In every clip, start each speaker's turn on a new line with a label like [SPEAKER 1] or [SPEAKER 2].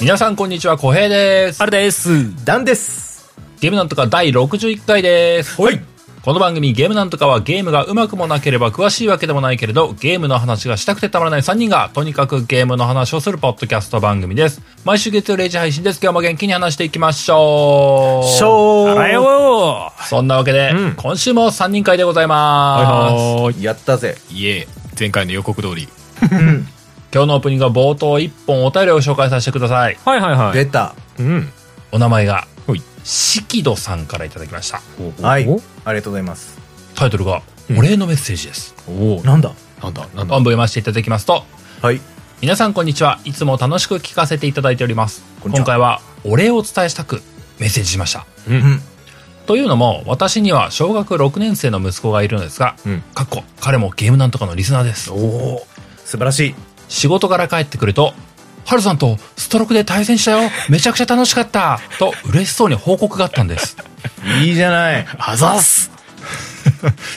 [SPEAKER 1] 皆さんこんにちは、小平です。
[SPEAKER 2] あれです。
[SPEAKER 3] ダンです。
[SPEAKER 1] ゲームなんとか第61回です。
[SPEAKER 2] はい。
[SPEAKER 1] この番組ゲームなんとかはゲームがうまくもなければ詳しいわけでもないけれど、ゲームの話がしたくてたまらない3人が、とにかくゲームの話をするポッドキャスト番組です。毎週月曜0時配信です。今日も元気に話していきましょう。
[SPEAKER 3] ショ
[SPEAKER 2] あれ
[SPEAKER 3] ー
[SPEAKER 2] よ
[SPEAKER 1] そんなわけで、
[SPEAKER 3] うん
[SPEAKER 1] 今週も3人会でございます。
[SPEAKER 3] やったぜ。
[SPEAKER 4] いえ前回の予告通り
[SPEAKER 1] 今日のオープニングは冒頭1本お便りを紹介させてください。
[SPEAKER 2] はいはいはい。
[SPEAKER 3] 出た。
[SPEAKER 4] うん
[SPEAKER 1] お名前が
[SPEAKER 4] ほい、
[SPEAKER 1] しきどさんからいただきました。
[SPEAKER 3] はい。あり
[SPEAKER 4] お
[SPEAKER 3] がとうございます。
[SPEAKER 1] タイトルが、
[SPEAKER 4] うん
[SPEAKER 1] お礼のメッセージです。
[SPEAKER 4] お
[SPEAKER 3] なんだ
[SPEAKER 4] なんだなんだ
[SPEAKER 1] 本部読ませていただきますと、
[SPEAKER 3] はい。
[SPEAKER 1] 皆さんこんにちは。いつも楽しく聞かせていただいております。
[SPEAKER 3] こんにち
[SPEAKER 1] 今回
[SPEAKER 3] は
[SPEAKER 1] はお礼をお伝えしたくメッセージしました。
[SPEAKER 4] う
[SPEAKER 3] うん。
[SPEAKER 1] というのも、私には小学6年生の息子がいるのですが、
[SPEAKER 4] うん
[SPEAKER 1] かっこ、彼もゲームなんとかのリスナーです。
[SPEAKER 3] おお。素晴らしい。
[SPEAKER 1] 仕事から帰ってくると、ハルさんとストロークで対戦したよめちゃくちゃ楽しかったと嬉しそうに報告があったんです。
[SPEAKER 3] いいじゃない。
[SPEAKER 4] あざっす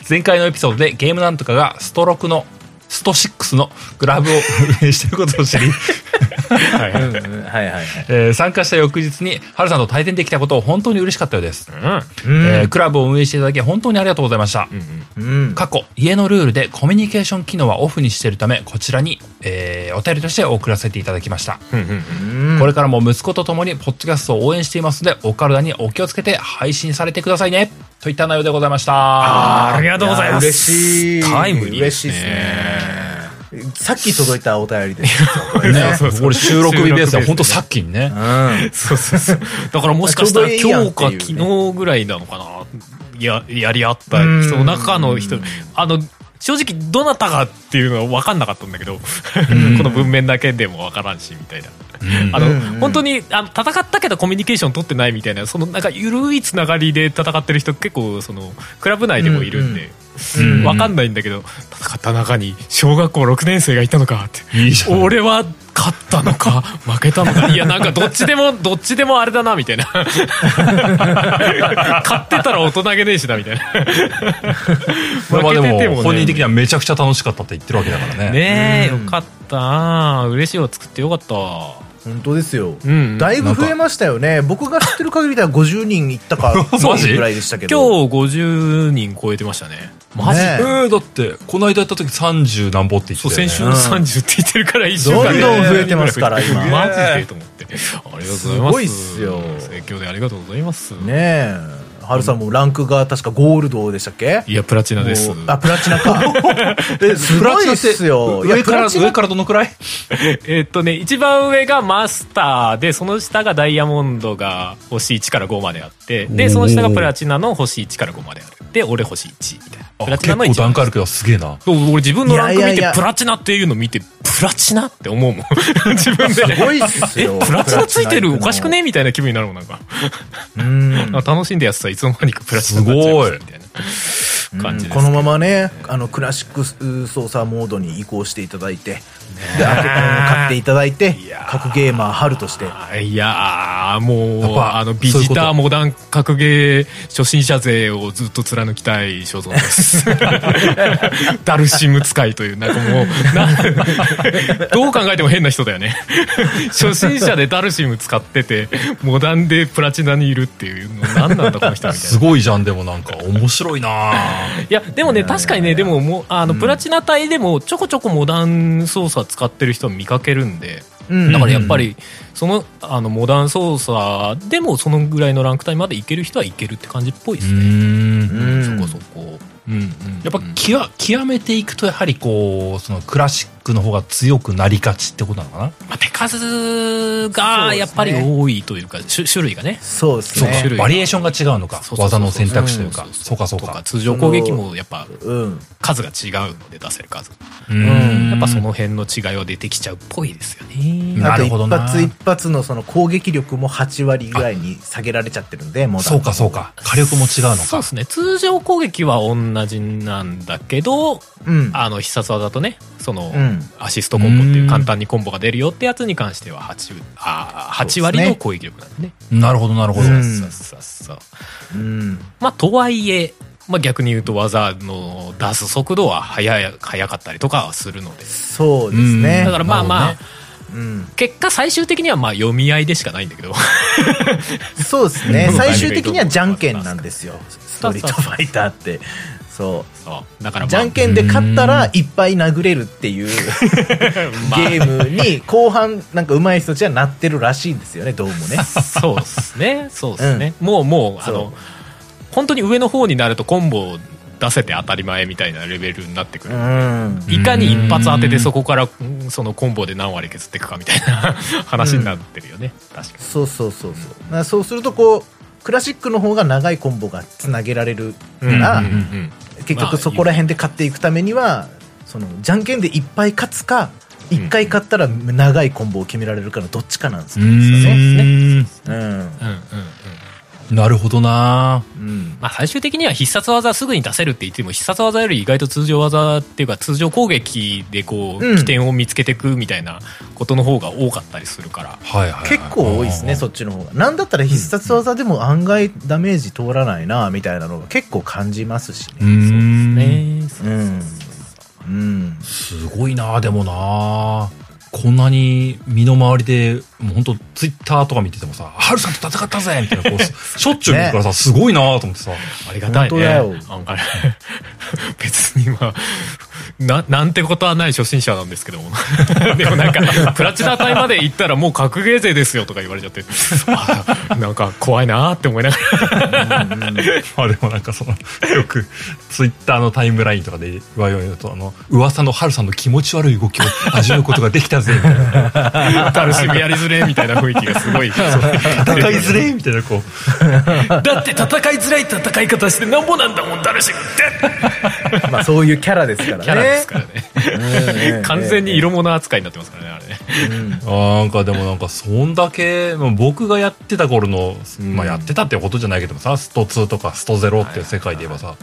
[SPEAKER 1] 前回のエピソードでゲームなんとかがストロークのスト6のグラブを運営していることを知り、
[SPEAKER 4] はい
[SPEAKER 3] うんうん。はいはいはい。
[SPEAKER 1] えー参加した翌日にハルさんと対戦できたことを本当に嬉しかったようです、
[SPEAKER 3] う
[SPEAKER 1] えー
[SPEAKER 3] ん。
[SPEAKER 1] クラブを運営していただき本当にありがとうございました、
[SPEAKER 4] うん
[SPEAKER 3] うん。
[SPEAKER 1] 過去家のルールでコミュニケーション機能はオフにしているためこちらに、えーお便りとして送らせていただきました、
[SPEAKER 4] うんうんうん
[SPEAKER 3] うん
[SPEAKER 1] これからも息子と共にポッドキャストを応援していますのでお体にお気をつけて配信されてくださいねといった内容でございました
[SPEAKER 2] ありがとうございます。
[SPEAKER 3] や嬉しい。
[SPEAKER 4] タイムリーで
[SPEAKER 3] 嬉し
[SPEAKER 4] す
[SPEAKER 3] い
[SPEAKER 4] ね
[SPEAKER 3] ですね。さっき届いたお便りです。これね
[SPEAKER 1] ね、俺収録日ベース
[SPEAKER 4] 収録日ベース
[SPEAKER 1] は
[SPEAKER 4] ね
[SPEAKER 1] 本当さっきにね
[SPEAKER 3] う、ん。
[SPEAKER 4] そうそうそうだからもしかしたら
[SPEAKER 3] ちょうどいいや
[SPEAKER 4] 今
[SPEAKER 3] ん
[SPEAKER 4] 日
[SPEAKER 3] ってい
[SPEAKER 4] か
[SPEAKER 3] うね
[SPEAKER 4] 昨日ぐらいなのかなややり合った人の中の人
[SPEAKER 3] うん
[SPEAKER 4] あの正直どなたかっていうのは分かんなかったんだけどこの文面だけでも分からんしみたいな
[SPEAKER 1] うん
[SPEAKER 4] あ
[SPEAKER 3] う
[SPEAKER 4] の、
[SPEAKER 3] んうん
[SPEAKER 4] 本当にあの戦ったけどコミュニケーション取ってないみたいなそのなんか緩いつながりで戦ってる人結構そのクラブ内でもいるんで、
[SPEAKER 3] うんうんうん
[SPEAKER 4] わかんないんだけど戦った中に小学校6年生がいたのかって
[SPEAKER 1] いいじゃん
[SPEAKER 4] 俺は勝った のか負けたのかいやなんかどっちでもどっちでもあれだなみたいな 勝ってたら大人げねえしなみたいな
[SPEAKER 1] これはで
[SPEAKER 4] 負けてても
[SPEAKER 1] も
[SPEAKER 4] ね
[SPEAKER 1] 本人的にはめちゃくちゃ楽しかったって言ってるわけだからね
[SPEAKER 4] ねえ
[SPEAKER 3] う
[SPEAKER 4] よ
[SPEAKER 3] ん
[SPEAKER 4] かった嬉しいを作ってよかった
[SPEAKER 3] 本当ですよ。
[SPEAKER 4] うん
[SPEAKER 3] だいぶ増えましたよね。僕が知ってる限りでは50人いった か
[SPEAKER 1] マ、ジ
[SPEAKER 3] そうぐらいでしたけ
[SPEAKER 4] 今
[SPEAKER 3] ど。
[SPEAKER 4] 日50人超えてましたねマジ、
[SPEAKER 3] ね
[SPEAKER 1] え
[SPEAKER 3] え
[SPEAKER 1] ー、だってこの間やった時30何歩って言って
[SPEAKER 4] そう
[SPEAKER 1] たよ、ね、
[SPEAKER 4] 先週の30って言ってるから一週
[SPEAKER 3] どん
[SPEAKER 4] 間
[SPEAKER 3] どん
[SPEAKER 4] で
[SPEAKER 3] 増えてます から、今。
[SPEAKER 4] マジでと思ってありがとうございます
[SPEAKER 3] すごいっすよ
[SPEAKER 4] 盛況でありがとうございます
[SPEAKER 3] ねえ。ハルさんもランクが確かゴールドでしたっけ
[SPEAKER 4] いやプラチナです
[SPEAKER 3] もうあ、プラチナか。 え、すごいっすよ。いや
[SPEAKER 1] 上から
[SPEAKER 3] プラチナ
[SPEAKER 1] 上からどのくらい
[SPEAKER 4] えっとね一番上がマスターでその下がダイヤモンドが星1から5まであってでその下がプラチナの星1から5まであるで俺星1みたいな
[SPEAKER 1] あ
[SPEAKER 4] プラチ
[SPEAKER 1] 結
[SPEAKER 4] ナの
[SPEAKER 1] 構
[SPEAKER 4] 一
[SPEAKER 1] 段
[SPEAKER 4] 番
[SPEAKER 1] 階あるけどすげえな
[SPEAKER 4] そう俺自分のランク
[SPEAKER 3] いやいや
[SPEAKER 4] 見
[SPEAKER 3] い
[SPEAKER 4] て
[SPEAKER 3] や
[SPEAKER 4] プラチナっていうの見てプラチナって 思うもん自分です
[SPEAKER 3] ごいっす
[SPEAKER 4] え
[SPEAKER 3] よ。
[SPEAKER 4] プラチナついてるおかしくね
[SPEAKER 3] い
[SPEAKER 4] みたいな気分になるもんなんか
[SPEAKER 3] うの
[SPEAKER 4] あ楽しんでやってたらいつの間にかプラチナになっちゃいますみたいな
[SPEAKER 3] う
[SPEAKER 4] 感
[SPEAKER 3] ん
[SPEAKER 4] じです
[SPEAKER 3] このままね、あの、クラシック操作モードに移行していただいて、で、あの買っていただいて
[SPEAKER 4] いや、ー
[SPEAKER 3] 各ゲーマー春として。
[SPEAKER 4] いやーも
[SPEAKER 1] やっ
[SPEAKER 4] う
[SPEAKER 1] ぱ
[SPEAKER 4] あの
[SPEAKER 1] そうい
[SPEAKER 4] ビ
[SPEAKER 1] うこと
[SPEAKER 4] ジターモダン格ゲー初心者勢をずっと貫きたい所存です ダルシム使いというなんかもう などう考えても変な人だよね 初心者でダルシム使っててモダンでプラチナにいるっていうの何なんだこの人みたいな
[SPEAKER 1] すごいじゃんでもなんか面白いなあ
[SPEAKER 4] いやでもね確かにねでももうあの、プラチナ帯でもちょこちょこモダン操作使ってる人見かけるんで
[SPEAKER 3] うん
[SPEAKER 4] だからやっぱりそのあのモダン操作でもそのぐらいのランク帯までいける人はいけるって感じっぽいで
[SPEAKER 1] う
[SPEAKER 4] すね、
[SPEAKER 3] うんん
[SPEAKER 4] そこそこ、うんうん
[SPEAKER 1] やっぱ極極めていくとやはりこうそのクラシックの方が強くなりがちってことなのかな
[SPEAKER 4] まあ、手数がやっぱり多いというか種種類がね
[SPEAKER 3] そうです
[SPEAKER 4] そう
[SPEAKER 3] ね。
[SPEAKER 4] 種類が
[SPEAKER 1] バリエーションが違うのか
[SPEAKER 4] そうそうそ
[SPEAKER 1] 技
[SPEAKER 4] う
[SPEAKER 1] の選択肢というか
[SPEAKER 4] ん
[SPEAKER 1] そうかそうか
[SPEAKER 4] 通常攻撃もやっぱ
[SPEAKER 3] うん。
[SPEAKER 4] 数が違うので出せる数が
[SPEAKER 1] うん
[SPEAKER 4] やっぱその辺の違いは出てきちゃうっぽいですよね
[SPEAKER 1] な
[SPEAKER 3] あと
[SPEAKER 1] るほ
[SPEAKER 3] 一
[SPEAKER 1] どな
[SPEAKER 3] 発一発のその攻撃力も8割ぐらいに下げられちゃってるんで、も
[SPEAKER 1] そうかそうか火力も違うの
[SPEAKER 4] そう
[SPEAKER 1] か
[SPEAKER 4] ですね通常攻撃は同じなんだけど
[SPEAKER 3] うん。
[SPEAKER 4] あの必殺技とねその、
[SPEAKER 3] うん
[SPEAKER 4] アシストコンボっていう簡単にコンボが出るよってやつに関しては 8, あー8割の攻撃力なんでね
[SPEAKER 1] なるほどなるほど
[SPEAKER 3] うん
[SPEAKER 4] そうそうそう
[SPEAKER 3] うん。
[SPEAKER 4] まあとはいえ、まあ、逆に言うと技の出す速度は速い速かったりとかはするので
[SPEAKER 3] そうです
[SPEAKER 1] う
[SPEAKER 3] ね
[SPEAKER 1] ん
[SPEAKER 4] だか。らまあまあ、
[SPEAKER 1] なる
[SPEAKER 3] うん、
[SPEAKER 4] 結果最終的にはまあ読み合いでしかないんだけど
[SPEAKER 3] そうですね
[SPEAKER 4] うん
[SPEAKER 3] 最終的にはじゃんけんなんですよストリートファイターってそ
[SPEAKER 4] そうだから、ま
[SPEAKER 3] う
[SPEAKER 4] あ、
[SPEAKER 3] じゃんけんで勝ったらいっぱい殴れるっていう ゲームに後半なんか上手い人たちはなってるらしいんですよねどうもね
[SPEAKER 4] そうですねそうですね、もうもうあ
[SPEAKER 3] そう
[SPEAKER 4] の本当に上の方になるとコンボを出せて当たり前みたいなレベルになってく
[SPEAKER 3] う
[SPEAKER 4] る、
[SPEAKER 3] ん
[SPEAKER 4] いかに一発当て
[SPEAKER 1] う
[SPEAKER 4] て
[SPEAKER 1] ん
[SPEAKER 4] そこからうんそのコンボで何割削っていくかみたいな 話になってるよね、確かに
[SPEAKER 3] そうそうそうそうだからそうするとこうクラシックの方が長いコンボがつなげられるから、
[SPEAKER 4] うんうんうん
[SPEAKER 3] 結局そこら辺で勝っていくためにはそのじゃんけんでいっぱい勝つか
[SPEAKER 4] ん
[SPEAKER 3] 一回勝ったら長いコンボを決められるかのどっちかなんです
[SPEAKER 1] う
[SPEAKER 3] よね。
[SPEAKER 1] ーん
[SPEAKER 3] うん
[SPEAKER 4] うんうんうん
[SPEAKER 1] なるほどな
[SPEAKER 3] うん
[SPEAKER 4] まあ、最終的には必殺技すぐに出せるって言っても必殺技より意外と通常技っていうか通常攻撃でこう、
[SPEAKER 3] うん
[SPEAKER 4] 起点を見つけていくみたいなことの方が多かったりするから
[SPEAKER 1] はいはいはい
[SPEAKER 3] 結構多いですねそっちの方がなんだったら必殺技でも案外ダメージ通らないなみたいなのが結構感じますし
[SPEAKER 1] うー
[SPEAKER 3] ね
[SPEAKER 1] ん
[SPEAKER 4] ね
[SPEAKER 3] うんうん
[SPEAKER 1] すごいなでもなこんなに身の回りでもう本当ツイッターとか見ててもさ「ハルさんと戦ったぜ!」みたいなこ うしょっちゅう見るからさすごいなと思ってさ
[SPEAKER 4] ありがたいね
[SPEAKER 3] 本当だよ
[SPEAKER 4] 案外 別にまあななんてことはない初心者なんですけども でもなんかプラチナ隊まで行ったらもう格ゲー勢ですよとか言われちゃってあなんか怖いなーって思いなが
[SPEAKER 1] ま
[SPEAKER 4] ら
[SPEAKER 1] あでもなんかそのよくツイッターのタイムラインとかで言われるとあの噂のハルさんの気持ち悪い動きを味わうことができたぜみたい な
[SPEAKER 4] 楽しみやりづれみたいな雰囲気がすごい
[SPEAKER 1] 戦いづれみたいなこう
[SPEAKER 4] だって戦いづらい戦い方してなんぼなんだもん誰しがって
[SPEAKER 3] まあそういうキャラですからね
[SPEAKER 4] キャラですからね
[SPEAKER 3] うん
[SPEAKER 4] 完全に色物扱いになってますからねあれね
[SPEAKER 1] なんかでもなんかそんだけまあ僕がやってた頃の、まあ、やってたってことじゃないけどもさスト2とかスト0っていう世界で言えばさ、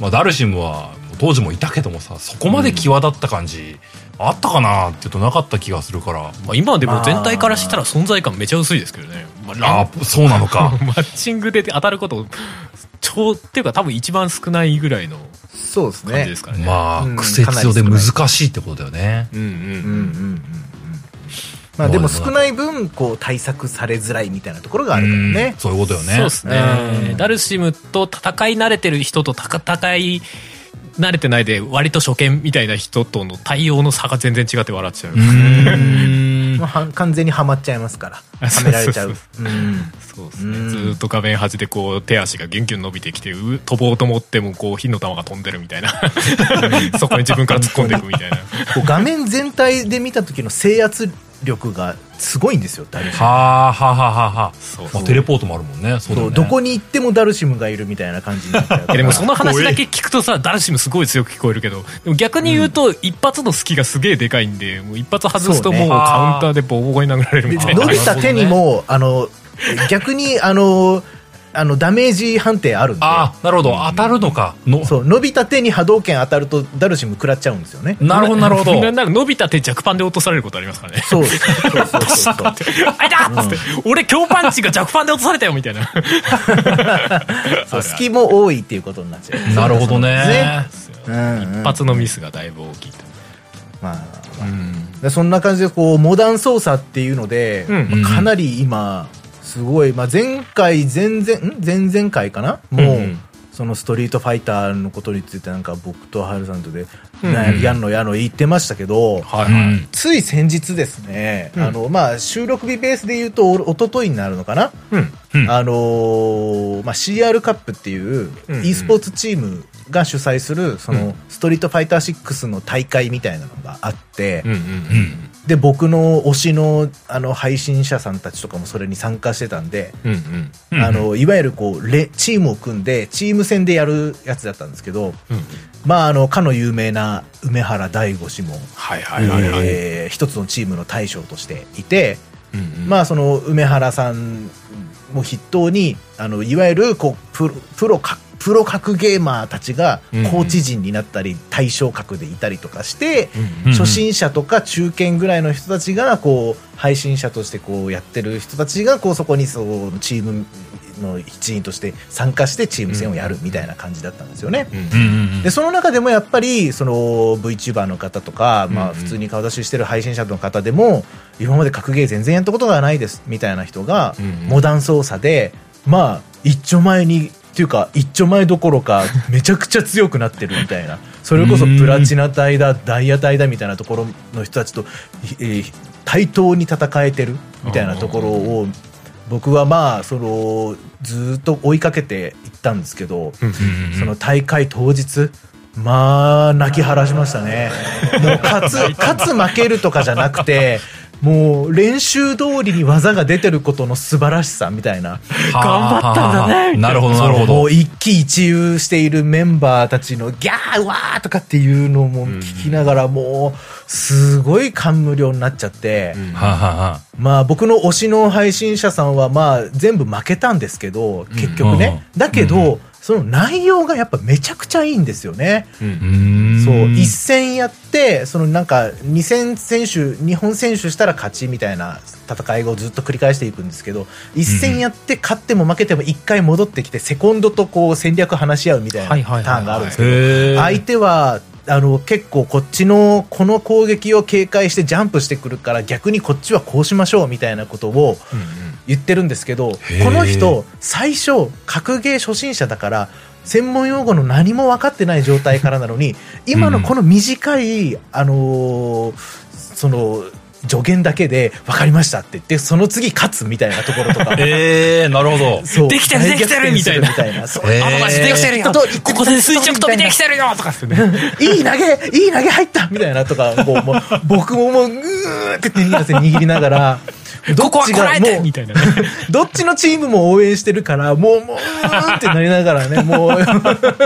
[SPEAKER 1] まあ、ダルシムは当時もいたけどもさそこまで際立った感じ、あったかなって言うとなかった気がするから
[SPEAKER 4] まあ今でも全体からしたら存在感めちゃ薄いですけどね、まあ、ラン
[SPEAKER 1] ああそうなのか
[SPEAKER 4] マッチングで当たること超っていうか多分一番少ないぐらいの
[SPEAKER 3] そうです
[SPEAKER 4] 感じ
[SPEAKER 3] ね
[SPEAKER 4] です からね
[SPEAKER 1] まあ
[SPEAKER 3] うん
[SPEAKER 1] 癖強で難しいってことだよね
[SPEAKER 4] うんう
[SPEAKER 3] うんうんうんんうんまあでも少ない分こう対策されづらいみたいなところがあるからね
[SPEAKER 1] うんそういうことよね
[SPEAKER 4] そうです
[SPEAKER 3] う
[SPEAKER 4] ね
[SPEAKER 3] ん
[SPEAKER 4] ダルシムと戦い慣れてる人とたか戦い慣れてないで割と初見みたいな人との対応の差が全然違って笑っちゃう、
[SPEAKER 1] うーん
[SPEAKER 3] もうは完全にはまっちゃいますから
[SPEAKER 4] あ
[SPEAKER 3] はめられちゃう
[SPEAKER 4] そう
[SPEAKER 3] うん
[SPEAKER 4] そうですね、
[SPEAKER 3] うん
[SPEAKER 4] ずーっと画面端でこう手足がギュンギュン伸びてきてう飛ぼうと思ってもこう火の玉が飛んでるみたいなそこに自分から突っ込んでいくみたいな
[SPEAKER 3] こう画面全体で見た時の制圧力がすごいんですよダルシム
[SPEAKER 1] はあはあはあはあ
[SPEAKER 4] そう
[SPEAKER 1] まあテレポートもあるもんねそうだ
[SPEAKER 3] そ
[SPEAKER 1] よ
[SPEAKER 3] う
[SPEAKER 1] ね
[SPEAKER 3] どこに行ってもダルシムがいるみたいな感じになっちゃうから
[SPEAKER 4] え でもその話だけ聞くとさダルシムすごい強く聞こえるけどでも逆に言うと一発の隙がすげえでかいんでもう一発外すとも
[SPEAKER 3] そううね
[SPEAKER 4] カウンターでボコボコに殴られるみたいな
[SPEAKER 3] 伸びた手にもあの逆にあのあのダメージ判定あるんで
[SPEAKER 1] ああなるほど当たるのかの
[SPEAKER 3] そう伸びた手に波動拳当たるとダルシム食らっちゃうんですよね
[SPEAKER 1] なるほどなるほど
[SPEAKER 4] なんなら伸びた手弱パンで落とされることありますからね
[SPEAKER 3] そうそうそうそうそう
[SPEAKER 4] あいたっつって、俺強パンチが弱パンで落とされたよみたいな
[SPEAKER 3] そう隙も多いっていうことになっちゃう
[SPEAKER 1] なるほど
[SPEAKER 3] ね
[SPEAKER 1] ね
[SPEAKER 3] うんうん
[SPEAKER 4] 一発のミスがだいぶ大きいと
[SPEAKER 3] まあでそんな感じでこうモダン操作っていうので、
[SPEAKER 4] うん
[SPEAKER 3] まあかなり今すごい、まあ、前回前々ん前々回かなもう、
[SPEAKER 4] うんうん
[SPEAKER 3] そのストリートファイターのことについてなんか僕とハルさんとで、
[SPEAKER 4] うんうん
[SPEAKER 3] なんややんのやの言ってましたけど、
[SPEAKER 4] は
[SPEAKER 1] うん
[SPEAKER 3] つい先日ですね、
[SPEAKER 4] うん
[SPEAKER 3] あのまあ、収録日ベースで言うとおおとといになるのかな、
[SPEAKER 4] うん
[SPEAKER 1] うん
[SPEAKER 3] あのーまあ、CR カップっていう
[SPEAKER 4] うんうん
[SPEAKER 3] e スポーツチームが主催するその、
[SPEAKER 4] うん
[SPEAKER 3] ストリートファイター6の大会みたいなのがあって、
[SPEAKER 4] うんうん
[SPEAKER 1] うん
[SPEAKER 3] で僕の推しのあの配信者さんたちとかもそれに参加してたんで、
[SPEAKER 4] うんうん
[SPEAKER 1] うん
[SPEAKER 3] あのいわゆるこうレチームを組んでチーム戦でやるやつだったんですけど、
[SPEAKER 4] うん
[SPEAKER 3] まあ、あのかの有名な梅原大吾氏も、
[SPEAKER 4] はいはいはいはい、
[SPEAKER 3] えー一つのチームの大将としていて、
[SPEAKER 4] うんうん
[SPEAKER 3] まあ、その梅原さんも筆頭にあのいわゆるこうプロプロかプロ格ゲーマーたちが
[SPEAKER 5] うん
[SPEAKER 3] コーチ陣になったり対象格でいたりとかして、
[SPEAKER 5] うん
[SPEAKER 3] 初心者とか中堅ぐらいの人たちがこう配信者としてこうやってる人たちがこうそこにそのチームの一員として参加してチーム戦をやるみたいな感じだったんですよね。
[SPEAKER 5] うん
[SPEAKER 1] うんうん
[SPEAKER 3] でその中でもやっぱりその VTuber の方とか、
[SPEAKER 5] う
[SPEAKER 3] ま
[SPEAKER 5] ん
[SPEAKER 3] あ、
[SPEAKER 5] うん
[SPEAKER 3] 普通に顔出ししてる配信者の方でも今まで格ゲー全然やったことがないですみたいな人が
[SPEAKER 5] うんうん
[SPEAKER 3] モダン操作でまあ一丁前にっていうか一丁前どこ ろかめちゃくちゃ強くなってるみたいなそれこそプラチナ隊だダイヤ隊だみたいなところの人たちと、えー対等に戦えてるみたいなところを僕はまあそのずーっと追いかけていったんですけど。
[SPEAKER 1] うん
[SPEAKER 3] その大会当日、まあ、泣き晴らしました ね。もう勝つ、勝つ負けるとかじゃなくて、もう練習通りに技が出てることの素晴らしさみたいな。
[SPEAKER 1] 頑張ったんだねなるほどなるほ
[SPEAKER 3] も
[SPEAKER 1] ど
[SPEAKER 3] う一喜一憂しているメンバーたちのギャーうわーとかっていうのも聞きながら、もう、すごい感無量になっちゃって、
[SPEAKER 5] うん
[SPEAKER 1] はあはあはあ
[SPEAKER 3] まあ僕の推しの配信者さんはまあ全部負けたんですけど、結局ね。だけど、その内容がやっぱめちゃくちゃいいんですよね。
[SPEAKER 1] うーん
[SPEAKER 3] そう、1戦やって、そのなんか2戦選手、日本選手したら勝ちみたいな戦いをずっと繰り返していくんですけど、1戦やって勝っても負けても1回戻ってきて、セコンドとこう戦略話し合うみたいな
[SPEAKER 5] はい
[SPEAKER 3] タ
[SPEAKER 5] はいはいはい
[SPEAKER 3] ーンがあるんですけど、
[SPEAKER 1] へー
[SPEAKER 3] 相手は、あの、結構こっちの、この攻撃を警戒してジャンプしてくるから逆にこっちはこうしましょうみたいなことを言ってるんですけど、こ
[SPEAKER 1] へー。
[SPEAKER 3] の人、最初、格ゲー初心者だから、専門用語の何も分かってない状態からなのに、今のこの短い、あのーその、助言だけで、分かりましたって言って、その次勝つみたいなところとか
[SPEAKER 1] えー、なるほど。
[SPEAKER 3] そう
[SPEAKER 5] できてる
[SPEAKER 3] 大逆転
[SPEAKER 5] できてるみたいな
[SPEAKER 3] するみた
[SPEAKER 1] え
[SPEAKER 3] いな。そう
[SPEAKER 1] ー
[SPEAKER 5] アドバイスできてるよ
[SPEAKER 3] えー
[SPEAKER 5] ここで垂直飛びできてるよとかっすね。
[SPEAKER 3] いい投げ、いい投げ入ったみたいなとか、こうもう僕ももう、うーって手に汗握りながら、ど
[SPEAKER 5] ここはこらえて
[SPEAKER 3] もう
[SPEAKER 5] みたいなね。
[SPEAKER 3] どっちのチームも応援してるから、もう、もう、うーんってなりながらね、もう、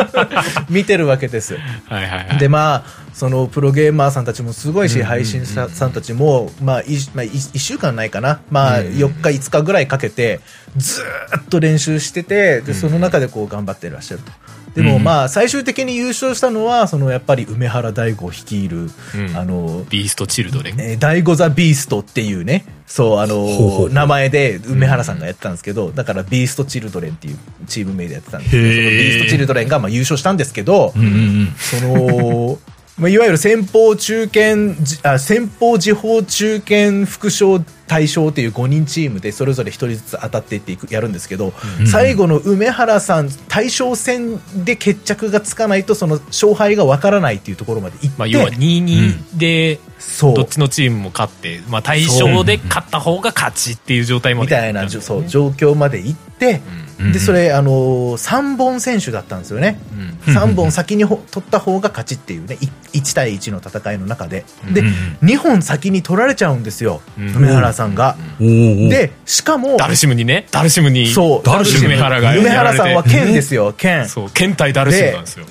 [SPEAKER 3] 見てるわけです。
[SPEAKER 5] はいはいはい。
[SPEAKER 3] で、まあ、そのプロゲーマーさんたちもすごいし、配信者さんたちも、まあ、いまあ、い1週間ないかな、まあ、4日、5日ぐらいかけて、ずーっと練習してて、で、その中でこう、頑張ってらっしゃると。でも、まあ、最終的に優勝したのは、その、やっぱり梅原大吾率いる、
[SPEAKER 5] うん
[SPEAKER 3] あの、
[SPEAKER 5] ビーストチルドレン。
[SPEAKER 3] えー、第5ザ・ビーストっていうね、そう、あのー
[SPEAKER 1] ほうほう
[SPEAKER 3] 名前で梅原さんがやってたんですけど、だからビースト・チルドレンっていうチーム名でやってたんですけど、その
[SPEAKER 1] へー
[SPEAKER 3] ビースト・チルドレンがまあ優勝したんですけど、
[SPEAKER 1] うんうん
[SPEAKER 3] その、 まあ、いわゆる先方中堅、じあ先方時報中堅副将大将っていう5人チームでそれぞれ1人ずつ当たっていっていくやるんですけど、
[SPEAKER 1] うん
[SPEAKER 3] 最後の梅原さん大将戦で決着がつかないとその勝敗がわからないっていうところまで行って、
[SPEAKER 5] まあ、要は2-2で、
[SPEAKER 3] そう
[SPEAKER 5] どっちのチームも勝って、まあ、対象で勝った方が勝ちっていう状態ま
[SPEAKER 3] み
[SPEAKER 5] で。
[SPEAKER 3] たいな、じょそう、状況まで行って、
[SPEAKER 1] うん。
[SPEAKER 3] で、そ、れ、あのー、3本選手だったんですよね。
[SPEAKER 5] うん。うん
[SPEAKER 1] うん
[SPEAKER 3] 3本先にほ取った方が勝ちっていうね、い1対1の戦いの中で。で
[SPEAKER 1] うん、
[SPEAKER 3] 2本先に取られちゃうんですよ、
[SPEAKER 5] うん
[SPEAKER 3] 梅原さんが。
[SPEAKER 1] おーおー、
[SPEAKER 3] で、しかも、
[SPEAKER 5] ダルシムにね、ダルシムに。
[SPEAKER 3] そう、
[SPEAKER 1] ダルシム
[SPEAKER 5] 梅原がやられて
[SPEAKER 3] 梅原さんは剣ですよ、剣。
[SPEAKER 5] そう、剣対ダルシムなんですよ。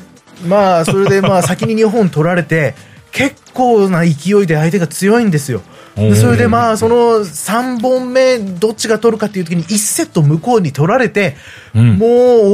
[SPEAKER 3] まあ、それでまあ、先に2本取られ て、結構な勢いで相手が強いんですよ。
[SPEAKER 1] おー
[SPEAKER 3] でそれでまあ、その3本目、どっちが取るかっていう時に1セット向こうに取られて、
[SPEAKER 1] うん、
[SPEAKER 3] もう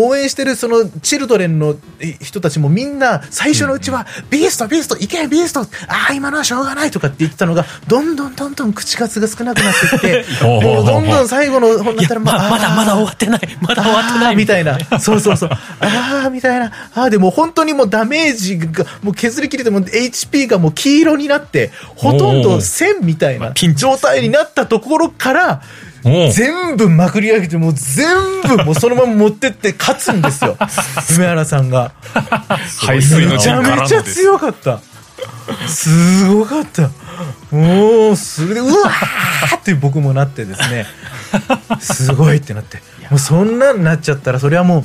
[SPEAKER 3] 応援してるそのチルドレンのえ人たちもみんな最初のうちは、ビースト、ビースト、いけ、ビースト、ああ、今のはしょうがないとかって言ってたのが、どんどんどんどん口数が少なくなって いってもうどんどん最後のほんだったらまあ
[SPEAKER 5] 終わってない。まだ終わって
[SPEAKER 3] あーみたいな。そうそうそう。ああ、みたいな。ああ、でも本当にもうダメージが、もう削り切れても HP がもう黄色になって、ほとん
[SPEAKER 1] お
[SPEAKER 3] ど
[SPEAKER 1] ー
[SPEAKER 3] 線みたい
[SPEAKER 5] まあ
[SPEAKER 3] な
[SPEAKER 5] ピンチ
[SPEAKER 3] 状態になったところから、
[SPEAKER 1] おー
[SPEAKER 3] 全部まくり上げて、もう全部もうそのまま持ってって勝つんですよ。梅原さんが。
[SPEAKER 5] 排水の
[SPEAKER 3] めち
[SPEAKER 5] 陣
[SPEAKER 3] ゃ
[SPEAKER 5] から
[SPEAKER 3] め
[SPEAKER 5] の
[SPEAKER 3] ちゃ
[SPEAKER 5] です。
[SPEAKER 3] 強かった。すごかった。もう、それで、うわーって僕もなってですね、すごいってなって、もうそんなんなっちゃったら、それはもう、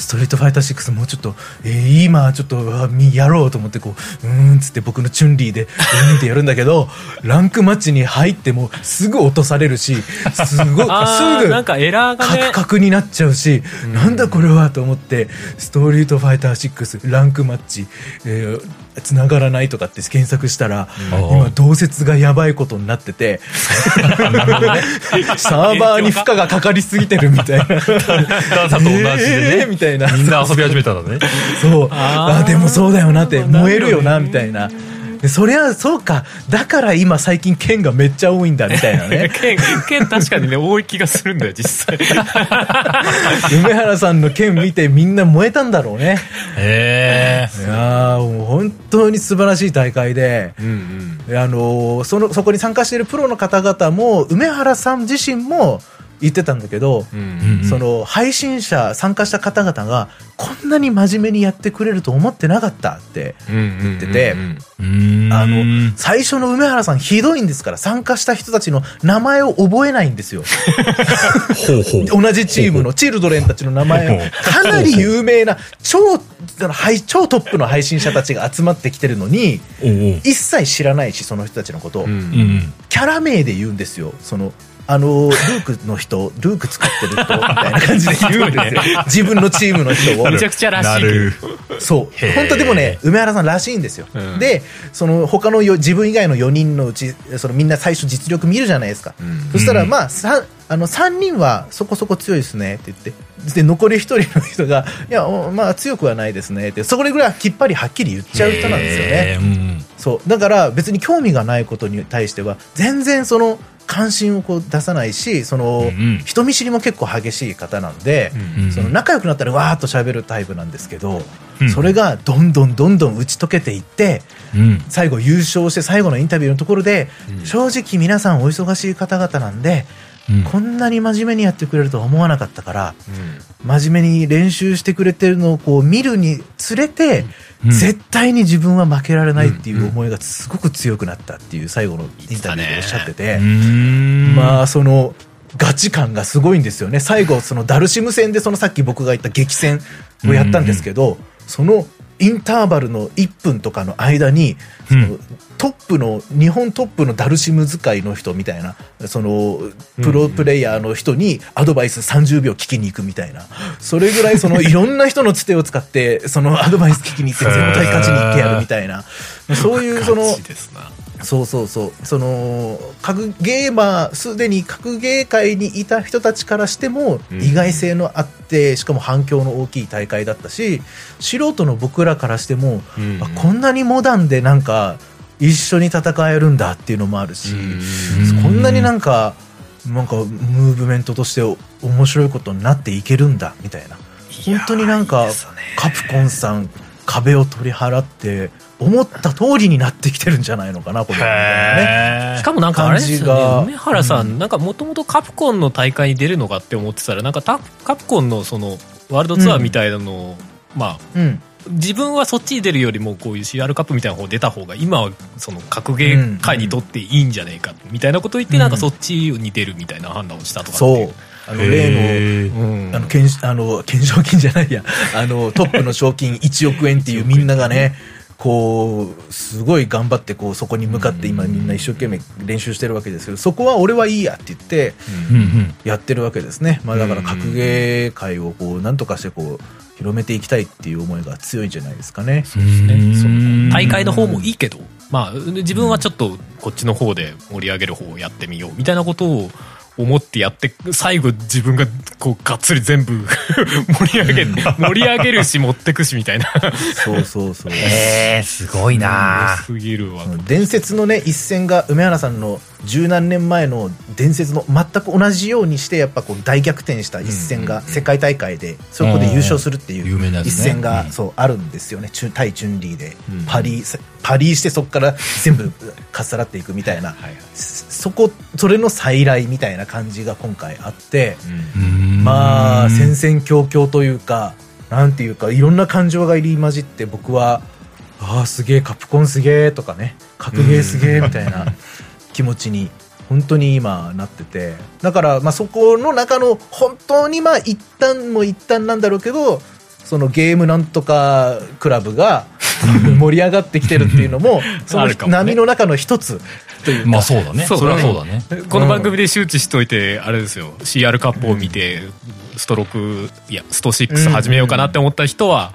[SPEAKER 3] ストリートファイター6もうちょっと、えー今ちょっとうわみやろうと思ってこう、うーんっつって僕のチュンリーで、うーんってやるんだけど、ランクマッチに入ってもすぐ落とされるし、 すごい、
[SPEAKER 5] あー
[SPEAKER 3] すぐ
[SPEAKER 5] なんかエラーが
[SPEAKER 3] カ
[SPEAKER 5] ね
[SPEAKER 3] ク。カクになっちゃうし、なんだこれはと思って、ストリートファイター6ランクマッチ、えー繋がらないとかって検索したら、
[SPEAKER 1] うん
[SPEAKER 3] 今同説がやばいことになっ てて、サーバーに負荷がかかりすぎてるみたいな。
[SPEAKER 1] ダンさんと同じで
[SPEAKER 3] えー
[SPEAKER 1] ね。
[SPEAKER 3] みたたいな
[SPEAKER 1] みんな遊び始めたんだね。
[SPEAKER 3] そうあ
[SPEAKER 4] あー
[SPEAKER 3] でもそうだよなって
[SPEAKER 4] なるほどね
[SPEAKER 3] 燃えるよなみたいなでそりゃそうかだから今最近剣がめっちゃ多いんだみたい なね
[SPEAKER 4] 剣剣確かにね多い気がするんだよ実際
[SPEAKER 3] 梅原さんの剣見てみんな燃えたんだろうね
[SPEAKER 1] へえ。
[SPEAKER 3] いやーもう本当に素晴らしい大会で
[SPEAKER 4] うんうん
[SPEAKER 3] であのーそのそこに参加しているプロの方々も梅原さん自身も言ってたんだけど、
[SPEAKER 4] うん
[SPEAKER 3] その配信者参加した方々がこんなに真面目にやってくれると思ってなかったって
[SPEAKER 4] うん言
[SPEAKER 3] ってて
[SPEAKER 1] うーん。
[SPEAKER 3] あの、最初の梅原さんひどいんですから、参加した人たちの名前を覚えないんですよ。
[SPEAKER 1] ほうほう。
[SPEAKER 3] 同じチームのチルドレンたちの名前を。かなり有名な、超、あのはい超トップの配信者たちが集まってきてるのに、
[SPEAKER 1] おうおう。
[SPEAKER 3] 一切知らないし、その人たちのことを。
[SPEAKER 1] うんうん。
[SPEAKER 3] キャラ名で言うんですよ。その、あの、ルークの人、ルーク作ってる人、みたいな感じで言うんですよ。自分のチームの人を。
[SPEAKER 4] めちゃくちゃらしい
[SPEAKER 1] なる。
[SPEAKER 3] そう
[SPEAKER 1] へー
[SPEAKER 3] 本当でもね梅原さんらしいんですよ、
[SPEAKER 4] うん
[SPEAKER 3] でその他のよ自分以外の4人のうちそのみんな最初実力見るじゃないですか、
[SPEAKER 4] うん
[SPEAKER 3] そしたら
[SPEAKER 1] うん
[SPEAKER 3] まあ 3, あの3人はそこそこ強いですねって言ってで残り1人の人がいやおまあ強くはないですねってそこぐらいはきっぱりはっきり言っちゃう人なんですよね
[SPEAKER 1] へー。うん
[SPEAKER 3] そうだから別に興味がないことに対しては全然その関心をこう出さないしその、
[SPEAKER 1] うんうん
[SPEAKER 3] 人見知りも結構激しい方なんで、
[SPEAKER 1] うんうん
[SPEAKER 3] その仲良くなったらわーっと喋るタイプなんですけど、
[SPEAKER 1] うん
[SPEAKER 3] それがどんどんどんどん打ち解けていって
[SPEAKER 1] うん。
[SPEAKER 3] 最後優勝して最後のインタビューのところで、
[SPEAKER 4] うん
[SPEAKER 3] 正直皆さんお忙しい方々なんで、
[SPEAKER 1] うん
[SPEAKER 3] こんなに真面目にやってくれるとは思わなかったから真面目に練習してくれてるのをこう見るにつれて、
[SPEAKER 1] うん
[SPEAKER 3] 絶対に自分は負けられないっていう思いがすごく強くなったっていう最後のインタビューでおっしゃってて。
[SPEAKER 1] うーん
[SPEAKER 3] まあそのガチ感がすごいんですよね最後そのダルシム戦でそのさっき僕が言った激戦をやったんですけど、そのインターバルの1分とかの間にその、
[SPEAKER 1] うん
[SPEAKER 3] トップの日本トップのダルシム使いの人みたいなそのプロプレイヤーの人にアドバイス30秒聞きに行くみたいなそれぐらいそのいろんな人のつてを使ってそのアドバイス聞きに行って絶対勝ちに行ってやるみ たいなそういうその
[SPEAKER 4] ガチですな
[SPEAKER 3] そうそうそうその格ゲーマーすでに格ゲー界にいた人たちからしても
[SPEAKER 4] うん
[SPEAKER 3] 意外性のあって、しかも反響の大きい大会だったし素人の僕らからしても、
[SPEAKER 4] うん
[SPEAKER 3] あこんなにモダンでなんか一緒に戦えるんだっていうのもあるし、
[SPEAKER 1] うん
[SPEAKER 3] こんなになんかなんかムーブメントとして面白いことになっていけるんだみたいな本当になんかカプコンさん壁を取り払って思った通りになってきてるんじゃないのかなこれ、ね、
[SPEAKER 1] へ
[SPEAKER 4] しかもなんかあれです
[SPEAKER 3] 感じが
[SPEAKER 4] よね梅原さん、
[SPEAKER 3] う
[SPEAKER 4] なんかもともとカプコンの大会に出るのかって思ってたらなんかタカプコンのそのワールドツアーみたいなのを、まあ
[SPEAKER 3] うん
[SPEAKER 4] 自分はそっちに出るよりもこういう CR カップみたいな方出た方が今はその格ゲー界にとっていいんじゃないかみたいなことを言って
[SPEAKER 3] うん
[SPEAKER 4] なんかそっちに出るみたいな判断をしたとかってい
[SPEAKER 3] そうう。あの、例
[SPEAKER 1] え。
[SPEAKER 4] う、ん
[SPEAKER 3] の、あの、懸賞あの、懸賞金じゃないや、あの、トップの賞金1億円っていうみんながね、こう、すごい頑張って、こう、そこに向かって今みんな一生懸命練習してるわけですけど、そこは俺はいいやって言って
[SPEAKER 1] うんうん。
[SPEAKER 3] やってるわけですね。まあだから格ゲー界をこう、なんとかしてこう、広めていきたいっていう思いが強いんじゃないですかね。
[SPEAKER 1] そうです
[SPEAKER 4] ねそ
[SPEAKER 1] ね
[SPEAKER 4] 大会の方もいいけど、まあ、自分はちょっとこっちの方で盛り上げる方をやってみようみたいなことを思ってやって最後自分がこうがっつり全部 盛り上げる盛り上げるし持ってくしみたいな
[SPEAKER 3] そうそうそう。
[SPEAKER 1] えー、すごいな
[SPEAKER 4] すぎるわ、
[SPEAKER 3] 伝説のね一戦が梅原さんの十何年前の伝説の全く同じようにしてやっぱこう大逆転した一戦
[SPEAKER 4] うん
[SPEAKER 3] が
[SPEAKER 4] うんうん
[SPEAKER 3] 世界大会でそこで優勝するってい
[SPEAKER 1] 有名なや
[SPEAKER 3] う
[SPEAKER 1] つね
[SPEAKER 3] 一戦が
[SPEAKER 1] うん
[SPEAKER 3] そうあるんですよね中対チュンリーで
[SPEAKER 4] うん
[SPEAKER 3] パリパリしてそこから全部かっさらっていくみたいな
[SPEAKER 4] はいはい
[SPEAKER 3] そこそれの再来みたいな感じが今回あって
[SPEAKER 4] うん
[SPEAKER 3] まあ戦
[SPEAKER 1] 先生
[SPEAKER 3] 々恐々というかなんていうかいろんな感情が入り混じって僕はああすげえカプコンすげえとかね格ゲーすげえみたいな気持ちに本当に今なっててだからまあそこの中の本当にまあ一旦も一旦なんだろうけどそのゲームなんとかクラブが 盛り上がってきてるっていうのもそ
[SPEAKER 4] あ
[SPEAKER 3] の
[SPEAKER 4] るかもね
[SPEAKER 3] 波の中の一つというか、
[SPEAKER 1] まあそうだね。
[SPEAKER 4] そう
[SPEAKER 1] そ
[SPEAKER 4] だ
[SPEAKER 1] れは
[SPEAKER 4] ね
[SPEAKER 1] そうだね。
[SPEAKER 4] この番組で周知しといてあれですよ CR カップを見てストロークいやスト6始めようかなって思った人は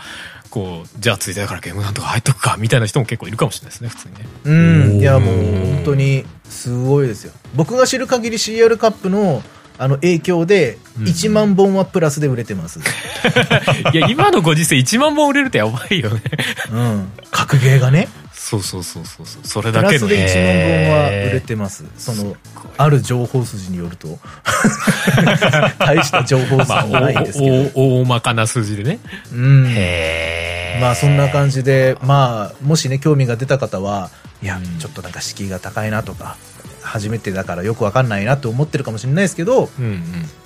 [SPEAKER 4] こうじゃあついてだからゲームなんとか入っとくかみたいな人も結構いるかもしれないですね普通にね
[SPEAKER 3] うん、
[SPEAKER 1] おー
[SPEAKER 3] いやもう本当にすごいですよ僕が知る限り CR カップのあの影響で
[SPEAKER 1] ん
[SPEAKER 3] 1万本はプラスで売れて ます、
[SPEAKER 4] いや、今のご時世1万本売れるってやばいよね。
[SPEAKER 3] うん、格ゲーがね
[SPEAKER 4] そうそうそうそうそう。そ
[SPEAKER 3] プ
[SPEAKER 4] れだ
[SPEAKER 3] ラ
[SPEAKER 4] け
[SPEAKER 3] ス
[SPEAKER 4] の
[SPEAKER 3] で1
[SPEAKER 4] ね。
[SPEAKER 3] 万本は売れてますそのある情報筋による と大した情報筋
[SPEAKER 4] まあ、
[SPEAKER 3] はないですけど、
[SPEAKER 4] おお大まかな数字でね。
[SPEAKER 3] うん、
[SPEAKER 1] へー
[SPEAKER 3] まあそんな感じで、まあもしね、興味が出た方は、いや
[SPEAKER 4] うん、
[SPEAKER 3] ちょっとなんか敷居が高いなとか、初めてだからよくわかんないなって思ってるかもしれないですけど、
[SPEAKER 4] うん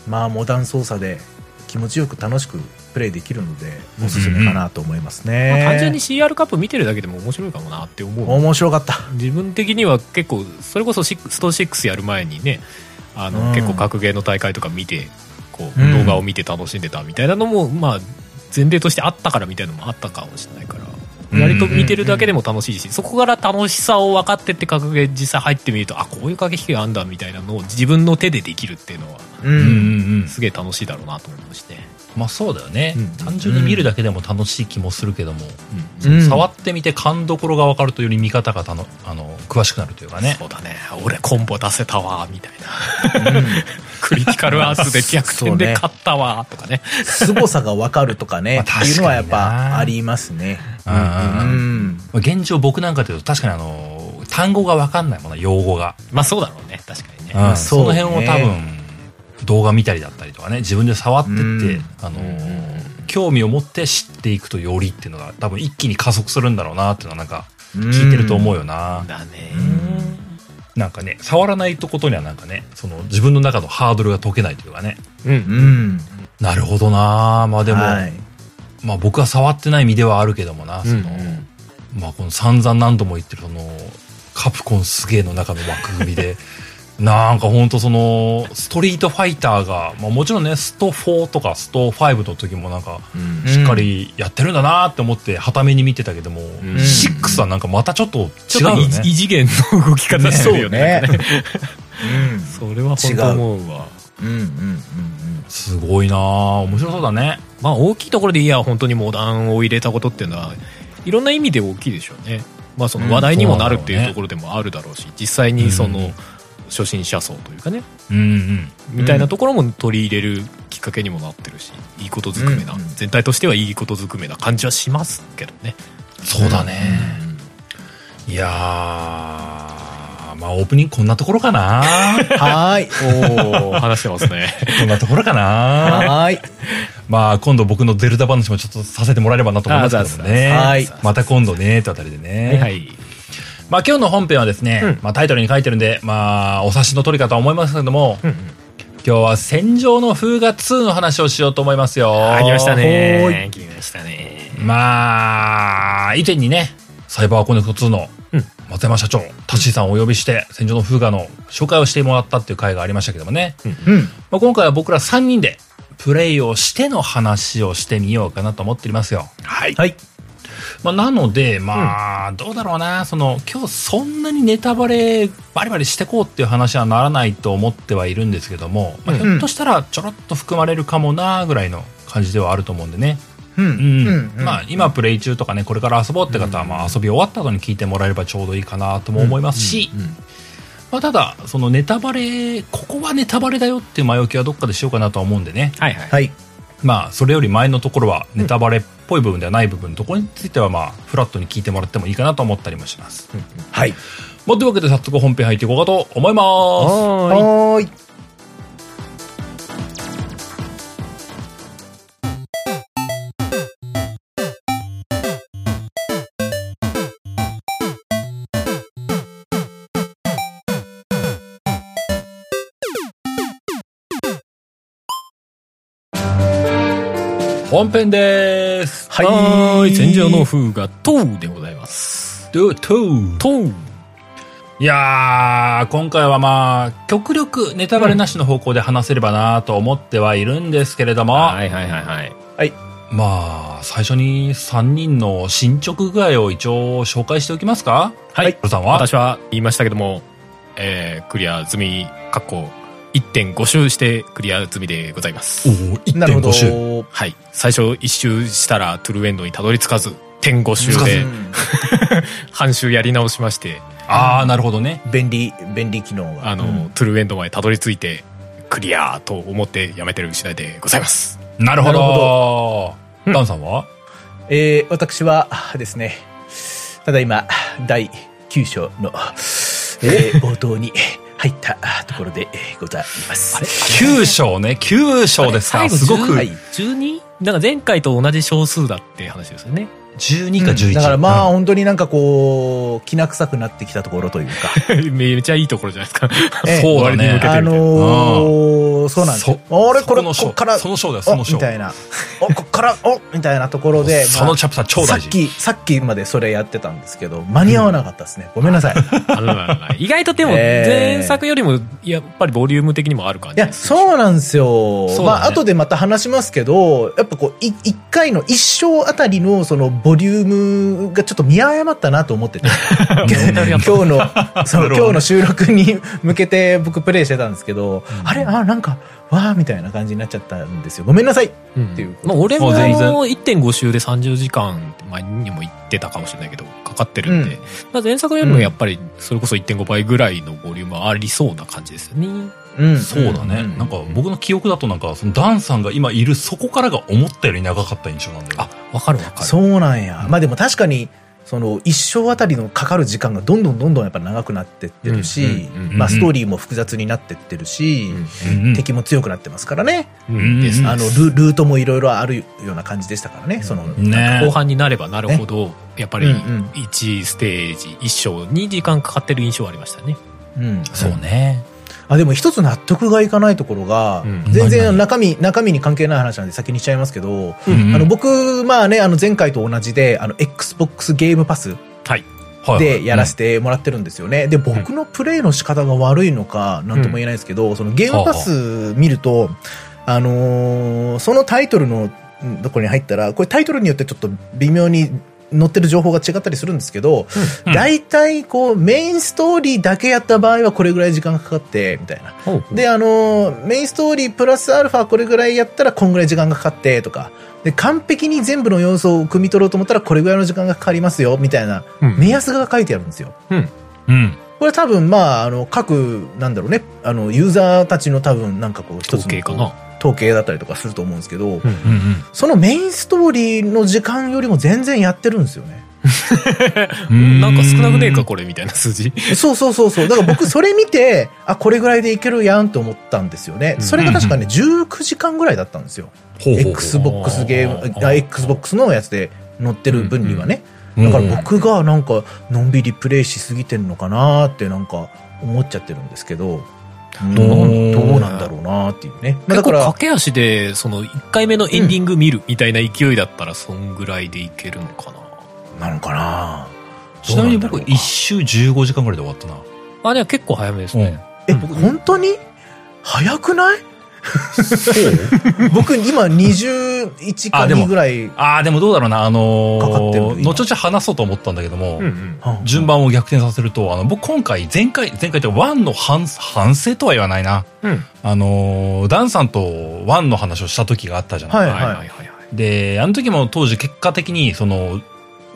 [SPEAKER 3] まあモダン操作で気持ちよく楽しくプレイできるので、おすすめかなと思います
[SPEAKER 4] うん。まあ
[SPEAKER 3] ね。
[SPEAKER 4] 単純に CR カップ見てるだけでも面白いかもなって思う。
[SPEAKER 3] 面白かった。
[SPEAKER 4] 自分的には結構それこそシックスト6やる前にねあの、
[SPEAKER 3] うん
[SPEAKER 4] 結構格ゲーの大会とか見てこう
[SPEAKER 3] うん
[SPEAKER 4] 動画を見て楽しんでたみたいなのも、まあ前例としてあったからみたいなのもあったかもしれないから
[SPEAKER 1] うん
[SPEAKER 4] 割と見てるだけでも楽しいし、そこから楽しさを分かってって格ゲー実際入ってみるとあこういう駆け引きがあんだみたいなのを自分の手でできるっていうのは
[SPEAKER 3] う
[SPEAKER 1] うんうん
[SPEAKER 3] ん。
[SPEAKER 1] うん
[SPEAKER 4] すげえ楽しいだろうなと思いまして、
[SPEAKER 1] まあそうだよね、
[SPEAKER 4] うん
[SPEAKER 1] 単純に見るだけでも楽しい気もするけども、
[SPEAKER 3] うんうん
[SPEAKER 1] 触ってみて勘どころが分かるとより見方がたのあの詳しくなるというかね
[SPEAKER 4] そうだね俺コンボ出せたわみたいなクリティカルアーツで 逆転で勝ったわとかね
[SPEAKER 3] 凄さがわかるとかね、
[SPEAKER 1] まあ
[SPEAKER 3] っていうのはやっ
[SPEAKER 1] 確かにな
[SPEAKER 3] ぱありますね。
[SPEAKER 1] うんうん
[SPEAKER 3] う
[SPEAKER 1] うん
[SPEAKER 3] ん。
[SPEAKER 1] まあ現状僕なんかというと確かにあの単語が分かんないもんな用語が、
[SPEAKER 4] まあそうだろうね確かにね、
[SPEAKER 1] うん
[SPEAKER 3] そ
[SPEAKER 1] そう
[SPEAKER 3] ね
[SPEAKER 1] の辺を多分動画見たりだったりとかね自分で触ってって、
[SPEAKER 3] うん
[SPEAKER 1] あの
[SPEAKER 4] うんうんうん
[SPEAKER 1] 興味を持って知っていくとよりっていうのが多分一気に加速するんだろうなっていうのはなんか聞いてると思うよな、
[SPEAKER 4] だね
[SPEAKER 1] なんかね触らないとことにはなんかねその自分の中のハードルが解けないというかね
[SPEAKER 4] うん、
[SPEAKER 3] うん。うん。
[SPEAKER 1] なるほどなまあでも、
[SPEAKER 3] はい
[SPEAKER 1] まあ僕は触ってない身ではあるけどもな、
[SPEAKER 4] うん
[SPEAKER 1] そのまあこの散々何度も言ってるそのカプコンすげえの中の枠組みで なんかほんとそのストリートファイターが、まあ、もちろんねスト4とかスト5の時もなんか
[SPEAKER 4] うん
[SPEAKER 1] しっかりやってるんだなって思ってはために見てたけども、
[SPEAKER 4] ん
[SPEAKER 1] 6はなんかまたちょっと違
[SPEAKER 4] ち
[SPEAKER 1] う
[SPEAKER 4] ょっと
[SPEAKER 1] よ
[SPEAKER 4] 異
[SPEAKER 1] ね
[SPEAKER 4] 異次元の動き方してるよね
[SPEAKER 3] そうね
[SPEAKER 4] それは本当思うわ
[SPEAKER 3] うん。うんうんうんうん。
[SPEAKER 1] すごいな面白そうだね
[SPEAKER 4] まあ大きいところでいや本当にモダンを入れたことっていうのはいろんな意味で大きいでしょうねまあその話題にもなるっていうところでもあるだろうし実際にその初心者層というかね
[SPEAKER 1] うんうん
[SPEAKER 4] みたいなところも取り入れるきっかけにもなってるしいいことずくめな
[SPEAKER 3] うんうん
[SPEAKER 4] 全体としてはいいことずくめな感じはしますけどね
[SPEAKER 1] そうだね、いやーまあオープニングこんなところかな
[SPEAKER 3] はーい。
[SPEAKER 4] おお話してますね
[SPEAKER 1] こんなところかな
[SPEAKER 3] はーい。
[SPEAKER 1] まあ今度僕のゼルダ話もちょっとさせてもらえればなと思いますけどもね。
[SPEAKER 3] あそうです
[SPEAKER 1] また今度ね、ってあたりでね。
[SPEAKER 4] はいはい
[SPEAKER 1] まあ今日の本編はですね、
[SPEAKER 4] うん
[SPEAKER 1] まあタイトルに書いてるんで、まあお察しの取りかとは思いますけども、今日は戦場の風雅2の話をしようと思いますよ。
[SPEAKER 4] ありました
[SPEAKER 3] ほ
[SPEAKER 4] ね。来ましたね。
[SPEAKER 1] まあ、以前にね、サイバーコネクト2の
[SPEAKER 4] うん
[SPEAKER 1] 松山社長、タッシーさんをお呼びして、戦場の風雅の紹介をしてもらったっていう回がありましたけどもね。
[SPEAKER 3] うん。
[SPEAKER 1] まあ、今回は僕ら3人で、プレイをしての話をしてみようかなと思っていますよ。
[SPEAKER 4] はい。
[SPEAKER 3] はい。
[SPEAKER 1] まあ、なので、まあ、どうだろうな、その、今日そんなにネタバレバリバリしてこうっていう話はならないと思ってはいるんですけども、まあ、
[SPEAKER 4] うん
[SPEAKER 1] ひょっとしたらちょろっと含まれるかもな、ぐらいの感じではあると思うんでね。
[SPEAKER 3] うん。
[SPEAKER 1] うん。
[SPEAKER 3] うん
[SPEAKER 1] まあ、今プレイ中とかね、これから遊ぼうって方は、まあ、遊び終わった後に聞いてもらえればちょうどいいかなとも思いますし、まあ、ただ、そのネタバレ、ここはネタバレだよっていう前置きはどっかでしようかなとは思うんでね。
[SPEAKER 4] はいはい。
[SPEAKER 3] はい。
[SPEAKER 1] まあ、それより前のところはネタバレっぽい部分ではない部分、ところについては、まあ、フラットに聞いてもらってもいいかなと思ったりもします。
[SPEAKER 3] はい。
[SPEAKER 1] まあ、というわけで早速本編入っていこうかと思います。
[SPEAKER 4] は
[SPEAKER 3] はーい。
[SPEAKER 1] 本編です。
[SPEAKER 4] い。はーい。戦場の風がトウでございます。
[SPEAKER 1] トゥトゥ
[SPEAKER 4] トウ。
[SPEAKER 1] いやー、今回はまあ、極力ネタバレなしの方向で話せればなと思ってはいるんですけれども、
[SPEAKER 4] はいはいはいはい。
[SPEAKER 1] まあ、最初に3人の進捗具合を一応紹介しておきますか
[SPEAKER 4] はい。
[SPEAKER 1] ルさんは
[SPEAKER 4] 私は言いましたけども、えー、クリア済み、かっこ、1.5周してクリア済みでございます。
[SPEAKER 1] おー
[SPEAKER 3] なるほど。
[SPEAKER 1] 1.5周。
[SPEAKER 4] はい。最初1周したらトゥルエンドにたどり着かず、1.5周
[SPEAKER 1] う
[SPEAKER 4] で半周やり直しまして、
[SPEAKER 1] あー、なるほどね。
[SPEAKER 3] 便利、便利機能が。
[SPEAKER 4] あの、
[SPEAKER 3] うん
[SPEAKER 4] トゥルエンドまでたどり着いて、クリアと思ってやめてる次第でございます
[SPEAKER 1] なるほど
[SPEAKER 3] なる
[SPEAKER 1] ダンさんは
[SPEAKER 3] えー私はですね、ただいま、第9章の、えー冒頭に入ったところでございます。
[SPEAKER 1] 9章ね9章ですか
[SPEAKER 4] 最後
[SPEAKER 1] すごく
[SPEAKER 3] はい
[SPEAKER 4] 12? だから前回と同じ少数だって話ですよね
[SPEAKER 1] 12か11、
[SPEAKER 3] だからまあ
[SPEAKER 1] うん
[SPEAKER 3] 本当になんかこう、きな臭くなってきたところというか。
[SPEAKER 4] めちゃいいところじゃないですか。
[SPEAKER 3] ええ
[SPEAKER 1] そうだね
[SPEAKER 4] 割に向けて
[SPEAKER 3] あのー、そうなんですよ。あれこ
[SPEAKER 1] そ
[SPEAKER 3] れ、
[SPEAKER 1] の章
[SPEAKER 3] こっから、
[SPEAKER 1] その章だよその
[SPEAKER 3] お
[SPEAKER 1] 章
[SPEAKER 3] みたいな。お、こっから、おみたいなところで。
[SPEAKER 1] そ
[SPEAKER 3] ま
[SPEAKER 1] の
[SPEAKER 3] あ
[SPEAKER 1] チャプター超
[SPEAKER 3] さ
[SPEAKER 1] 大
[SPEAKER 3] っ
[SPEAKER 1] 事
[SPEAKER 3] き、さっきまでそれやってたんですけど、間に合わなかったですね。ごめんなさい。い
[SPEAKER 4] あららら意外とでも、
[SPEAKER 3] ええ
[SPEAKER 4] 前作よりも、やっぱりボリューム的にもある感じ
[SPEAKER 3] や、そうなんですよ。
[SPEAKER 1] そうだね
[SPEAKER 3] まあ、後でまた話しますけど、やっぱこう、い一回の一章あたりのそのボリュームがちょっと見誤ったなと思ってて。 今日の、そ
[SPEAKER 1] な
[SPEAKER 3] う、
[SPEAKER 1] るほど
[SPEAKER 3] 今日の収録に向けて僕プレイしてたんですけど、あれあ、なんか、わーみたいな感じになっちゃったんですよ。ごめんなさいっていう
[SPEAKER 4] まあ、俺
[SPEAKER 1] も
[SPEAKER 4] も
[SPEAKER 1] う全然
[SPEAKER 4] 1.5周で30時間前にも行ってたかもしれないけど、かかってるんで、
[SPEAKER 3] うん
[SPEAKER 4] まあ前作よりもやっぱりそれこそ1.5倍ぐらいのボリュームはありそうな感じですよね。
[SPEAKER 3] うん
[SPEAKER 1] そうだね、
[SPEAKER 3] うん
[SPEAKER 1] なんか僕の記憶だとなんかそのダンさんが今いるそこからが思ったより長かった印象なんだよ
[SPEAKER 4] あ、わかるわかる。
[SPEAKER 3] そうなんや。まあでも確かに、その一生あたりのかかる時間がどんどんどんどんやっぱ長くなってってるし
[SPEAKER 4] うんうんうんう、
[SPEAKER 1] ん
[SPEAKER 3] まあストーリーも複雑になってってるし、
[SPEAKER 1] うんうん
[SPEAKER 3] 敵も強くなってますからね。
[SPEAKER 4] うん
[SPEAKER 1] うん
[SPEAKER 4] です
[SPEAKER 1] うん
[SPEAKER 3] あの、ルルートもいろいろあるような感じでしたからね。その、
[SPEAKER 1] ね
[SPEAKER 4] 後半になればなるほど、やっぱり
[SPEAKER 3] うんうん
[SPEAKER 4] 1ステージ、1章に時間かかってる印象はありましたね。
[SPEAKER 3] うん。
[SPEAKER 1] そうね
[SPEAKER 3] あでも一つ納得がいかないところが、
[SPEAKER 4] うん
[SPEAKER 3] 全
[SPEAKER 1] 何々
[SPEAKER 3] 然中身中身に関係ない話なんで先にしちゃいますけど、
[SPEAKER 1] うん
[SPEAKER 3] あの僕まあねあの前回と同じであの XBOX ゲームパス
[SPEAKER 4] はい。
[SPEAKER 1] はい
[SPEAKER 3] でやらせてもらってるんですよね、で僕のプレイの仕方が悪いのかなんとも言えないですけど、そのゲームパス見ると、あのーそのタイトルのうんところに入ったらこれタイトルによってちょっと微妙に載ってる情報が違ったりするんですけど、
[SPEAKER 1] うん
[SPEAKER 3] 大体こうメインストーリーだけやった場合はこれぐらい時間かかってみたいなで、あのーメインストーリープラスアルファこれぐらいやったらこんぐらい時間がかかってとか、で、完璧に全部の要素を汲み取ろうと思ったらこれぐらいの時間がかかりますよ、みたいな
[SPEAKER 4] うん
[SPEAKER 3] 目安が書いてあるんですよ。
[SPEAKER 1] うん
[SPEAKER 3] これ多分、まあ、あの、各、なんだろうね、あの、ユーザーたちの多分、なんかこう、一つの
[SPEAKER 4] 統計かな。
[SPEAKER 3] 統計だったりとかすると思うんですけど、
[SPEAKER 1] うんうん
[SPEAKER 3] そのメインストーリーの時間よりも全然やってるんですよね。
[SPEAKER 1] うん
[SPEAKER 4] なんか少なくねえか、これみたいな数字。
[SPEAKER 3] そうそうそうそう。だから僕それ見て、あ、これぐらいでいけるやんと思ったんですよね。それが確かね、19時間ぐらいだったんですよ。
[SPEAKER 1] ほうほうほう
[SPEAKER 3] Xbox ゲー
[SPEAKER 4] あ
[SPEAKER 3] ム、
[SPEAKER 4] ー
[SPEAKER 3] あ Xbox のやつで乗ってる分にはね。
[SPEAKER 1] うんう
[SPEAKER 3] だ
[SPEAKER 1] ん
[SPEAKER 3] から僕がなんか、のんびりプレイしすぎてんのかなーってなんか思っちゃってるんですけど、うんど
[SPEAKER 1] ー
[SPEAKER 3] うなんだろうなーっていうね。まあだ
[SPEAKER 4] 結
[SPEAKER 3] か
[SPEAKER 4] 構
[SPEAKER 3] ら、
[SPEAKER 4] 駆け足で、その1回目のエンディング見るみたいな勢いだったら、そんぐらいでいけるのかな。
[SPEAKER 3] なのかな
[SPEAKER 1] ちなみに
[SPEAKER 3] どう
[SPEAKER 1] 僕
[SPEAKER 3] なんだろうか
[SPEAKER 1] 一周15時間ぐらいで終わったな
[SPEAKER 4] あ、では結構早めですね。
[SPEAKER 3] え、
[SPEAKER 4] うん
[SPEAKER 3] 本当に早くない 僕今21か
[SPEAKER 1] あでも
[SPEAKER 3] 2ぐらい。
[SPEAKER 1] ああでもどうだろうなあのー
[SPEAKER 3] かかってるの今
[SPEAKER 1] 後々話そうと思ったんだけども、
[SPEAKER 4] ん
[SPEAKER 3] うん
[SPEAKER 1] 順番を逆転させるとあの僕今回前回前回というか1の反反省とは言わないな
[SPEAKER 4] うん。うん。
[SPEAKER 1] あのーダンさんと1の話をした時があったじゃない、
[SPEAKER 3] はい
[SPEAKER 4] はい
[SPEAKER 3] は
[SPEAKER 4] はいいはいはい。
[SPEAKER 1] であの時も当時結果的にその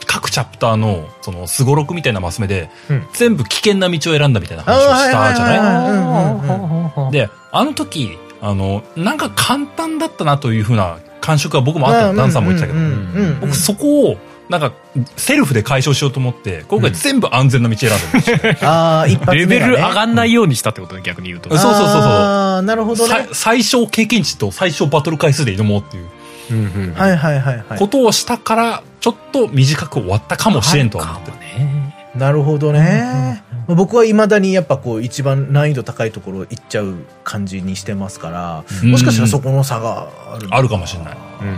[SPEAKER 1] 各チャプターのそのすごろくみたいなマス目で、
[SPEAKER 4] うん
[SPEAKER 1] 全部危険な道を選んだみたいな話をしたじゃない
[SPEAKER 3] あーはいはいはいはいうんうん
[SPEAKER 4] で
[SPEAKER 1] で、あの時、あの、なんか簡単だったなというふうな感触は僕もあったの、ダンさんも言ってたけ
[SPEAKER 3] うん
[SPEAKER 1] ど、
[SPEAKER 3] うんうんうん
[SPEAKER 1] 僕そこを、なんか、セルフで解消しようと思って、今回全部安全な道選んでるんですよ。
[SPEAKER 3] ああ、一発目が
[SPEAKER 4] レ
[SPEAKER 3] ね、
[SPEAKER 4] ベル上がんないようにしたってことね、逆に言うと。
[SPEAKER 1] そうそうそうそう
[SPEAKER 3] ああ、なるほど
[SPEAKER 1] さ
[SPEAKER 3] ね。
[SPEAKER 1] 最小経験値と最小バトル回数で挑もうっていう
[SPEAKER 4] うんうん
[SPEAKER 3] はいはいはいは
[SPEAKER 1] ことをしたから、ちょっと短く終わったかもしれんとは思って
[SPEAKER 4] あるかもね。
[SPEAKER 3] い。なるほどね。僕は未だにやっぱこう一番難易度高いところ行っちゃう感じにしてますから、
[SPEAKER 1] る。
[SPEAKER 3] もしかしたらそ
[SPEAKER 1] こ。
[SPEAKER 3] この差があるの
[SPEAKER 1] あるかもしれない。
[SPEAKER 4] うんうん
[SPEAKER 3] う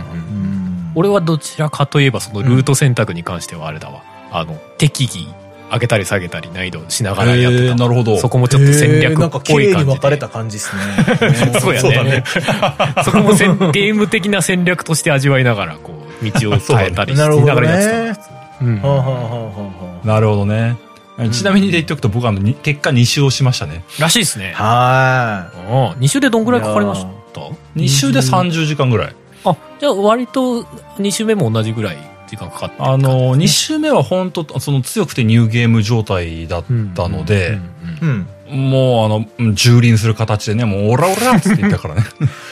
[SPEAKER 3] ん
[SPEAKER 4] 俺はどちらかといえば、そのルート選択に関してはあれだわ。あの、適宜上げたり下げたり難易度しながらやって
[SPEAKER 1] へー
[SPEAKER 4] た。
[SPEAKER 1] なるほど
[SPEAKER 4] そこもちょっと戦略っ
[SPEAKER 3] へー
[SPEAKER 4] ぽい感じで。。
[SPEAKER 3] なんか綺麗に分かれた感じですね
[SPEAKER 4] そうや
[SPEAKER 3] だ
[SPEAKER 4] ね。 そこもせんゲーム的な戦略として味わいながら、こう、道を変えたりし
[SPEAKER 3] な
[SPEAKER 4] な
[SPEAKER 3] るほ
[SPEAKER 4] が
[SPEAKER 3] ど
[SPEAKER 4] ら
[SPEAKER 3] ね。
[SPEAKER 4] やっ
[SPEAKER 3] は
[SPEAKER 4] てたの。うん
[SPEAKER 3] あはあはあは
[SPEAKER 1] なるほどね。ちなみにで言っておくと僕はあのに結果2周をしましたね。
[SPEAKER 4] らしいですね
[SPEAKER 3] あ。はーい。
[SPEAKER 4] 2週でどんぐらいかかりました
[SPEAKER 1] 2周で30時間ぐらい。
[SPEAKER 4] あ、じゃあ割と2週目も同じぐらい時間かかって
[SPEAKER 1] あの、2周目は本当その強くてニューゲーム状態だったので、
[SPEAKER 4] うんうんうん
[SPEAKER 3] うん。
[SPEAKER 1] もうあのうん、蹂躙する形でね、もうオラオラっつって言ったからね。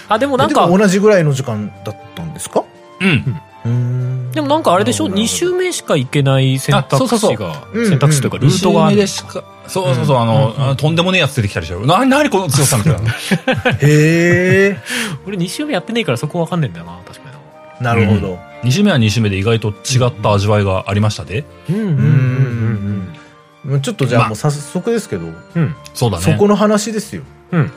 [SPEAKER 4] あでもなん
[SPEAKER 3] でも
[SPEAKER 4] か
[SPEAKER 3] 同じぐらいの時間だったんですか
[SPEAKER 1] うん。
[SPEAKER 3] うーん
[SPEAKER 4] でもなんかあれでしょ
[SPEAKER 3] なるほど
[SPEAKER 4] 2周目しか行けない選択肢が
[SPEAKER 1] あそうそうそう
[SPEAKER 3] うん
[SPEAKER 4] 選択肢というかルートがあ
[SPEAKER 1] 二周目
[SPEAKER 4] る
[SPEAKER 1] でしか、そうそうそう、あの、あのとんでもねえやつ出てきたりしてる。な、なにこの強さみたいな。
[SPEAKER 3] へえ
[SPEAKER 4] 俺2周目やってねえからそこわかんねえんだよな確かに
[SPEAKER 3] な
[SPEAKER 4] な
[SPEAKER 3] るほど
[SPEAKER 1] 2周目は2周目で意外と違った味わいがありましたで。
[SPEAKER 4] うんう
[SPEAKER 3] う
[SPEAKER 4] ん
[SPEAKER 3] んうんうんちょっとじゃ
[SPEAKER 1] ま
[SPEAKER 3] あ
[SPEAKER 1] あ
[SPEAKER 3] もう早速ですけど、
[SPEAKER 1] そうだね。
[SPEAKER 3] そこの話ですよ。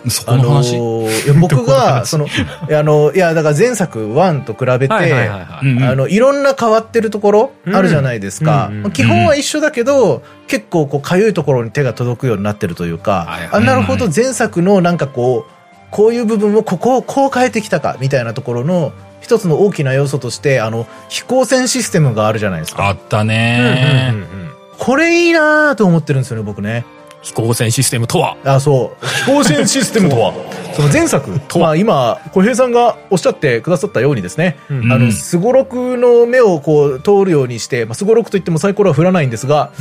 [SPEAKER 1] そこの
[SPEAKER 3] あ
[SPEAKER 1] 話。
[SPEAKER 3] のーいや僕が、その、いやあの、いや、だから前作1と比べて、
[SPEAKER 4] はいはいはいは
[SPEAKER 1] うんうん
[SPEAKER 3] あの、いろんな変わってるところあるじゃないです
[SPEAKER 5] う
[SPEAKER 3] か。
[SPEAKER 5] んうんうん
[SPEAKER 3] まあ基本は一緒だけど、結構こう、かゆいところに手が届くようになってるというか、
[SPEAKER 5] はい
[SPEAKER 3] あ、なるほど、前作のなんかこう、こういう部分をここをこう変えてきたか、みたいなところの、一つの大きな要素として、あの、飛行船システムがあるじゃないです
[SPEAKER 1] あ
[SPEAKER 3] か。
[SPEAKER 1] った
[SPEAKER 5] うんうん
[SPEAKER 1] ね、
[SPEAKER 5] うんうん
[SPEAKER 3] これいいなーと思ってるんですよね、僕ね。
[SPEAKER 5] 飛行船システムとは
[SPEAKER 3] あ、そう。飛行船システムとはその前作まあ今、小平さんがおっしゃってくださったようにですね、
[SPEAKER 5] うん
[SPEAKER 3] あ
[SPEAKER 1] うん
[SPEAKER 3] の、すごろくの目をこう通るようにして、まあ、すごろくといってもサイコロは振らないんですが、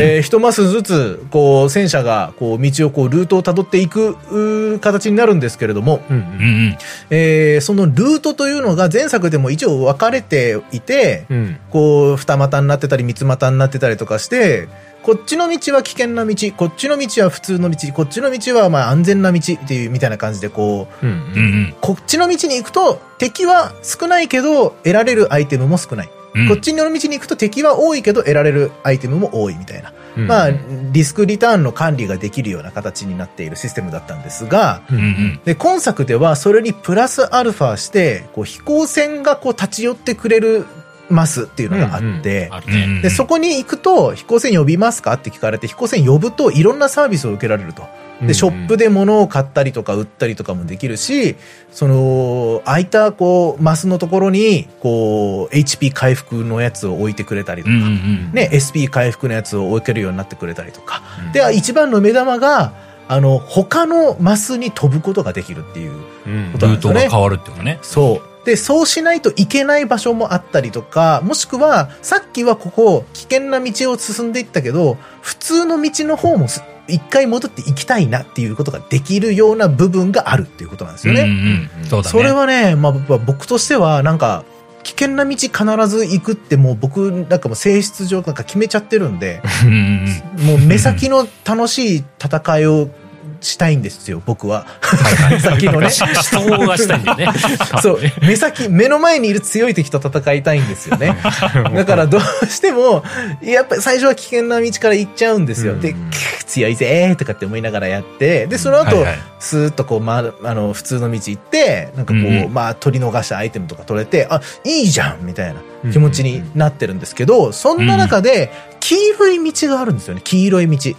[SPEAKER 3] えー一マスずつ、こう、戦車が、こう、道をこう、ルートを辿っていく、うー形になるんですけれども、
[SPEAKER 5] うんう
[SPEAKER 1] うん
[SPEAKER 5] ん
[SPEAKER 1] うん。
[SPEAKER 3] えーそのルートというのが前作でも一応分かれていて、
[SPEAKER 5] うん
[SPEAKER 3] こう、二股になってたり、三つ股になってたりとかして、こっちの道は危険な道、こっちの道は普通の道、こっちの道はまあ安全な道っていう、みたいな感じで、こう、
[SPEAKER 5] うんう
[SPEAKER 1] うんうんん
[SPEAKER 3] こっちの道に行くと敵は少ないけど得られるアイテムも少ない。
[SPEAKER 1] うん。
[SPEAKER 3] こっちの道に行くと敵は多いけど得られるアイテムも多いみたいな。
[SPEAKER 5] うん
[SPEAKER 3] まあ、リスクリターンの管理ができるような形になっているシステムだったんですが、
[SPEAKER 1] うんうん。
[SPEAKER 3] で、今作ではそれにプラスアルファして、こう飛行船がこう立ち寄ってくれるマスっていうのがあって、
[SPEAKER 5] ある
[SPEAKER 1] うんう
[SPEAKER 5] ね
[SPEAKER 1] ん
[SPEAKER 3] で、そこに行くと、飛行船呼びますかって聞かれて、飛行船呼ぶといろんなサービスを受けられると。で、ショップで物を買ったりとか売ったりとかもできるし、その、空いた、こう、マスのところに、こう、HP 回復のやつを置いてくれたりと
[SPEAKER 1] うん
[SPEAKER 3] か、
[SPEAKER 1] うんうん。
[SPEAKER 3] ね、SP 回復のやつを置けるようになってくれたりとか。
[SPEAKER 5] うん
[SPEAKER 3] で、一番の目玉が、あの、他のマスに飛ぶことができるっていう。
[SPEAKER 5] うん
[SPEAKER 3] こと
[SPEAKER 1] ル
[SPEAKER 3] な
[SPEAKER 1] ー
[SPEAKER 3] んです
[SPEAKER 1] ト
[SPEAKER 3] よね
[SPEAKER 1] が変わるっていうかね。
[SPEAKER 3] そう。で、そうしないといけない場所もあったりとか、もしくは、さっきはここ、危険な道を進んでいったけど、普通の道の方もす一回戻って行きたいなっていうことができるような部分があるっていうことなんですよね。
[SPEAKER 1] うんうんうん。そうだね。
[SPEAKER 3] それはね、まあ、僕は僕としては、なんか、危険な道必ず行くってもう僕なんかもう性質上なんか決めちゃってる んで、
[SPEAKER 1] うん うんうん。
[SPEAKER 3] もう目先の楽しい戦いをしたいんですよ、僕は。目先のね。
[SPEAKER 4] 人がしたいんだよね
[SPEAKER 3] そう、目先、目の前にいる強い敵と戦いたいんですよね。だからどうしても、やっぱり最初は危険な道から行っちゃうんですよ。
[SPEAKER 5] うん
[SPEAKER 3] で、くー強いぜーとかって思いながらやって、で、その後、
[SPEAKER 1] はいはい
[SPEAKER 3] スーッとこう、ま、あの、普通の道行って、なんかこう、
[SPEAKER 1] うんうん
[SPEAKER 3] まあ、取り逃したアイテムとか取れて、あ、いいじゃんみたいな気持ちになってるんですけど、そんな中で、黄色い道があるんですよね、黄色い道。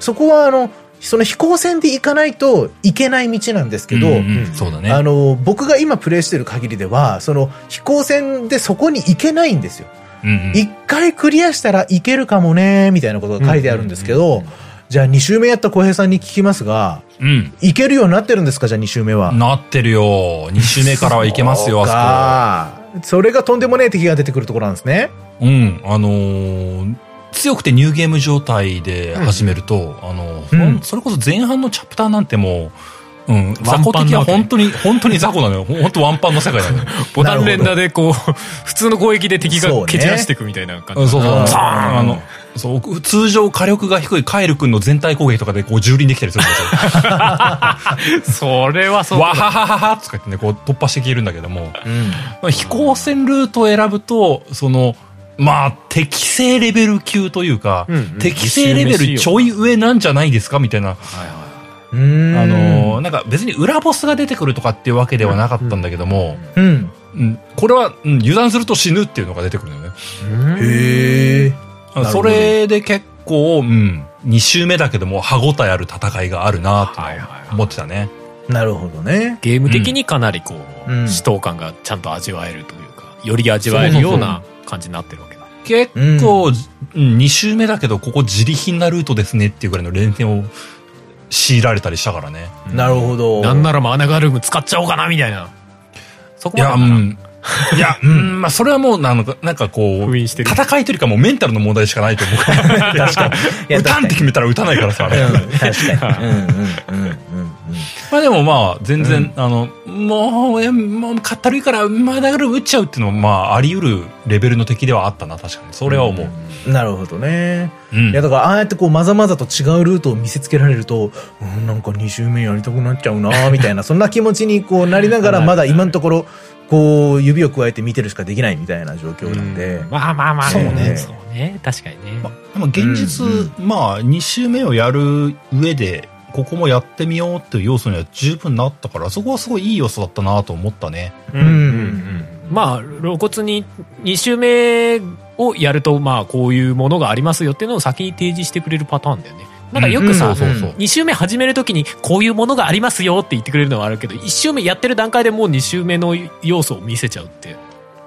[SPEAKER 3] そこはあの、その飛行船で行かないといけない道なんですけど、
[SPEAKER 1] うんうんうんそうだね。
[SPEAKER 3] あの、僕が今プレイしてる限りでは、その飛行船でそこに行けないんですよ。
[SPEAKER 1] うんうん
[SPEAKER 3] 一、回クリアしたら行けるかもね、みたいなことが書いてあるんですけど、じゃあ2周目やった小平さんに聞きますが、
[SPEAKER 1] うん。
[SPEAKER 3] 行けるようになってるんですかじゃあ2周目は。
[SPEAKER 1] なってるよ。2周目からはいけますよ、
[SPEAKER 3] そう
[SPEAKER 1] あ
[SPEAKER 3] かそれがとんでもねえ敵が出てくるところなんですね。
[SPEAKER 1] そこ。うん。あのー強くてニューゲーム状態で始めると、あのー、ほ
[SPEAKER 3] うん
[SPEAKER 1] んそれこそ前半のチャプターなんてもう、うん、
[SPEAKER 5] ワ
[SPEAKER 1] 雑
[SPEAKER 5] ン
[SPEAKER 1] 魚
[SPEAKER 5] パン
[SPEAKER 1] 的
[SPEAKER 5] な
[SPEAKER 1] は
[SPEAKER 5] わけ
[SPEAKER 1] 本当に、本当に雑魚なのよ。ほんほんとワンパンの世界なのよ。
[SPEAKER 5] ボタン連打でこう、普通の攻撃で敵が蹴散らしていくみたいな
[SPEAKER 1] う
[SPEAKER 5] 感
[SPEAKER 1] ん
[SPEAKER 5] じ。
[SPEAKER 1] そう
[SPEAKER 3] う
[SPEAKER 1] そ
[SPEAKER 3] ん
[SPEAKER 1] う、サーンあの、そう、通常火力が低いカエル君の全体攻撃とかでこう蹂躙できたりするんですよ。
[SPEAKER 5] それはそう
[SPEAKER 1] わ
[SPEAKER 5] だ。
[SPEAKER 1] ははははとか言ってね、こう突破して消えるんだけども、飛行船ルートを選ぶと、その、まあ、適正レベル級というか、
[SPEAKER 5] うんうん
[SPEAKER 1] 適正レベルちょい上なんじゃないですかみたいな。
[SPEAKER 3] うーん。
[SPEAKER 1] あのー、なんか別に裏ボスが出てくるとかっていうわけではなかったんだけども、
[SPEAKER 3] うん。
[SPEAKER 1] うん、これは、うん、油断すると死ぬっていうのが出てくるんだよね。
[SPEAKER 3] へえ。ほど
[SPEAKER 1] それで結構、うん、2周目だけども歯応えある戦いがあるなと
[SPEAKER 5] はいはい
[SPEAKER 1] 思ってたね。
[SPEAKER 3] なるほどね。
[SPEAKER 4] ゲーム的にかなりこう、
[SPEAKER 3] うん
[SPEAKER 4] 死闘感がちゃんと味わえるというかより味わえるような感じになってるわけだ
[SPEAKER 1] 結構、うん、2周目だけど、ここ自利品なルートですねっていうぐらいの連戦を強いられたりしたからね。
[SPEAKER 3] なるほど。
[SPEAKER 5] なんならマナガルーム使っちゃおうかなみたいな。
[SPEAKER 4] そこ
[SPEAKER 1] い
[SPEAKER 4] まで
[SPEAKER 1] や、
[SPEAKER 4] か
[SPEAKER 1] う
[SPEAKER 4] な、
[SPEAKER 1] ん。いや、うん、まあ、それはもう、なんか、なんかこう、
[SPEAKER 4] 封印してる
[SPEAKER 1] 戦いというかもうメンタルの問題しかないと思うから。確か
[SPEAKER 3] い や
[SPEAKER 1] 打たんって決めたら打たないからさ、あれ
[SPEAKER 3] うん確かに。うんうんうんうんうん。
[SPEAKER 1] まあでもまあ、全然、あの、もう、え、もう、かったるいから、まあ、だから打っちゃうっていうのも、まあ、あり得るレベルの敵ではあったな、確かに。それは思う。
[SPEAKER 3] なるほどね。
[SPEAKER 1] うん
[SPEAKER 3] いやだからああやってこうまざまざと違うルートを見せつけられると、うん、なんか2周目やりたくなっちゃうなみたいなそんな気持ちにこうなりながらまだ今のところこう指を加えて見てるしかできないみたいな状況なんで、
[SPEAKER 4] まあまあまあ
[SPEAKER 1] そう
[SPEAKER 3] ね
[SPEAKER 4] そうね確かにね、
[SPEAKER 1] まあでも現実、
[SPEAKER 3] う
[SPEAKER 1] まあ、2周目をやる上で、ここもやってみようっていう要素には十分なったから、そこはすごいいい要素だったなと思ったね。
[SPEAKER 4] う
[SPEAKER 3] うん
[SPEAKER 4] まあ露骨に2周目をやるとまあこういうものがありますよっていうのを先に提示してくれるパターンだよねなんかよくさ、
[SPEAKER 1] うんそうそうそう
[SPEAKER 4] 2周目始めるときにこういうものがありますよって言ってくれるのはあるけど1周目やってる段階でもう2周目の要素を見せちゃうって、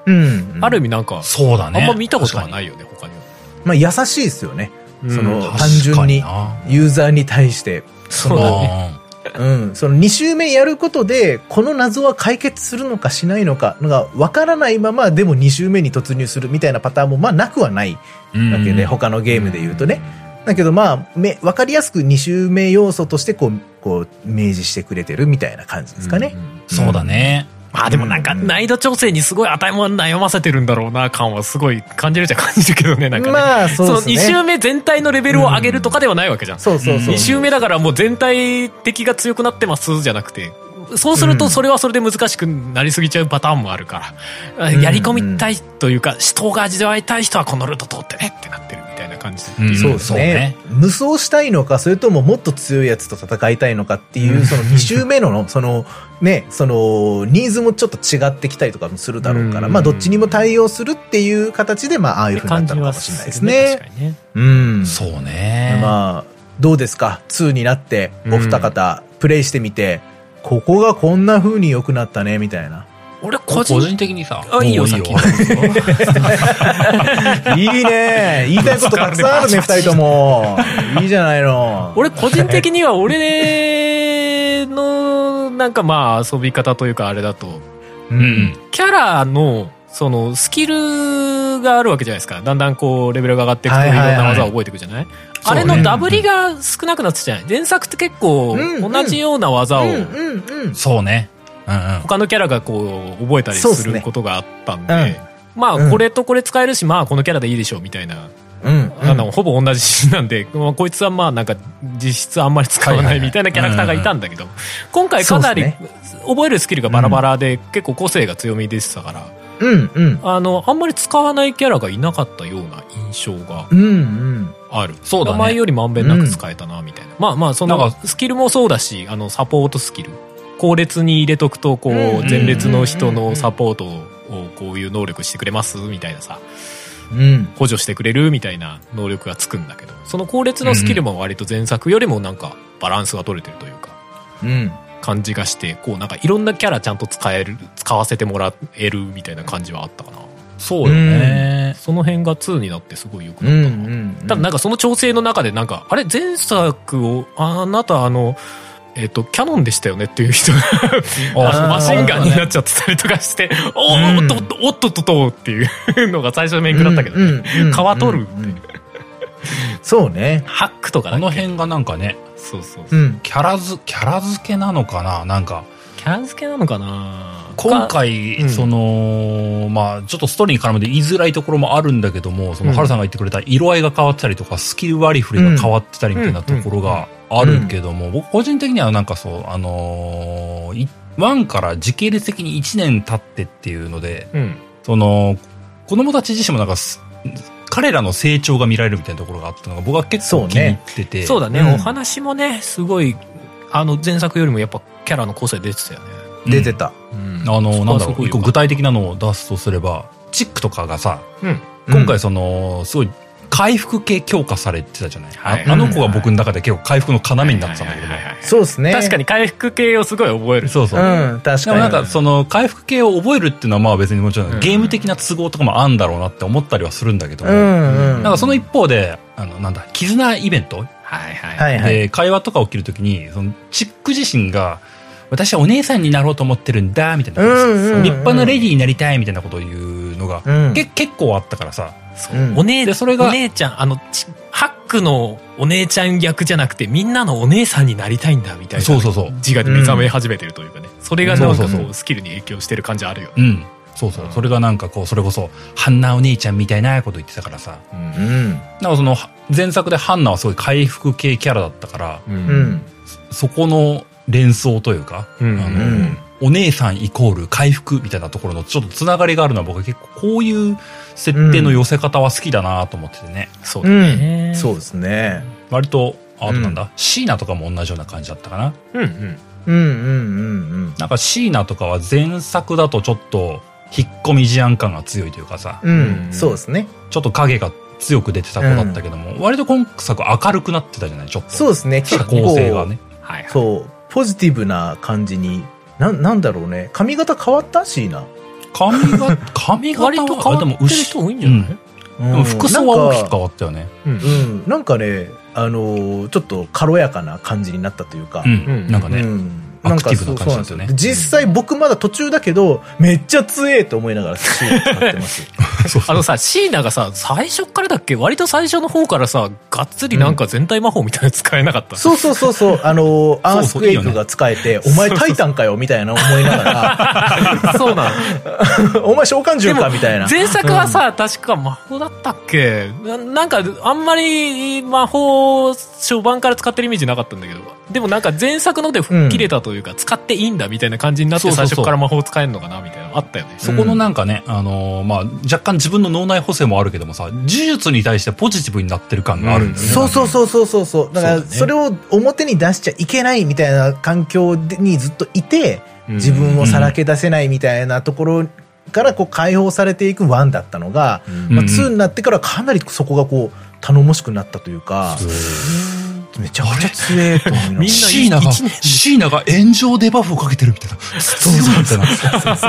[SPEAKER 3] うん
[SPEAKER 4] ある意味なんか
[SPEAKER 1] そうだ
[SPEAKER 4] あん
[SPEAKER 1] ね。。
[SPEAKER 4] ま見たことはないいよね他には
[SPEAKER 3] まあ優しいですよね、その
[SPEAKER 1] 確か
[SPEAKER 3] 単純に
[SPEAKER 1] な
[SPEAKER 3] ユーザーに対してそ
[SPEAKER 4] そうだ
[SPEAKER 3] の
[SPEAKER 4] ね
[SPEAKER 3] うん、その2周目やることでこの謎は解決するのかしないのかのが分からないままでも2周目に突入するみたいなパターンもまあなくはない
[SPEAKER 1] うん
[SPEAKER 3] わけで、他のゲームで言うとね。だけどまあ、め、わかりやすく2周目要素としてこう、こう、明示してくれてるみたいな感じですかね。
[SPEAKER 1] そうだね。
[SPEAKER 4] まあでもなんか難易度調整にすごい値も悩ませてるんだろうな感はすごい感じるじゃ感じるけどねなんかね、
[SPEAKER 3] まあ、
[SPEAKER 4] そ
[SPEAKER 3] そう
[SPEAKER 4] の
[SPEAKER 3] で
[SPEAKER 4] 2
[SPEAKER 3] すね。
[SPEAKER 4] 周目全体のレベルを上げるとかではないわけじゃん、
[SPEAKER 3] そうそうそう。
[SPEAKER 4] 2周目だからもう全体的が強くなってますじゃなくてそうするとそれはそれで難しくなりすぎちゃうパターンもあるから、
[SPEAKER 3] うん
[SPEAKER 4] やり込みたいというか死闘が味わいたい人はこのルート通ってねってなってるみたいな感じ
[SPEAKER 1] うん
[SPEAKER 3] そうですね。無双したいのか、それとももっと強いやつと戦いたいのかっていう、その2周目の、その、ね、その、ニーズもちょっと違ってきたりとかもするだろうから、
[SPEAKER 4] うん
[SPEAKER 3] まあ、どっちにも対応するっていう形で、まあ、ああいうふうにな
[SPEAKER 4] 感
[SPEAKER 3] った
[SPEAKER 4] じ
[SPEAKER 3] のか
[SPEAKER 4] は
[SPEAKER 3] もしれないです
[SPEAKER 4] る
[SPEAKER 3] ね。
[SPEAKER 4] 確かにね
[SPEAKER 3] うん。
[SPEAKER 1] そうね。
[SPEAKER 3] まあ、どうですか ?2 になって、お二方、プレイしてみて、ここがこんな風に良くなったね、みたいな。
[SPEAKER 4] 俺個
[SPEAKER 1] 個
[SPEAKER 4] 人
[SPEAKER 1] 人的にさ、
[SPEAKER 4] あいいよ
[SPEAKER 1] もう
[SPEAKER 4] 先
[SPEAKER 3] いいね言いたいことたくさんあるね、二人とも。いいじゃないの。
[SPEAKER 4] 俺個人的には俺のなんかまあ遊び方というかあれだと
[SPEAKER 3] う
[SPEAKER 1] う。ん。
[SPEAKER 4] キャラの、その、スキルがあるわけじゃないですか。だんだんこう、レベルが上がっていくと、
[SPEAKER 3] はいい
[SPEAKER 4] ろん
[SPEAKER 3] はいはい
[SPEAKER 4] な技を覚えていくじゃない、
[SPEAKER 1] そうね
[SPEAKER 4] あれのダブりが少なくなってたじゃない前作って結構、
[SPEAKER 3] うんうん
[SPEAKER 4] 同じような技を、
[SPEAKER 3] うんうん
[SPEAKER 1] そうね。うんうん。
[SPEAKER 4] 他のキャラがこう、覚えたり
[SPEAKER 3] そうっす
[SPEAKER 4] す
[SPEAKER 3] ね
[SPEAKER 4] ることがあったんで、
[SPEAKER 3] うん
[SPEAKER 4] ま
[SPEAKER 3] う
[SPEAKER 4] あ、
[SPEAKER 3] ん
[SPEAKER 4] これとこれ使えるし、まあ、このキャラでいいでしょう、みたいな。
[SPEAKER 3] うん。
[SPEAKER 4] あの、ほぼ同じなんで、まあこいつはまあ、なんか、実質あんまり使わ
[SPEAKER 1] はい
[SPEAKER 4] な
[SPEAKER 1] はい
[SPEAKER 4] い
[SPEAKER 1] はい
[SPEAKER 4] みたいなキャラクターがいたんだけど、今回かなり
[SPEAKER 3] そうっ、
[SPEAKER 4] 覚えるスキルがバラバラで、結構個性が強みでしたから、
[SPEAKER 3] うんうん。
[SPEAKER 4] あの、あんまり使わないキャラがいなかったような印象が
[SPEAKER 3] うんうん。
[SPEAKER 4] ある。
[SPEAKER 1] そうだね
[SPEAKER 4] 前よりまんべんなく使えたな、みたいな。まあまあ、そ
[SPEAKER 1] なん
[SPEAKER 4] の
[SPEAKER 1] か、
[SPEAKER 4] スキルもそうだし、あの、サポートスキル。後列に入れとくと、こう、
[SPEAKER 3] うんうんうんうん
[SPEAKER 4] 前列の人のサポートを、こういう能力してくれます、みたいなさ、
[SPEAKER 3] うん。
[SPEAKER 4] 補助してくれる、みたいな能力がつくんだけど、その後列のスキルも割と前作よりもなんか、バランスが取れてるというか、
[SPEAKER 3] うん。
[SPEAKER 4] 感じがして、こう、なんかいろんなキャラちゃんと使える、使わせてもらえる、みたいな感じはあったかな。
[SPEAKER 1] そうよね。
[SPEAKER 4] その辺が2になってすごい良く
[SPEAKER 3] う
[SPEAKER 4] なっ
[SPEAKER 3] ん
[SPEAKER 4] たな。ただなんかその調整の中でなんか、あれ前作を、あなたあの、えっ、と、キャノンでしたよねっていう 人が、あのマシンガンになっちゃってたりとかして、お
[SPEAKER 3] う
[SPEAKER 4] ーお
[SPEAKER 3] ん
[SPEAKER 4] っとっと、おっとっとっとっていうのが最初の面食らったけどね。皮取るって
[SPEAKER 3] そうね。
[SPEAKER 4] ハックとかだ
[SPEAKER 1] こ
[SPEAKER 4] っけ
[SPEAKER 1] の辺がなんかね、
[SPEAKER 4] そうそう
[SPEAKER 3] う
[SPEAKER 4] そう。
[SPEAKER 3] ん。
[SPEAKER 1] キャラず、キャラ付けなのかななんか、
[SPEAKER 4] キャラ付けなのかな
[SPEAKER 1] 今
[SPEAKER 4] か
[SPEAKER 1] 回、
[SPEAKER 4] うん
[SPEAKER 1] その、まあ、ちょっとストーリーに絡めて言いづらいところもあるんだけども、その、
[SPEAKER 4] うん
[SPEAKER 1] ハルさんが言ってくれた色合いが変わってたりとか、スキル割り振りが変わってたりみたいなところがあるけども、僕個人的にはなんかそう、あのー、い1から時系列的に1年経ってっていうので、
[SPEAKER 4] うん。
[SPEAKER 1] その、子供たち自身もなんかす、彼らの成長が見られるみたいなところがあったのが、僕は結
[SPEAKER 3] そう
[SPEAKER 1] 構
[SPEAKER 3] ね
[SPEAKER 1] 気に入ってて。
[SPEAKER 4] そうだね、
[SPEAKER 3] うん
[SPEAKER 4] お話もね、すごい、あの前作よりもやっぱキャラの個性出てたよね。
[SPEAKER 1] うん
[SPEAKER 3] 出てた。
[SPEAKER 4] うん
[SPEAKER 1] あの、なんだろう、一個具
[SPEAKER 4] 体
[SPEAKER 1] 体的なのを出すとすれば、チックとかがさ、
[SPEAKER 4] うん
[SPEAKER 1] 今回その、すごい、回復系強化されてたじゃない、
[SPEAKER 4] はい
[SPEAKER 1] ああの子が僕の中で結構回復の要になってたんだけども。
[SPEAKER 3] そうですね。
[SPEAKER 4] 確かに回復系をすごい覚える。
[SPEAKER 1] そうそう。
[SPEAKER 3] うん、確
[SPEAKER 1] で
[SPEAKER 3] か
[SPEAKER 1] も
[SPEAKER 3] に。
[SPEAKER 1] なんかその回復系を覚えるっていうのはまあ別にもちろん
[SPEAKER 4] うん
[SPEAKER 1] ゲーム的な都合とかもあんだろうなって思ったりはするんだけども、
[SPEAKER 3] うんうん。
[SPEAKER 1] なんかその一方で、あのなんだ、絆イベント
[SPEAKER 4] はいはい。
[SPEAKER 3] はいはい。
[SPEAKER 1] で、会話とか起きるときに、その、チック自身が、私はお姉さんになろうと思ってるんだみたいな、
[SPEAKER 3] うんうんうん
[SPEAKER 1] 立派なレディーになりたいみたいなことを言うのが、
[SPEAKER 3] うん
[SPEAKER 1] け結構あったからさ
[SPEAKER 4] そう
[SPEAKER 3] うん
[SPEAKER 4] お姉
[SPEAKER 1] でそれが
[SPEAKER 4] お姉ちゃん、あの、ちハックのお姉ちゃん役じゃなくて、みんなのお姉さんになりたいんだ、みたいな。
[SPEAKER 1] そうそうそう
[SPEAKER 4] 自我で目覚め始めてるというかね。それがなん
[SPEAKER 1] そう
[SPEAKER 4] か
[SPEAKER 1] そうそう
[SPEAKER 4] こう、スキルに影響してる感じあるよね。
[SPEAKER 1] うんそうそうそれがなんかこうそれこそハンナお姉ちゃんみたいなこと言ってたからさ
[SPEAKER 3] うん
[SPEAKER 1] なんかその前作でハンナはすごい回復系キャラだったから
[SPEAKER 4] う。
[SPEAKER 3] うんん
[SPEAKER 1] そこの連想というか、
[SPEAKER 4] うん
[SPEAKER 1] あ
[SPEAKER 3] う
[SPEAKER 1] の
[SPEAKER 3] ん
[SPEAKER 1] お姉さんイコール回復みたいなところのちょっとつながりがあるのは僕は結構こういう設定の寄せ方は好きだなと思っててね、
[SPEAKER 4] そう
[SPEAKER 3] う
[SPEAKER 4] だ
[SPEAKER 3] ん
[SPEAKER 4] ね。
[SPEAKER 3] そうですね
[SPEAKER 1] 割とあとなんだ、シーナとかも同じような感じだったかな
[SPEAKER 4] うんうん。
[SPEAKER 3] うんうんうん
[SPEAKER 1] なんかシーナとかは前作だとちょっと引っ込み思案感が強いというかさ、
[SPEAKER 3] うんう
[SPEAKER 4] うんん
[SPEAKER 3] そうですね
[SPEAKER 1] ちょっと影が強く出てた子だったけども、割と今作明るくなってたじゃないちょっと
[SPEAKER 3] そうですね
[SPEAKER 1] 社
[SPEAKER 3] 結
[SPEAKER 1] 交
[SPEAKER 3] 構
[SPEAKER 1] 性がね
[SPEAKER 4] はいはい。
[SPEAKER 3] そうポジティブな感じになんなんだろうね髪型変わったしな
[SPEAKER 1] 髪 が髪型は
[SPEAKER 4] 割と変わってる人多いんじゃない
[SPEAKER 1] でも服装は大きく変わったよね
[SPEAKER 4] うん
[SPEAKER 3] うん、なんかね、あのーちょっと軽やかな感じになったというか。
[SPEAKER 1] うん、
[SPEAKER 4] うん
[SPEAKER 1] なんかね、
[SPEAKER 3] うん
[SPEAKER 1] アク
[SPEAKER 3] か
[SPEAKER 1] ティブな感じなんですよね
[SPEAKER 3] そうなんです実際僕まだ途中だけど、めっちゃ強えと思いながら使ってます。
[SPEAKER 4] あのさ、シーナがさ、最初からだっけ割と最初の方からさ、がっつりなんか全体魔法みたいなの使えな かった。
[SPEAKER 3] そうそうそうそう、あのー、アースクエイクが使えて、お前タイタンかよみたいな思いなが ら、
[SPEAKER 4] そうなの。
[SPEAKER 3] お前召喚獣かみたいな。
[SPEAKER 4] 前作はさ、確か魔法だったっけななんか、あんまり魔法初版から使ってるイメージなかったんだけど。でもなんか前作ので吹っ切れたというか、使っていいんだみたいな感じになっ
[SPEAKER 1] そ
[SPEAKER 4] て
[SPEAKER 1] うそうそう
[SPEAKER 4] 最初から魔法使えるのかなみたいなのあったよね。
[SPEAKER 1] そこのなんかね、あのーまあ、若干自分の脳内補正もあるけどもさ、呪術に対してポジティブになってる感があるんだよね。
[SPEAKER 3] そうそうそうそうそうそう。だから、
[SPEAKER 4] そうだね
[SPEAKER 3] それを表に出しちゃいけないみたいな環境にずっといて、
[SPEAKER 4] うん
[SPEAKER 3] 自分をさらけ出せないみたいなところからこう解放されていく1だったのが、
[SPEAKER 4] うん
[SPEAKER 3] まあ、
[SPEAKER 1] うん
[SPEAKER 3] 2になってからかなりそこがこう、頼もしくなったというか、めちゃくちゃ強えと思い ながら
[SPEAKER 4] みんな
[SPEAKER 1] シーナが、
[SPEAKER 4] 一年
[SPEAKER 1] シーナが炎上デバフをかけてるみ たいな。そうそうみたいな。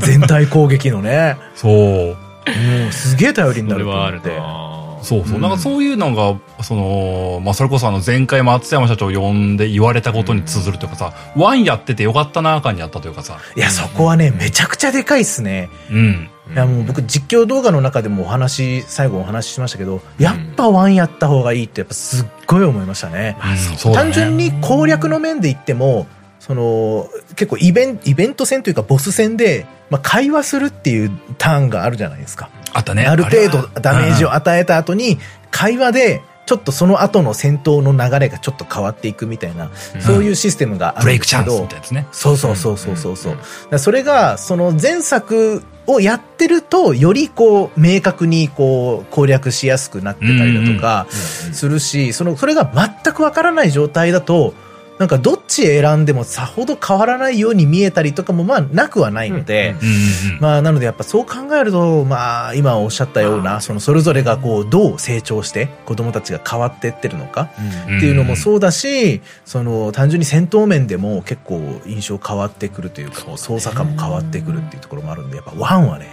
[SPEAKER 3] 全体攻撃のね、
[SPEAKER 1] そう。
[SPEAKER 3] もうすげえ頼りにな
[SPEAKER 4] それ
[SPEAKER 3] ると
[SPEAKER 4] はあ
[SPEAKER 3] 思
[SPEAKER 4] る
[SPEAKER 3] って。
[SPEAKER 4] な
[SPEAKER 1] そうそう。
[SPEAKER 3] うん
[SPEAKER 1] なんかそういうのが、その、まあ、それこそあの前回松山社長呼んで言われたことに通ずるというかさ、ワンやっててよかったな感にあったというかさ。
[SPEAKER 3] いや、そこはね、めちゃくちゃでかいっすね。
[SPEAKER 1] うん。
[SPEAKER 3] いや、もう僕実況動画の中でもお話、最後お話ししましたけど、やっぱ1やった方がいいってやっぱすっごい思いましたね。
[SPEAKER 1] うんそうだね
[SPEAKER 3] 単純に攻略の面で言っても、その、結構イベンイベント戦というかボス戦で、まあ、会話するっていうターンがあるじゃないですか。
[SPEAKER 1] あったね。
[SPEAKER 3] ある程
[SPEAKER 1] れは
[SPEAKER 3] 度ダメージを与えた後に、会話で、ちょっとその後の戦闘の流れがちょっと変わっていくみたいな、そういうシステムがあ
[SPEAKER 1] ブ
[SPEAKER 3] る
[SPEAKER 1] レ
[SPEAKER 3] ん
[SPEAKER 1] イ
[SPEAKER 3] で
[SPEAKER 1] ク
[SPEAKER 3] す
[SPEAKER 1] チ
[SPEAKER 3] け
[SPEAKER 1] ャンス
[SPEAKER 3] ど
[SPEAKER 1] みたい、なやつね。
[SPEAKER 3] そうそうそうそうそうそう。だからそれが、その前作をやってると、よりこう、明確にこう、攻略しやすくなってたりだとか、するし、その、それが全くわからない状態だと、なんかどっち選んでもさほど変わらないように見えたりとかもまあなくはないので、
[SPEAKER 1] うんうんうん。
[SPEAKER 3] まあなのでやっぱそう考えると、まあ今おっしゃったような、そのそれぞれがこうどう成長して子供たちが変わってってるのか
[SPEAKER 1] うん
[SPEAKER 3] っていうのもそうだし、その単純に戦闘面でも結構印象変わってくるというか、こう操作感も変わってくるっていうところもあるんで、やっぱワンはね、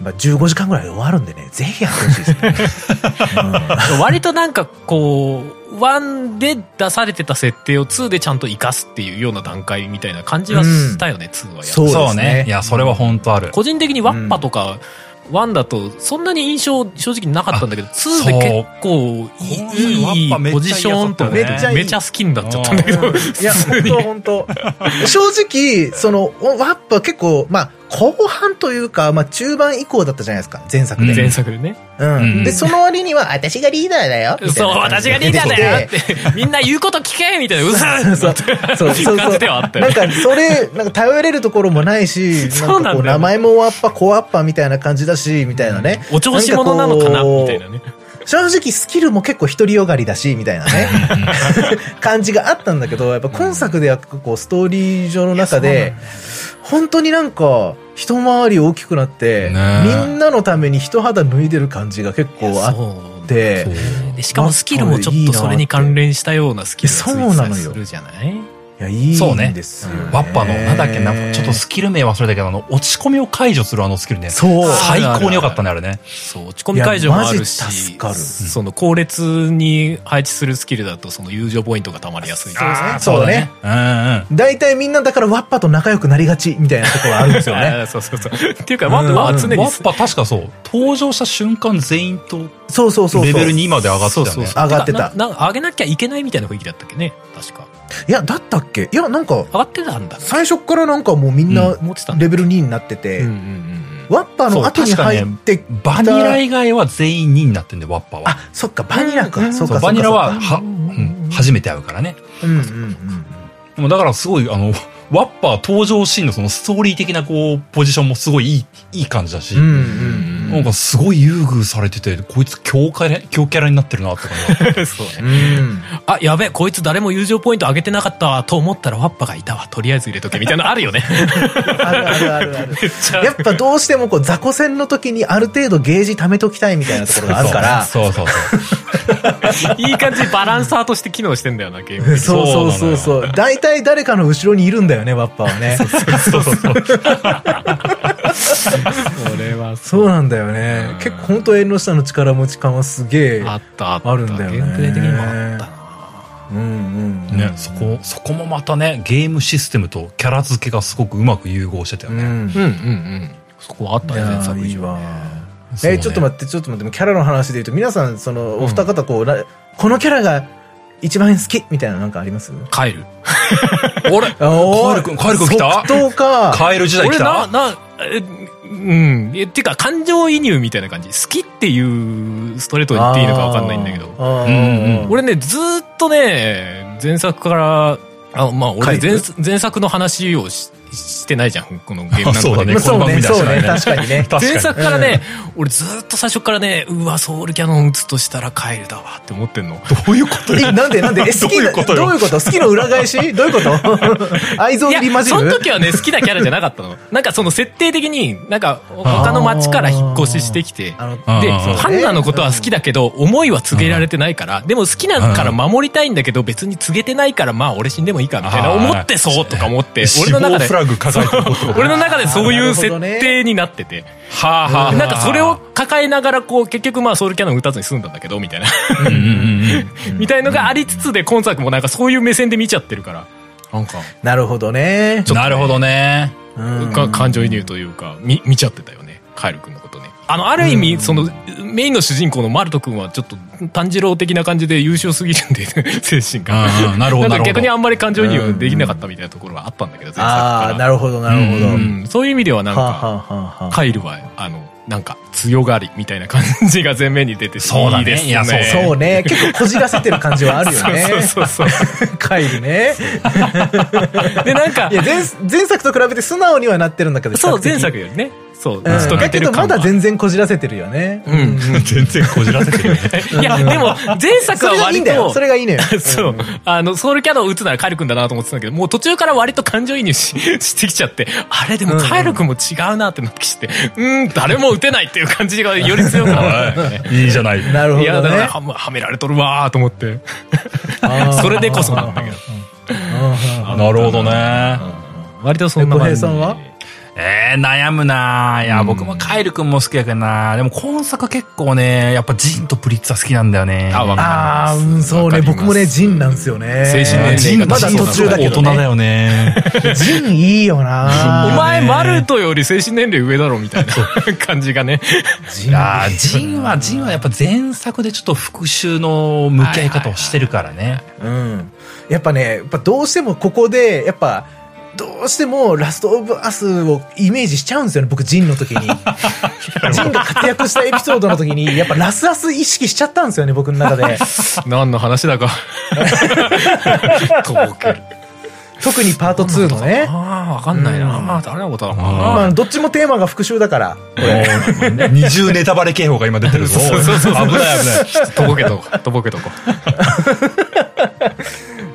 [SPEAKER 3] まあ15時間ぐらいで終わるんでね、ぜひやってほしいですね。うん
[SPEAKER 4] 割となんかこう、1で出されてた設定を2でちゃんと活かすっていうような段階みたいな感じはしたよね、2はやっぱ
[SPEAKER 3] そうですね
[SPEAKER 1] そうね。いや、それは本当ある。
[SPEAKER 4] 個人的にワッパとか、ワンだとそんなに印象正直なかったんだけど、2で結構
[SPEAKER 1] そう
[SPEAKER 4] いい
[SPEAKER 1] ワッパめっちゃいい
[SPEAKER 4] ポジションと
[SPEAKER 1] やつだった
[SPEAKER 3] よねめっちゃいい
[SPEAKER 4] めちゃ好きになっちゃったんだけど、
[SPEAKER 3] いや、本当本当。正直、その、おワッパ結構、まあ、後半というか、まあ、中盤以降だったじゃないですか、前作
[SPEAKER 1] うん
[SPEAKER 3] で。
[SPEAKER 4] 前作でね。
[SPEAKER 3] うん。
[SPEAKER 1] うん
[SPEAKER 3] で、その割には、私がリーダーだよ。みた
[SPEAKER 4] そう、
[SPEAKER 3] いな感
[SPEAKER 4] 私
[SPEAKER 3] じ
[SPEAKER 4] が
[SPEAKER 3] で
[SPEAKER 4] リーダーだよっ
[SPEAKER 3] 出てきて。
[SPEAKER 4] て、みんな言うこと聞けみたいな、うざー
[SPEAKER 3] そうそう
[SPEAKER 4] っていう感じではあったよ
[SPEAKER 3] なん
[SPEAKER 4] ね。
[SPEAKER 3] か、それ、なんか頼れるところもないし、
[SPEAKER 4] そう
[SPEAKER 3] な
[SPEAKER 4] なんだよ
[SPEAKER 3] んかこう、
[SPEAKER 4] ね
[SPEAKER 3] 名前もワッパ、コワッパみたいな感じだし、みたいなね。
[SPEAKER 4] お調子者なのかなみたいなね。
[SPEAKER 3] 正直スキルも結構独りよがりだし、みたいなね、 感じがあったんだけど、やっぱ今作では結構こうストーリー上の中で、本当になんか、一回り大きくなって、
[SPEAKER 1] ねえ
[SPEAKER 3] みんなのために一肌脱いでる感じが結構あっ
[SPEAKER 4] そう
[SPEAKER 3] て、
[SPEAKER 1] そう
[SPEAKER 4] でしかもスキルもちょっとそれに関連したようなスキルがついてたりするじゃない
[SPEAKER 3] いや、いい
[SPEAKER 1] そうね
[SPEAKER 3] んですよ、ね
[SPEAKER 1] ワッパの、なんだっけ、なんかちょっとスキル名忘れたけど、あの、落ち込みを解除するあのスキルね。
[SPEAKER 3] そう
[SPEAKER 1] 最高に良かったね、あれね。
[SPEAKER 4] そう落ち込み解除もある
[SPEAKER 3] いやマジ助
[SPEAKER 4] し
[SPEAKER 3] かる
[SPEAKER 4] その後列に配置するスキルだとその友情ポイントがたまりやすい
[SPEAKER 1] あー
[SPEAKER 3] そうだね。
[SPEAKER 1] そうだね
[SPEAKER 3] 大体みんなだからワッパと仲良くなりがちみたいなところある んですよね。
[SPEAKER 4] あーそうそうそう。っていうか、
[SPEAKER 3] うん
[SPEAKER 4] ワンパは常
[SPEAKER 1] うんうん。
[SPEAKER 4] に
[SPEAKER 1] ワッパ確かそう。登場した瞬間全員と
[SPEAKER 3] そうそうそうそう。
[SPEAKER 1] レベル2まで上がってたよね。
[SPEAKER 4] そうそうそう
[SPEAKER 3] 上がってた
[SPEAKER 4] ななんか上げなきゃいけないみたいな雰囲気だったっけね。確か。
[SPEAKER 3] いや、だったっけいや、なんか、
[SPEAKER 4] 上がってたんだ。
[SPEAKER 3] 最初っからなんかもうみんな
[SPEAKER 4] 持ってたんだ。
[SPEAKER 3] レベル2になってて、
[SPEAKER 4] うんうんうん
[SPEAKER 3] ワッパの後に入ってきた、
[SPEAKER 1] バニラ以外は全員2になってんで、ワッパは。
[SPEAKER 3] あ、そっか、バニラか。そっかそっかそっ
[SPEAKER 1] そう
[SPEAKER 3] か、
[SPEAKER 1] バニラは、は、うん、初めて会うからね。
[SPEAKER 3] うんうんうん。
[SPEAKER 1] でもだからすごい、あの、ワッパー登場シーンのそのストーリー的なこう、ポジションもすごいいい、いい感じだし、
[SPEAKER 3] うんうん
[SPEAKER 4] うん
[SPEAKER 1] なんかすごい優遇されてて、こいつ強キャラ、強キャラになってるなって感じだっ
[SPEAKER 4] うん。そうね。
[SPEAKER 3] うん。
[SPEAKER 4] あ、やべえ、こいつ誰も友情ポイント上げてなかったわ、と思ったらワッパがいたわ。とりあえず入れとけ、みたいなのあるよね。
[SPEAKER 3] あるあるあるある。やっぱどうしてもこう、雑魚戦の時にある程度ゲージ貯めときたいみたいなところが
[SPEAKER 1] た。
[SPEAKER 3] あるから、
[SPEAKER 1] そうそうそう。
[SPEAKER 4] いい感じにバランサーとして機能してんだよな、ゲーム。
[SPEAKER 3] そうそうそう
[SPEAKER 1] そ
[SPEAKER 3] そう。大体誰かの後ろにいるんだよね、ワッパはね。
[SPEAKER 1] そうそうそう。
[SPEAKER 4] それはそ
[SPEAKER 3] そうなんだよね。結構本当縁の下の力持ち感はすげえ。
[SPEAKER 4] う。あったあった。
[SPEAKER 3] あるんだよね
[SPEAKER 4] ゲームプレイ的にもあったな。
[SPEAKER 3] うんうんうん。
[SPEAKER 1] ね、そこ、そこもまたね、ゲームシステムとキャラ付けがすごくうまく融合してたよ
[SPEAKER 3] う
[SPEAKER 1] ね。
[SPEAKER 3] ん。
[SPEAKER 4] うんうんうん。そこはあった
[SPEAKER 3] い
[SPEAKER 4] よ
[SPEAKER 3] や
[SPEAKER 4] ね、作
[SPEAKER 3] ーいい
[SPEAKER 4] 品。
[SPEAKER 3] わ。
[SPEAKER 1] そう
[SPEAKER 3] え
[SPEAKER 1] ね
[SPEAKER 3] ーちょっと待って、ちょっと待って、キャラの話で言うと、皆さん、その、お二方、こう、なこのキャラが一番好きみたいななんかあります
[SPEAKER 4] 帰る。
[SPEAKER 1] 俺、
[SPEAKER 3] お
[SPEAKER 1] カエル君カエル君来た
[SPEAKER 3] 即答か。
[SPEAKER 1] カエル時代来
[SPEAKER 4] 俺な、
[SPEAKER 1] た
[SPEAKER 4] な、え、うん。え、てか、感情移入みたいな感じ。好きっていうストレートに言っていいのかわかんないんだけど。
[SPEAKER 3] あー。
[SPEAKER 1] うんうん
[SPEAKER 4] 俺ね、ずーっとね、前作から、あまあ、俺
[SPEAKER 3] 帰
[SPEAKER 4] 前
[SPEAKER 3] る、
[SPEAKER 4] 前作の話をししてないじゃん、このゲームなんか
[SPEAKER 1] そうだね
[SPEAKER 3] まあ
[SPEAKER 1] こ
[SPEAKER 3] そ
[SPEAKER 1] の
[SPEAKER 3] う
[SPEAKER 1] 番
[SPEAKER 3] ね、
[SPEAKER 1] 組だ
[SPEAKER 3] そ
[SPEAKER 1] し
[SPEAKER 3] う
[SPEAKER 1] な
[SPEAKER 3] ね、
[SPEAKER 1] いね
[SPEAKER 3] 確かにね。
[SPEAKER 1] 確か
[SPEAKER 4] 前
[SPEAKER 1] に。
[SPEAKER 4] 作からね、俺ずーっと最初からね、うわ、ソウルキャノン打つとしたら帰るだわって思ってんの。
[SPEAKER 1] どういうこと
[SPEAKER 3] えなんでなんでえ好きな
[SPEAKER 1] どういうことよ
[SPEAKER 3] どういうこと好きの裏返しどういうこと愛憎
[SPEAKER 4] い
[SPEAKER 3] 入り混
[SPEAKER 4] や、
[SPEAKER 3] じる
[SPEAKER 4] その時はね、好きなキャラじゃなかった の。なんかその設定的に、なんか他の町から引っ越ししてきて、
[SPEAKER 3] あの、
[SPEAKER 1] あー
[SPEAKER 4] で、
[SPEAKER 1] あー
[SPEAKER 4] ハンナのことは好きだけど、思いは告げられてないから、でも好きなから守りたいんだけど、別に告げてないから、まあ俺死んでもいいか、みたいな、
[SPEAKER 1] あー
[SPEAKER 4] 思ってそうとか思って、
[SPEAKER 1] 死
[SPEAKER 4] 俺の中
[SPEAKER 1] 亡
[SPEAKER 4] で
[SPEAKER 1] フ、ラグ抱えてること
[SPEAKER 4] 俺の中でそういう設
[SPEAKER 3] あーなるほどね
[SPEAKER 4] 定になってて、
[SPEAKER 1] はあはあ。
[SPEAKER 4] なんかそれを抱えながら、こう、結局まあソウルキャノン打たずに済んだんだけど、みたいな、
[SPEAKER 1] うんうんうんうん。
[SPEAKER 4] みたいのがありつつで、今作もなんかそういう目線で見ちゃってるから、なんか、
[SPEAKER 3] なるほどね。
[SPEAKER 1] なるほどね。
[SPEAKER 3] うん
[SPEAKER 4] が感情移入というか、み見ちゃってたよねカエル君のことねあのある意味、そのメインの主人公のマルト君はちょっと炭治郎的な感じで優秀すぎるんで 精神が
[SPEAKER 1] うんうんなるほどなるほど
[SPEAKER 4] んか逆にあんまり感情移入できなかったみたいなところはあったんだけど前作から
[SPEAKER 3] ああ、なるほど、なるほど。
[SPEAKER 4] うん、そういう意味ではなんか、
[SPEAKER 3] はあはあはあはあ
[SPEAKER 4] カイルはあのなんか強がりみたいな感じが前面に出てて
[SPEAKER 1] そうだね
[SPEAKER 4] いいですね
[SPEAKER 1] いやそう
[SPEAKER 3] そうね。結構こじらせてる感じはあるよね。
[SPEAKER 4] そうそうそう
[SPEAKER 3] カイルね。
[SPEAKER 4] でなんか
[SPEAKER 3] いや、前、前作と比べて素直にはなってるんだけど。
[SPEAKER 4] そう
[SPEAKER 3] 比較的
[SPEAKER 4] 前作よりねそう
[SPEAKER 3] うん
[SPEAKER 4] 打ち解け
[SPEAKER 3] だ
[SPEAKER 4] て
[SPEAKER 3] け
[SPEAKER 4] る
[SPEAKER 3] どま
[SPEAKER 4] 感は
[SPEAKER 3] だ全然こじらせてるよね。
[SPEAKER 4] うんうん
[SPEAKER 1] 全然こじらせてるね。
[SPEAKER 4] いやでも前作
[SPEAKER 3] それが
[SPEAKER 4] は
[SPEAKER 3] いい
[SPEAKER 4] 割
[SPEAKER 3] んだよ。
[SPEAKER 4] と
[SPEAKER 3] それがいいのよ。
[SPEAKER 4] そう。あの、ソウルキャノン打つならカエル君だなと思ってたんだけど、もう途中から割と感情移入ししてきちゃって、あれでもカエル君も違うなってなってきて、うーん、誰も打てないっていう感じがより強くなる、ね。
[SPEAKER 1] いいじゃない。
[SPEAKER 3] なるほ
[SPEAKER 4] いや、
[SPEAKER 3] ど
[SPEAKER 4] だから
[SPEAKER 3] ね。
[SPEAKER 4] ははめられとるわーと思って。
[SPEAKER 3] あー
[SPEAKER 4] それでこそなんだけど。
[SPEAKER 1] なるほどね。
[SPEAKER 4] 割とそんな感じ。
[SPEAKER 3] え小平さんは
[SPEAKER 1] えー、悩むなぁいや、僕もカエル君も好きやけどなぁでも今作は結構ね、やっぱジンとプリッツァ好きなんだよね。
[SPEAKER 4] あわかる
[SPEAKER 3] ああ、うん、そうね。
[SPEAKER 4] わかります
[SPEAKER 3] 僕もね、ジンなんですよね。
[SPEAKER 4] 精神年
[SPEAKER 1] ジ
[SPEAKER 4] 齢
[SPEAKER 1] ン
[SPEAKER 4] が
[SPEAKER 1] が
[SPEAKER 3] まだ途中だけど、
[SPEAKER 1] 大人だ
[SPEAKER 3] ね。
[SPEAKER 1] よね。
[SPEAKER 3] ジンいいよ
[SPEAKER 4] お
[SPEAKER 3] な
[SPEAKER 4] 前、マルトより精神年齢上だろみたいな感じ がね。
[SPEAKER 1] い
[SPEAKER 3] ジン
[SPEAKER 1] やー ジンは、ジンはやっぱ前作でちょっと復讐の向き合い方をしてるからね。
[SPEAKER 3] うん。やっぱね、やっぱどうしてもここで、やっぱ、どうしてもラストオブアスをイメージしちゃうんですよね、僕、ジンの時 に。ジンが活躍したエピソードの時に、やっぱラスアス意識しちゃったんですよね、僕の中で。
[SPEAKER 4] 何の話だか。とぼける。
[SPEAKER 3] 特にパート2の ね。
[SPEAKER 4] ああ、わかんないな。ああ、誰のことだろうな。
[SPEAKER 3] まあ、どっちもテーマが復讐だから。
[SPEAKER 1] もう 二重ネタバレ警報が今出てるぞ。
[SPEAKER 4] そうそうそう
[SPEAKER 1] 危ない危ない。
[SPEAKER 4] とぼけとこう、とぼけとこう。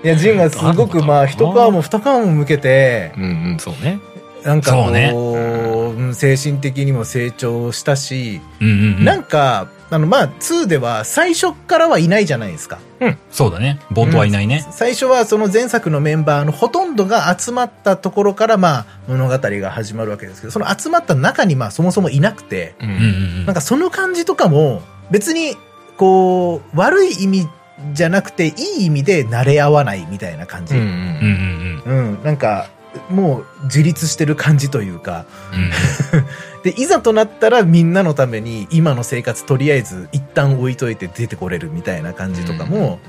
[SPEAKER 3] いや、ジンがすごく、まあ、
[SPEAKER 4] なるほ
[SPEAKER 3] 一皮
[SPEAKER 4] ど
[SPEAKER 3] も二皮も向けて、
[SPEAKER 4] うんうん、そうね。
[SPEAKER 3] なんか
[SPEAKER 1] そ
[SPEAKER 3] こ
[SPEAKER 1] う
[SPEAKER 3] う、
[SPEAKER 1] ね
[SPEAKER 3] うん精神的にも成長したし、
[SPEAKER 1] うんうんうん
[SPEAKER 3] なんか、あの、まあ、2では最初からはいないじゃないですか。
[SPEAKER 1] そうだね。ボートはいないね。
[SPEAKER 3] 最初はその前作のメンバーのほとんどが集まったところから、まあ、物語が始まるわけですけど、その集まった中に、まあ、そもそもいなくて、
[SPEAKER 5] う
[SPEAKER 1] うんうん
[SPEAKER 5] ん
[SPEAKER 1] うん
[SPEAKER 3] なんかその感じとかも、別に、こう、悪い意味じゃなくて、いい意味で慣れ合わないみたいな感じ。
[SPEAKER 5] う
[SPEAKER 3] うん、
[SPEAKER 5] うん
[SPEAKER 1] うん
[SPEAKER 5] ん
[SPEAKER 1] うん
[SPEAKER 3] なんか、もう自立してる感じというか、
[SPEAKER 1] うん。
[SPEAKER 3] で、いざとなったらみんなのために今の生活とりあえず一旦置いといて出てこれるみたいな感じとかも、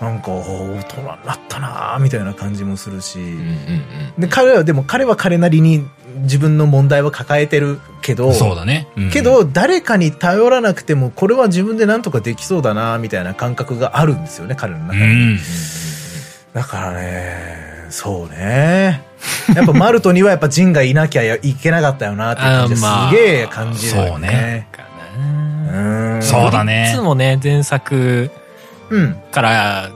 [SPEAKER 3] なんか、おー大人になったなーみたいな感じもするし、で、彼はでも彼は彼なりに自分の問題は抱えてるけど、
[SPEAKER 1] そうだね。うん
[SPEAKER 3] け、ど、誰かに頼らなくても、これは自分でなんとかできそうだな、みたいな感覚があるんですよね、彼の
[SPEAKER 1] う
[SPEAKER 3] 中に。
[SPEAKER 1] ん。
[SPEAKER 3] だからね、そうね。やっぱマルトにはやっぱジンがいなきゃいけなかったよな、っていう感じ
[SPEAKER 4] あーまあ
[SPEAKER 3] すげえ感じる、
[SPEAKER 1] そうね。
[SPEAKER 4] か
[SPEAKER 3] う
[SPEAKER 4] な
[SPEAKER 3] ーん。
[SPEAKER 1] そうだね
[SPEAKER 4] いつもね、前作
[SPEAKER 3] うん。
[SPEAKER 4] から、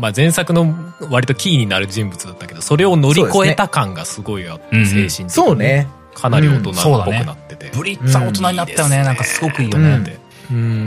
[SPEAKER 4] まあ前作の割とキーになる人物だったけど、それを乗り越えた感がすごいあって、
[SPEAKER 1] そうですね
[SPEAKER 4] 精神的に。
[SPEAKER 3] そう。ね。
[SPEAKER 4] かなり大人
[SPEAKER 1] うん
[SPEAKER 4] っ
[SPEAKER 1] そう
[SPEAKER 4] ぽ
[SPEAKER 1] だ
[SPEAKER 4] く
[SPEAKER 1] ね
[SPEAKER 4] なってて。
[SPEAKER 1] ブリッツは大人になったよね。なんかすごくいいよね。
[SPEAKER 3] うん
[SPEAKER 4] うん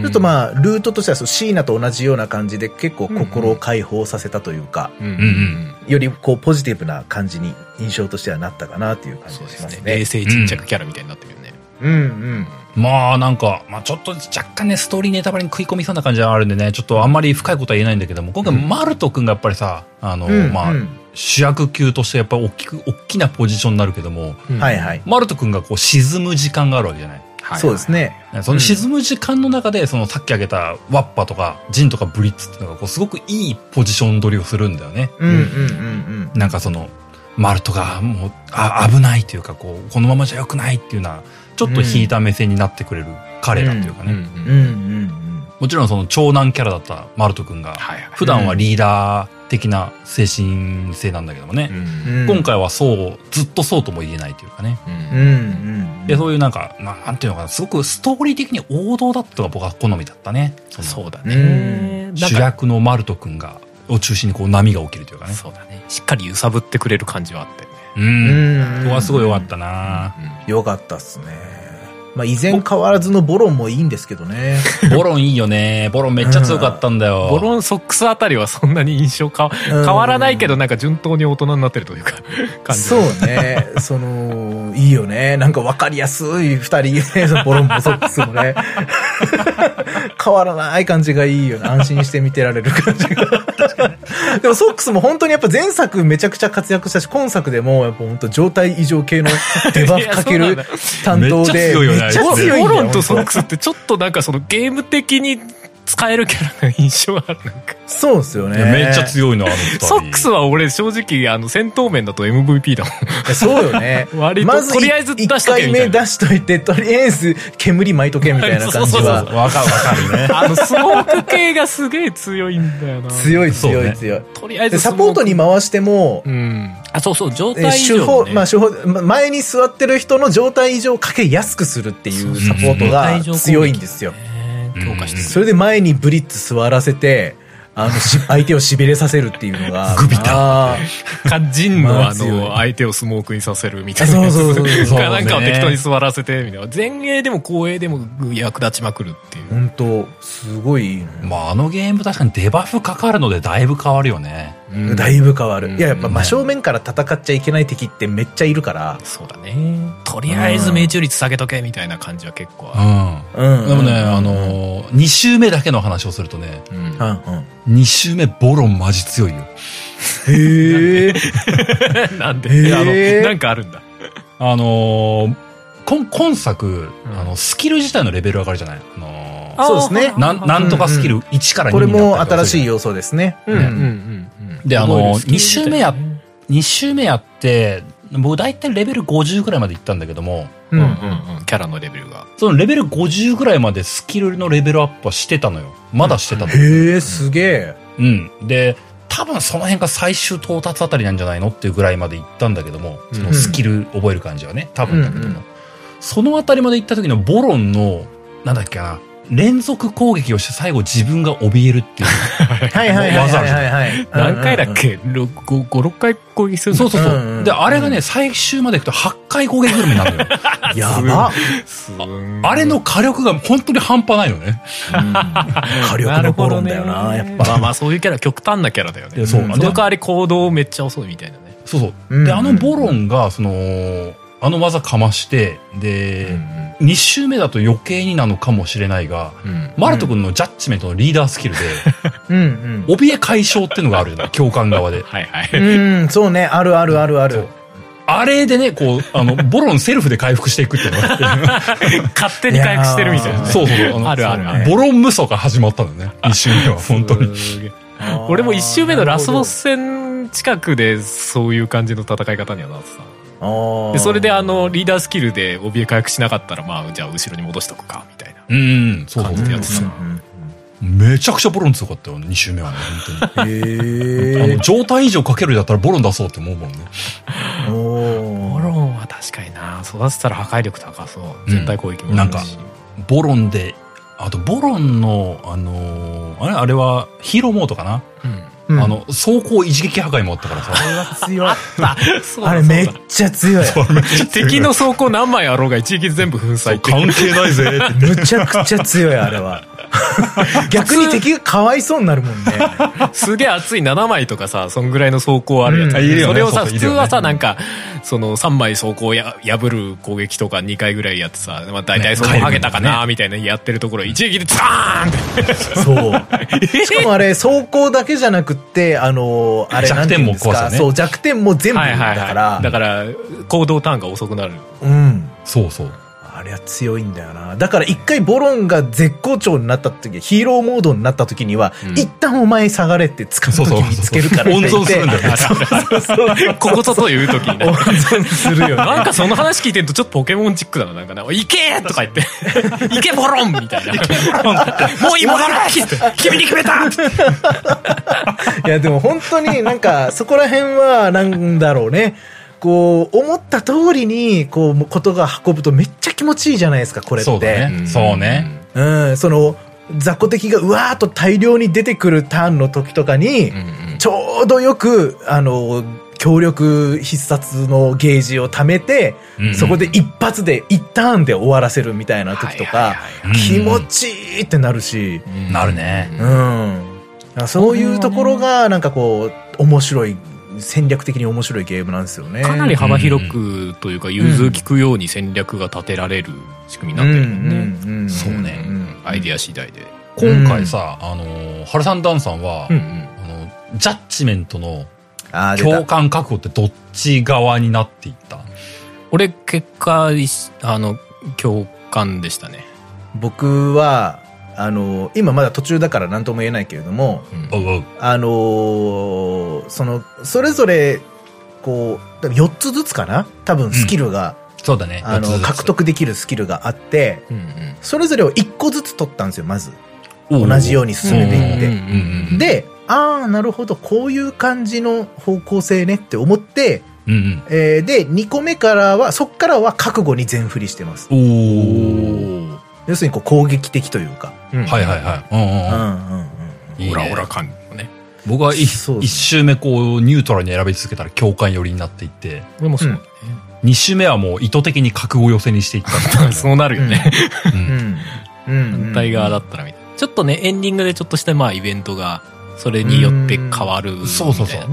[SPEAKER 3] ちょっとまあ、ルートとしてはそう、シーナと同じような感じで結構心を解放させたというか、
[SPEAKER 5] うんうん
[SPEAKER 1] うんうん。
[SPEAKER 3] よりこうポジティブな感じに印象としてはなったかなっていう感じ
[SPEAKER 4] そう
[SPEAKER 3] が
[SPEAKER 4] で
[SPEAKER 3] しますす
[SPEAKER 4] ね。
[SPEAKER 3] ね。
[SPEAKER 4] 冷静沈着キャラみたいになってるよね。
[SPEAKER 3] うんうん。
[SPEAKER 1] まあなんか、まあちょっと若干ね、ストーリーネタバレに食い込みそうな感じはあるんでね、ちょっとあんまり深いことは言えないんだけども、今回マルト君がやっぱりさ、あの、
[SPEAKER 3] うん
[SPEAKER 1] まあ
[SPEAKER 3] うん
[SPEAKER 1] 主役級としてやっぱり大きく、大きなポジションになるけども、
[SPEAKER 3] はいはい。
[SPEAKER 1] マルト君がこう沈む時間があるわけじゃない。
[SPEAKER 3] そうですね。
[SPEAKER 1] その沈む時間の中で、そのさっき挙げたワッパとかジンとかブリッツっていうのがこうすごくいいポジション取りをするんだよね。
[SPEAKER 3] うんうんうん
[SPEAKER 1] なんかその、マルトがもう、あ、危ないというか、こう、このままじゃ良くないっていうような、ちょっと引いた目線になってくれる彼だっていうかね。
[SPEAKER 3] うん。うんうん
[SPEAKER 1] もちろんその長男キャラだったマルト君が、
[SPEAKER 5] はいはい
[SPEAKER 1] 普段はリーダー的な精神性なんだけども
[SPEAKER 5] う
[SPEAKER 1] ね。
[SPEAKER 5] ん
[SPEAKER 3] うん。
[SPEAKER 1] 今回はそう、ずっとそうとも言えないというかね。
[SPEAKER 5] うん
[SPEAKER 3] うんうんうん。
[SPEAKER 1] で、そういうなんか、ななんていうのかな、すごくストーリー的に王道だったのが僕は好みだったね。その
[SPEAKER 4] そうだ
[SPEAKER 3] う
[SPEAKER 4] ね。なん
[SPEAKER 1] 主
[SPEAKER 4] か
[SPEAKER 1] 役のマルト君が、を中心にこう波が起きるというかね。
[SPEAKER 4] そうだね。しっかり揺さぶってくれる感じはあってね。
[SPEAKER 1] う。
[SPEAKER 3] うんん。
[SPEAKER 1] ここはすごい良かったな
[SPEAKER 3] 良かったっすね。まあ、依然変わらずのボロンもいいんですけどね。
[SPEAKER 1] ボロンいいよね。ボロンめっちゃ強かったんだよ。
[SPEAKER 4] ボロンソックスあたりはそんなに印象か
[SPEAKER 3] うん
[SPEAKER 4] 変わらないけど、なんか順当に大人になってるとい うか、感じ。
[SPEAKER 3] そうね。その、いいよね。なんか分かりやすい二人、ね、そ のボロンもソックスもね。 変わらない感じがいいよね。安心して見てられる感じが。 でもソックスも本当にやっぱ前作めちゃくちゃ活躍したし、今作でもやっぱ本当状態異常系のデバフかけ
[SPEAKER 4] いやそうなん
[SPEAKER 3] る
[SPEAKER 4] だ
[SPEAKER 3] 担当
[SPEAKER 1] めっ
[SPEAKER 3] で。
[SPEAKER 1] ちゃ強いよね
[SPEAKER 3] めっちゃ強いんだよ
[SPEAKER 4] ボロンとソッ
[SPEAKER 3] 本
[SPEAKER 4] クスってちょっとなんかそのゲーム的に使えるキャラの印象がある。なんか
[SPEAKER 3] 当そうですよね。
[SPEAKER 1] めっちゃ強いの、あの二人。
[SPEAKER 4] ソックスは俺正直あの戦闘面だと MVP だもん。。
[SPEAKER 3] いやそうよね
[SPEAKER 4] 割と
[SPEAKER 3] まず
[SPEAKER 4] とりあえず出しとけ
[SPEAKER 3] 1回
[SPEAKER 4] みた
[SPEAKER 3] 目
[SPEAKER 4] いな
[SPEAKER 3] 出しといて、とりあえず煙巻いとけみたいな感じ
[SPEAKER 4] そうそう
[SPEAKER 3] は。
[SPEAKER 1] わかるわかるね。
[SPEAKER 4] あのスモーク系がすげえ強いんだよな。
[SPEAKER 3] 強い
[SPEAKER 1] そう
[SPEAKER 3] 強
[SPEAKER 1] ね
[SPEAKER 3] い強い。
[SPEAKER 4] とりあえ
[SPEAKER 3] で、
[SPEAKER 4] ず
[SPEAKER 3] サポートに回しても、
[SPEAKER 4] うん。あ、そうそう、状
[SPEAKER 3] えー
[SPEAKER 4] 態以
[SPEAKER 3] 手
[SPEAKER 4] 上
[SPEAKER 3] 法、
[SPEAKER 4] のね、
[SPEAKER 3] まあ手法、ま前に座ってる人の状態以上をかけやすくするっていうサポートが強いんですよ。
[SPEAKER 4] ね強化して
[SPEAKER 3] それで前にブリッツ座らせて、 あの、し相手を痺れさせるっていうのが。
[SPEAKER 1] グビタ
[SPEAKER 3] あー
[SPEAKER 4] か、ジンの
[SPEAKER 3] まあ
[SPEAKER 4] あ
[SPEAKER 3] 強い
[SPEAKER 4] の、相手をスモークにさせるみたいなやつ。
[SPEAKER 3] そうそうそうそう
[SPEAKER 4] かなんかを適当に座らせて、みたいな。前衛でも後衛でも役立ちまくるっていう。
[SPEAKER 3] 本当すごいいいのよ
[SPEAKER 1] まあ、あのゲーム確かにデバフかかるのでだいぶ変わるよね。
[SPEAKER 4] うん
[SPEAKER 3] だいぶ変わる。いや、やっぱ
[SPEAKER 1] うん
[SPEAKER 3] 真正面から戦っちゃいけない敵ってめっちゃいるから。
[SPEAKER 4] そうだね。とりあえず命中率下げとけ、みたいな感じは結構ある。
[SPEAKER 1] ん。
[SPEAKER 3] うん
[SPEAKER 1] でもね、あ、のー、2周目だけの話をするとね、
[SPEAKER 5] うん
[SPEAKER 3] うんうん。
[SPEAKER 1] 2周目ボロンマジ強いよ。
[SPEAKER 3] へえ。
[SPEAKER 4] なんで、
[SPEAKER 3] へー
[SPEAKER 4] あの、なんかあるんだ。
[SPEAKER 1] あのー、今、今作、
[SPEAKER 4] うん
[SPEAKER 1] あの、スキル自体のレベル上がるじゃないあのー
[SPEAKER 3] そうですね
[SPEAKER 1] な
[SPEAKER 4] あ
[SPEAKER 1] ん、なんとかスキル1から2
[SPEAKER 3] これ
[SPEAKER 1] になったりと
[SPEAKER 3] も
[SPEAKER 1] か
[SPEAKER 3] 新しい
[SPEAKER 1] よ。
[SPEAKER 3] 要素ですね。
[SPEAKER 4] うんうんうんうん。
[SPEAKER 1] で、あのー、2
[SPEAKER 4] 覚えるスキル
[SPEAKER 1] 周
[SPEAKER 4] みた
[SPEAKER 1] 目
[SPEAKER 4] いな
[SPEAKER 1] や、2周目やって、僕大体レベル50ぐらいまで行ったんだけども、
[SPEAKER 3] うん
[SPEAKER 4] うんうんうん。キャラのレベルが。
[SPEAKER 1] そのレベル50ぐらいまでスキルのレベルアップはしてたのよ。まだしてたの。
[SPEAKER 3] へえ、すげえ。
[SPEAKER 1] うん。で、多分その辺が最終到達あたりなんじゃないのっていうぐらいまで行ったんだけども、そのスキル覚える感じはね、多分だけども。
[SPEAKER 3] うんうん
[SPEAKER 1] そのあたりまで行った時のボロンの、なんだっけな、連続攻撃をして最後自分が怯えるっていう。
[SPEAKER 3] はいはいはいはいはいはい。
[SPEAKER 4] 何回だっけ ?5、6回攻撃するん
[SPEAKER 1] そ
[SPEAKER 4] だ
[SPEAKER 1] うそうそう。
[SPEAKER 3] うんうんうん
[SPEAKER 1] で、あれがね、最終までいくと8回攻撃グルメになるのよ。
[SPEAKER 3] うんやば。
[SPEAKER 4] すんごい
[SPEAKER 1] あれの火力が本当に半端ないのね。
[SPEAKER 3] 火力の頃んだよな、やっぱ。
[SPEAKER 4] まあまあそういうキャラ極端なキャラだよね
[SPEAKER 1] そう
[SPEAKER 4] その代わり行動めっちゃ遅いみたいなね
[SPEAKER 1] そうそう。
[SPEAKER 3] うん
[SPEAKER 1] で、あのボロンが、その、あの技かまして、で、2周目だと余計になのかもしれないが、
[SPEAKER 4] うん
[SPEAKER 1] マルト君のジャッジメントのリーダースキル で、
[SPEAKER 3] うん
[SPEAKER 1] 怯え解消っていうのがあるじゃない教官側で。
[SPEAKER 4] はいは
[SPEAKER 3] う
[SPEAKER 4] い
[SPEAKER 3] ん。うん、そうね、あるあるあるあ
[SPEAKER 1] そ
[SPEAKER 3] る
[SPEAKER 1] う。あれでね、こう、あの、ボロンセルフで回復していくっていうのがあって。
[SPEAKER 4] 勝手に回復してるみたいな ね
[SPEAKER 1] そうそうそう。の
[SPEAKER 4] あるあるあ
[SPEAKER 3] る
[SPEAKER 1] ボロン無双が始まったのね。一周目は、本当に。
[SPEAKER 4] すげえ俺も1周目のラスボス戦近くでそういう感じの戦い方にはなってた
[SPEAKER 3] あー。
[SPEAKER 4] でそれであのリーダースキルで怯え回復しなかったらまあじゃあ後ろに戻しとくかみたいな
[SPEAKER 1] うん、そうそう
[SPEAKER 4] 感じでやって
[SPEAKER 3] う
[SPEAKER 4] た
[SPEAKER 3] んうん
[SPEAKER 1] めちゃくちゃボロン強かったよ、2周目はね、本
[SPEAKER 3] うん。
[SPEAKER 1] 当に。あ
[SPEAKER 3] へ
[SPEAKER 1] の、状態以上かけるだったらボロン出そうって思うもんね。
[SPEAKER 3] ー。お
[SPEAKER 4] モ
[SPEAKER 3] ー
[SPEAKER 4] ロンは確かにな育てたら破壊力高そう全体攻撃も
[SPEAKER 1] な
[SPEAKER 4] あ
[SPEAKER 1] ん
[SPEAKER 4] る
[SPEAKER 1] か
[SPEAKER 4] し、、
[SPEAKER 1] ボロンで、あと、ボロンの、あのーあれ、あれは、ヒーローモードかな、
[SPEAKER 4] うん
[SPEAKER 3] うん
[SPEAKER 1] あの、走行一撃破壊もあったからさ。
[SPEAKER 3] 強い。
[SPEAKER 4] そうだ
[SPEAKER 3] あれ
[SPEAKER 4] そうだ
[SPEAKER 3] めっちゃ強い。
[SPEAKER 4] 敵の装甲何枚あろうが一撃全部 粉
[SPEAKER 1] そ
[SPEAKER 4] 砕
[SPEAKER 1] う
[SPEAKER 4] ってい
[SPEAKER 1] 関
[SPEAKER 4] う
[SPEAKER 1] 係ないぜって。
[SPEAKER 3] むちゃくちゃ強い、あ れは。逆に敵がかわいそうになるもんね。
[SPEAKER 4] すげえ熱い7枚とかさそんぐらいの装甲あるやつ、
[SPEAKER 1] うんいるよね
[SPEAKER 4] それを
[SPEAKER 1] そ
[SPEAKER 4] さ
[SPEAKER 1] うそう
[SPEAKER 4] 普通はい
[SPEAKER 1] る
[SPEAKER 4] さ
[SPEAKER 1] よね
[SPEAKER 4] なんかその3枚装甲をや破る攻撃とか2回ぐらいやってさ、まあ、大体
[SPEAKER 1] ね
[SPEAKER 4] 装甲ハゲたかなみたいなやってるところ一撃でザーンって
[SPEAKER 3] そう。しかもあれ、走行だけじゃなくって、あのー、あれ、
[SPEAKER 1] 弱点も壊すよね
[SPEAKER 3] なんていうんですかそう、弱点も全部
[SPEAKER 4] はい
[SPEAKER 3] だ
[SPEAKER 4] はいはい
[SPEAKER 3] から
[SPEAKER 4] だ。から行動ターンが遅くなる
[SPEAKER 3] うん。
[SPEAKER 1] そうそう。
[SPEAKER 3] あれは強いんだよな。だから一回ボロンが絶好調になった時、ヒーローモードになった時には、一旦お前下がれって使う
[SPEAKER 1] そう
[SPEAKER 3] 時
[SPEAKER 1] そう
[SPEAKER 3] 見つけるからって言
[SPEAKER 1] 温存
[SPEAKER 3] って。
[SPEAKER 1] するんだよね。
[SPEAKER 3] そうそうそう。
[SPEAKER 4] こことという時 にな
[SPEAKER 3] 温存するよね。
[SPEAKER 4] なんかその話聞いてるとちょっとポケモンチックだな、なんかな。行けーとか言 って。行けボロンみたいな。もう今から君に決めた
[SPEAKER 3] いやでも本当になんかそこら辺はなんだろうね。こう、思った通りに、こう、ことが運ぶとめっちゃ気持ちいいじゃないですか、これって。
[SPEAKER 1] そうだね。そうね。
[SPEAKER 3] うん、その、雑魚敵がうわーっと大量に出てくるターンの時とかに、ちょうどよく、あの、強力必殺のゲージを貯めて、
[SPEAKER 1] うんうん
[SPEAKER 3] そこで一発で、一ターンで終わらせるみたいな時と
[SPEAKER 4] はいはい
[SPEAKER 3] か
[SPEAKER 1] はい、
[SPEAKER 3] 気持ちいいってなるし、
[SPEAKER 1] なるね。
[SPEAKER 3] うん。そういうところが、なんかこう、面白い、戦略的に面白いゲームなんですよね。
[SPEAKER 4] かなり幅広くというか、融通きくように戦略が立てられる仕組みになってるもんね。
[SPEAKER 3] うんうんうん
[SPEAKER 1] そうね
[SPEAKER 3] ん
[SPEAKER 4] アイディア次第で。
[SPEAKER 1] 今回さ、あの、ハルさんダンさんは、
[SPEAKER 4] うん
[SPEAKER 1] あの、ジャッジメントの
[SPEAKER 3] あー出
[SPEAKER 1] 共
[SPEAKER 3] た。
[SPEAKER 1] 感覚悟ってどっち側になっていった
[SPEAKER 4] 俺、結果、いしあの、共感でしたね。
[SPEAKER 3] 僕は、あの、今まだ途中だから何とも言えないけれども、
[SPEAKER 4] う
[SPEAKER 1] お
[SPEAKER 4] ん
[SPEAKER 1] うおう
[SPEAKER 3] あのーその、それぞれ、こう、4つずつかな多分スキルが、
[SPEAKER 1] そうだね。
[SPEAKER 3] あの、獲得できるスキルがあって、
[SPEAKER 4] うんうん
[SPEAKER 3] それぞれを1個ずつ取ったんですよ、まず。
[SPEAKER 1] 同
[SPEAKER 3] 同じように進めていって。
[SPEAKER 4] うん
[SPEAKER 1] うんうん。
[SPEAKER 3] で、ああ、なるほど、こういう感じの方向性ねって思って、
[SPEAKER 1] うん
[SPEAKER 3] えーで、2個目からは、そっからは覚悟に全振りしてます。
[SPEAKER 1] うん。おお。
[SPEAKER 3] 要するにこう攻撃的というか。
[SPEAKER 4] うん
[SPEAKER 1] はいはいはい。うん
[SPEAKER 3] う
[SPEAKER 1] うんうん
[SPEAKER 3] んうんうん。
[SPEAKER 1] いいね
[SPEAKER 4] オラオラ感もね。
[SPEAKER 1] 僕はい
[SPEAKER 3] そうですね
[SPEAKER 1] 一周目こうニュートラルに選び続けたら共感寄りになっていって、
[SPEAKER 4] 俺もそうだね。
[SPEAKER 1] 二周目はもう意図的に覚悟寄せにしてい ったっていうね
[SPEAKER 4] そうなるよね。
[SPEAKER 1] うん
[SPEAKER 3] うん。うん。
[SPEAKER 4] 反対側だ
[SPEAKER 3] っ
[SPEAKER 4] ったらみたいな。ちょっとね、エンディングでちょっとしたまあイベントが、それによって変わる
[SPEAKER 1] ん
[SPEAKER 4] みたいな、ね。
[SPEAKER 1] そうそうそう
[SPEAKER 3] エン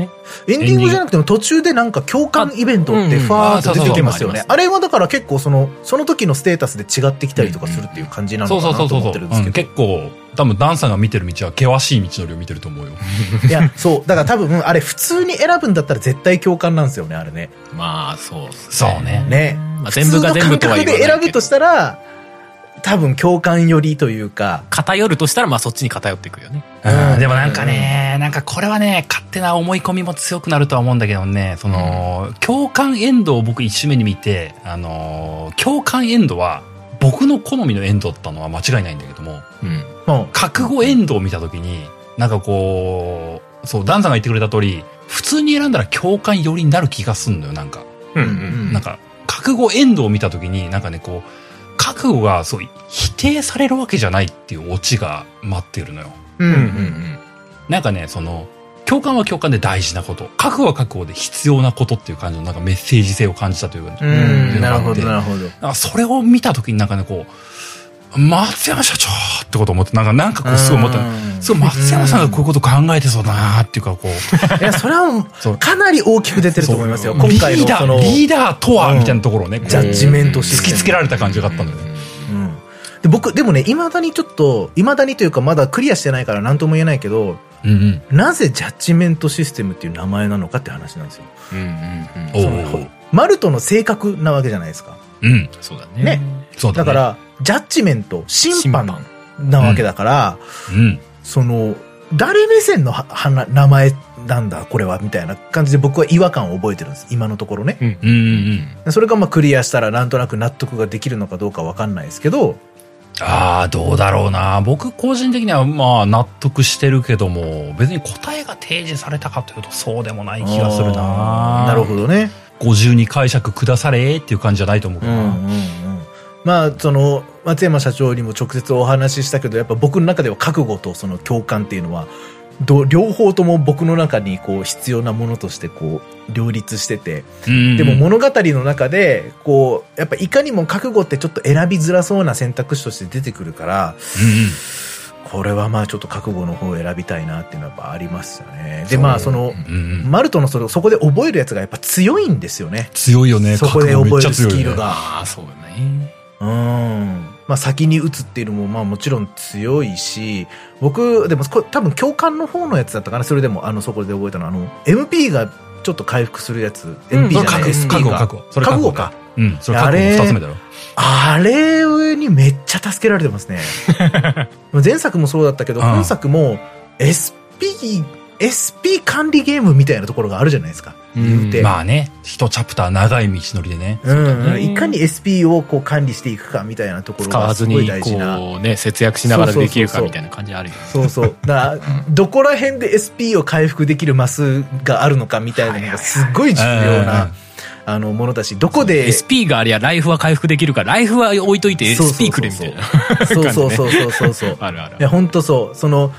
[SPEAKER 3] ディングじゃなくても途中でなんか共感イベントってファーっと出てきますよ
[SPEAKER 4] うん
[SPEAKER 3] ね
[SPEAKER 4] あーそうそうそうあります。
[SPEAKER 3] あれはだから結構その、その時のステータスで違ってきたりとかするっていう感じな
[SPEAKER 1] そ
[SPEAKER 3] の
[SPEAKER 1] う
[SPEAKER 3] か
[SPEAKER 1] そうそ
[SPEAKER 3] な
[SPEAKER 1] うそ
[SPEAKER 3] と
[SPEAKER 1] う
[SPEAKER 3] 思っ
[SPEAKER 1] そ
[SPEAKER 3] て
[SPEAKER 1] う、
[SPEAKER 3] るんです
[SPEAKER 1] うん
[SPEAKER 3] けど。
[SPEAKER 1] 結構多分ダンさんが見てる道は険しい道のりを見てると思うよ
[SPEAKER 3] いや、そう。だから多分、あれ普通に選ぶんだったら絶対共感なんですよね、あれね。
[SPEAKER 4] まあ、そうっす
[SPEAKER 1] そうね
[SPEAKER 3] ね。
[SPEAKER 4] まあ、全部が全部とは
[SPEAKER 3] 普
[SPEAKER 4] 言わない
[SPEAKER 3] 通の感覚で選
[SPEAKER 4] け
[SPEAKER 3] ぶと
[SPEAKER 4] ど。
[SPEAKER 3] したら、多分共感寄りというか、
[SPEAKER 4] 偏るとしたら、まあそっちに偏っていくよね。
[SPEAKER 1] うんでもなんかね、なんかこれはね、勝手な思い込みも強くなるとは思うんだけどね、その、共感エンドを僕一周目に見て、あのー、共感エンドは僕の好みのエンドだったのは間違いないんだけども、
[SPEAKER 4] うん。
[SPEAKER 3] も
[SPEAKER 1] 覚悟エンドを見た時に、なんかこう、そう、ダンさんが言ってくれた通り、普通に選んだら共感寄りになる気がすんのよ、なんか。
[SPEAKER 4] うん
[SPEAKER 3] うん
[SPEAKER 1] なんか、覚悟エンドを見た時に、なんかね、こう、覚悟がそう否定されるわけじゃないっていうオチが待っているのよ。
[SPEAKER 3] うんうん
[SPEAKER 1] なんかね、その、共感は共感で大事なこと、覚悟は覚悟で必要なことっていう感じのなんかメッセージ性を感じたというか、
[SPEAKER 3] う
[SPEAKER 1] ってい
[SPEAKER 3] ん
[SPEAKER 1] うの
[SPEAKER 3] な
[SPEAKER 1] があ
[SPEAKER 3] る
[SPEAKER 1] って
[SPEAKER 3] ほどなるほど
[SPEAKER 1] なんかそれを見た時になんかね、こう、松山社長ってこと思って、なんか、なんかこう、すごい思ったの。
[SPEAKER 3] うん
[SPEAKER 1] そう、松山さんがこういうこと考えてそうだなっていうか、こう、
[SPEAKER 3] いやそれはも
[SPEAKER 1] そう
[SPEAKER 3] うかなり大きく出てると思いますよ今回
[SPEAKER 1] リー
[SPEAKER 3] の
[SPEAKER 1] ダ
[SPEAKER 3] そ
[SPEAKER 1] ー、
[SPEAKER 3] の
[SPEAKER 1] リーダーとは、
[SPEAKER 3] うん
[SPEAKER 1] みたいなところをね、こう
[SPEAKER 3] ジャッジメントシス
[SPEAKER 1] 突
[SPEAKER 3] テム
[SPEAKER 1] きつけられた感じがあったんだよね。
[SPEAKER 3] うんで僕でもねいまだにちょっといまだにというかまだクリアしてないから何とも言えないけど
[SPEAKER 1] うんうん。
[SPEAKER 3] なぜジャッジメントシステムっていう名前なのかって話なんですよ
[SPEAKER 4] うんうんうん
[SPEAKER 1] おう
[SPEAKER 3] そのマルトの性格なわけじゃないですか
[SPEAKER 1] うん。
[SPEAKER 4] そうだ
[SPEAKER 3] ね
[SPEAKER 4] ね
[SPEAKER 1] そうだ
[SPEAKER 3] だ
[SPEAKER 1] ね。
[SPEAKER 3] からジャッジメント審判なわけだから、
[SPEAKER 1] うん。
[SPEAKER 3] その誰目線のははな名前なんだこれはみたいな感じで僕は違和感を覚えてるんです今のところね
[SPEAKER 1] うんうんうん。
[SPEAKER 3] それがまあクリアしたらなんとなく納得ができるのかどうかわかんないですけど
[SPEAKER 1] ああ、どうだろうな。僕個人的にはまあ納得してるけども、別に答えが提示されたかというとそうでもない気がするな。
[SPEAKER 3] なるほどね
[SPEAKER 1] ど。50に解釈くだされっていう感じじゃないと思うけ
[SPEAKER 3] う
[SPEAKER 1] ど
[SPEAKER 3] んうんう
[SPEAKER 1] な。
[SPEAKER 3] んまあその松山社長にも直接お話ししたけどやっぱ僕の中では覚悟とその共感っていうのはど両方とも僕の中にこう必要なものとしてこう両立してて
[SPEAKER 1] うん
[SPEAKER 3] でも物語の中で、こう、やっぱいかにも覚悟ってちょっと選びづらそうな選択肢として出てくるから、これはまあちょっと覚悟の方を選びたいなっていうのはやっぱありますよね。で、まあそ
[SPEAKER 1] うん
[SPEAKER 3] の、
[SPEAKER 1] うんうん
[SPEAKER 3] マルトのそれそこで覚えるやつがやっぱ強いんですよね。
[SPEAKER 1] 強いよね。
[SPEAKER 3] そこで
[SPEAKER 1] 覚悟めっ
[SPEAKER 3] 覚え
[SPEAKER 1] ちゃ
[SPEAKER 3] るス
[SPEAKER 1] 強い
[SPEAKER 3] キ
[SPEAKER 1] よ
[SPEAKER 3] ル
[SPEAKER 1] ね。
[SPEAKER 3] が。
[SPEAKER 4] ああそうだね
[SPEAKER 3] うん。まあ先に打つっていうのもまあもちろん強いし、僕、でもこれ多分共感の方のやつだったかな。それでもあのそこで覚えたのは、あの、MP がちょっと回復するやつ。MP じゃない、
[SPEAKER 1] 覚悟
[SPEAKER 3] SP
[SPEAKER 1] 覚悟
[SPEAKER 3] が
[SPEAKER 1] 覚悟それ
[SPEAKER 3] 覚
[SPEAKER 1] 覚悟
[SPEAKER 3] 悟か。
[SPEAKER 1] うん。それ覚
[SPEAKER 3] あ
[SPEAKER 1] 悟
[SPEAKER 3] れ
[SPEAKER 1] の二つ目だろ。
[SPEAKER 3] あれにめっちゃ助けられてます ね。前作もそうだったけど、
[SPEAKER 1] うん
[SPEAKER 3] 本作も SP、SP 管理ゲームみたいなところがあるじゃないですか。言うて。
[SPEAKER 1] まあね、一チャプター長い道のりでね。
[SPEAKER 3] うんうん
[SPEAKER 4] ね
[SPEAKER 3] いかに SP をこう管理していくかみたいなところ
[SPEAKER 4] 使
[SPEAKER 3] が
[SPEAKER 4] わ
[SPEAKER 3] す
[SPEAKER 4] ず
[SPEAKER 3] ごい
[SPEAKER 4] に
[SPEAKER 3] 大事な。
[SPEAKER 4] こうね節約しながらできる
[SPEAKER 3] そうそうそう
[SPEAKER 4] か
[SPEAKER 3] そう
[SPEAKER 4] みたいな感じあるよね
[SPEAKER 3] そうそう。だから、どこら辺で SP を回復できるマスがあるのかみたいなのがすごい重要
[SPEAKER 1] はいはいはい
[SPEAKER 3] な、あの、ものだし、どこで
[SPEAKER 4] SP がありゃライフは回復できるからライフは置いといて
[SPEAKER 3] そうそうそうそう
[SPEAKER 4] SP くれみたいな
[SPEAKER 3] そうそうそうそうそうそう。
[SPEAKER 4] あるある
[SPEAKER 3] いや、本当そう。その、うん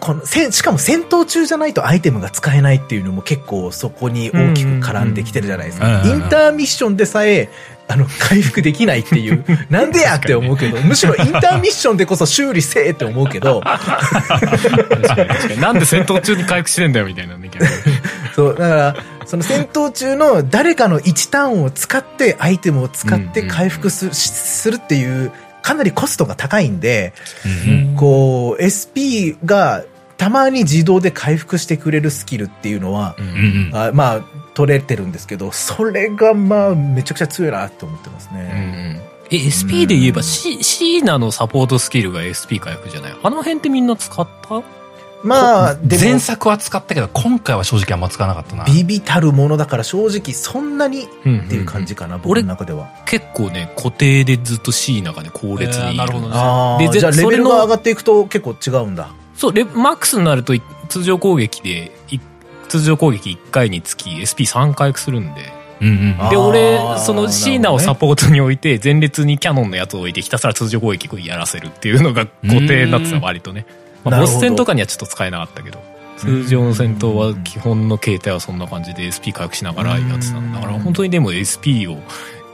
[SPEAKER 3] この、せんしかも戦闘中じゃないとアイテムが使えないっていうのも結構そこに大きく絡んできてるじゃないです
[SPEAKER 1] うんうん
[SPEAKER 3] か。
[SPEAKER 1] うん
[SPEAKER 3] インターミッションでさえ、あの、回復できないって いう、なんでやって思うけど、むしろインターミッションでこそ修理せえって思うけど、
[SPEAKER 4] 確かになんで戦闘中に回復してんだよみたいなね逆に
[SPEAKER 3] そう、だから、その戦闘中の誰かの1ターンを使って、アイテムを使って回復するしするっていう、かなりコストが高いんで、
[SPEAKER 1] うん
[SPEAKER 3] こう、SP がたまに自動で回復してくれるスキルっていうのは、
[SPEAKER 1] うん。うん
[SPEAKER 3] あまあ、取れてるんですけど、それがまあ、めちゃくちゃ強いなって思ってます
[SPEAKER 4] うんう
[SPEAKER 3] ね。
[SPEAKER 4] んえ SP で言えばシシーナのサポートスキルが SP 回復じゃないあの辺ってみんな使った
[SPEAKER 3] まあ、でも、
[SPEAKER 1] 前作は使ったけど、今回は正直あんま使わなかったな。
[SPEAKER 3] ビビたるものだから正直そんなにっ
[SPEAKER 4] って
[SPEAKER 3] いう感じかな、僕
[SPEAKER 4] 俺
[SPEAKER 3] の中では。
[SPEAKER 4] 結構ね固定でずっとシーナがね後列
[SPEAKER 1] え
[SPEAKER 4] にいる、
[SPEAKER 1] ーなるほどね
[SPEAKER 3] ああ、
[SPEAKER 4] でぜ
[SPEAKER 3] じゃあレベル
[SPEAKER 4] それ
[SPEAKER 3] が
[SPEAKER 4] の
[SPEAKER 3] 上がっていくと結構違うんだ。
[SPEAKER 4] そうレマックスになるとい通常攻撃でい通常攻撃1回につき SP3 回復するんで
[SPEAKER 1] うんうん。
[SPEAKER 3] あ
[SPEAKER 4] で
[SPEAKER 3] ー
[SPEAKER 4] 俺
[SPEAKER 3] なるほどね
[SPEAKER 4] そのシーナをサポートに置いて前列にキャノンのやつを置いてひたすら通常攻撃をやらせるっていうのが固定になってた
[SPEAKER 1] うん
[SPEAKER 4] 割とね、ま
[SPEAKER 3] な
[SPEAKER 4] あ、
[SPEAKER 3] る
[SPEAKER 4] ボ
[SPEAKER 3] ほど
[SPEAKER 4] ス戦とかにはちょっと使えなかったけど通常の戦闘は基本の形態はそんな感じで SP 回復しながらやってたんだだか
[SPEAKER 3] う
[SPEAKER 4] ら
[SPEAKER 3] ん
[SPEAKER 4] 本当にでも SP を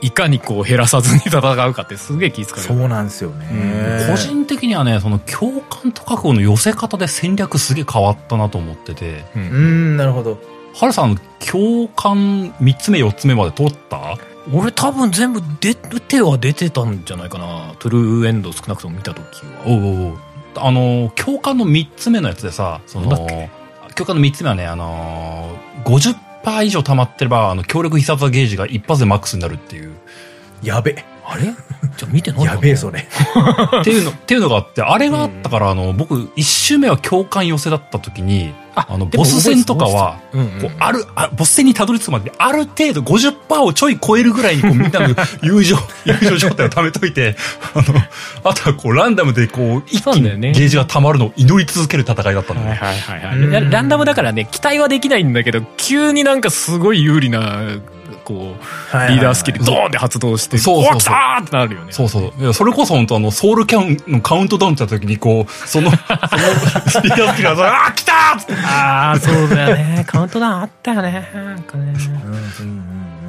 [SPEAKER 4] いかにこう減らさずに戦うかってすげえ気遣うよね
[SPEAKER 3] そうなんですよね。
[SPEAKER 1] 個人的にはね、その共感と覚悟の寄せ方で戦略すげえ変わったなと思ってて、
[SPEAKER 3] う
[SPEAKER 4] う
[SPEAKER 3] んん、なるほど。
[SPEAKER 1] ハルさん、共感3つ目4つ目まで取った
[SPEAKER 4] 俺多分全部出ては出てたんじゃないかなトゥルーエンド少なくとも見た時は
[SPEAKER 1] おうおうおうあの、共感の3つ目のやつでさ、その、
[SPEAKER 4] なんだっ
[SPEAKER 1] 共感の3つ目はね、あのー、50%以上溜まってれば、あの、強力必殺技ゲージが一発でマックスになるっ ていう、
[SPEAKER 3] やべ、
[SPEAKER 4] あれじゃあ見てないかな
[SPEAKER 3] やべえそれ。
[SPEAKER 1] っていうの、っていうのがあって、あれがあったから、あの、僕、1周目は共感寄せだった時に、
[SPEAKER 4] あ
[SPEAKER 1] あの、
[SPEAKER 4] でも
[SPEAKER 1] ボス戦とかは、
[SPEAKER 4] うんうん
[SPEAKER 1] こうあるあ、ボス戦にたどり着くまで、ある程度50%をちょい超えるぐらいに、こう、みんなの 友情、友情状態を貯めといて、あの、あとはこう、ランダムでこう、一
[SPEAKER 4] そ
[SPEAKER 1] 気
[SPEAKER 4] う
[SPEAKER 1] に
[SPEAKER 4] だよね
[SPEAKER 1] ゲージが溜まるのを祈り続ける戦いだったんだよね。
[SPEAKER 4] はいはいはいは
[SPEAKER 3] うん
[SPEAKER 4] いランダムだからね期待はできないんだけど急になんかすごい有利なこ
[SPEAKER 3] は
[SPEAKER 4] う、
[SPEAKER 3] い
[SPEAKER 4] リーダースキルドーンって発動して、
[SPEAKER 1] そうそうそう
[SPEAKER 4] お来たーってなるよね。
[SPEAKER 1] そうそう。いや、それこそ本当あの、ソウルキャンのカウントダウンした時に、こう、その、その、 スピードスキルが、あー来たーっつって
[SPEAKER 4] ああ、そうだよね。カウントダウンあったよね。なんかね。
[SPEAKER 3] うんう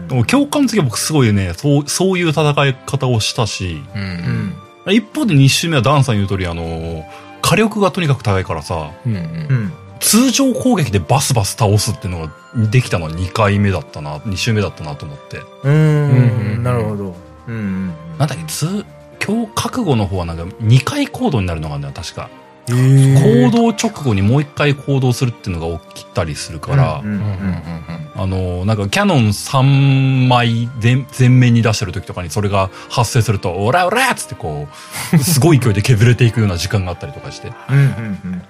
[SPEAKER 3] ん
[SPEAKER 1] でも共感次は僕すごいね、そう、そういう戦い方をしたし、
[SPEAKER 5] う。
[SPEAKER 3] うんん
[SPEAKER 1] 一方で2周目はダンさん言う通り、あの、火力がとにかく高いからさ、
[SPEAKER 5] うん。
[SPEAKER 3] うんうん
[SPEAKER 1] 通常攻撃でバスバス倒すっていうのができたのは2回目だったな、2周目だったなと思って。
[SPEAKER 3] うー
[SPEAKER 5] うん
[SPEAKER 3] んなるほどうんうん
[SPEAKER 1] なんだっけ、通、今日覚悟の方はなんか2回行動になるのがね、確か。
[SPEAKER 3] うん
[SPEAKER 1] 行動直後にもう1回行動するっていうのが起きたりするから、
[SPEAKER 3] うんうん
[SPEAKER 5] うん。
[SPEAKER 3] うん
[SPEAKER 1] あの、なんかキャノン3枚全全面に出してる時とかにそれが発生すると、オラオラっつってこう、すごい勢いで削れていくような時間があったりとかして、
[SPEAKER 3] うんうんうん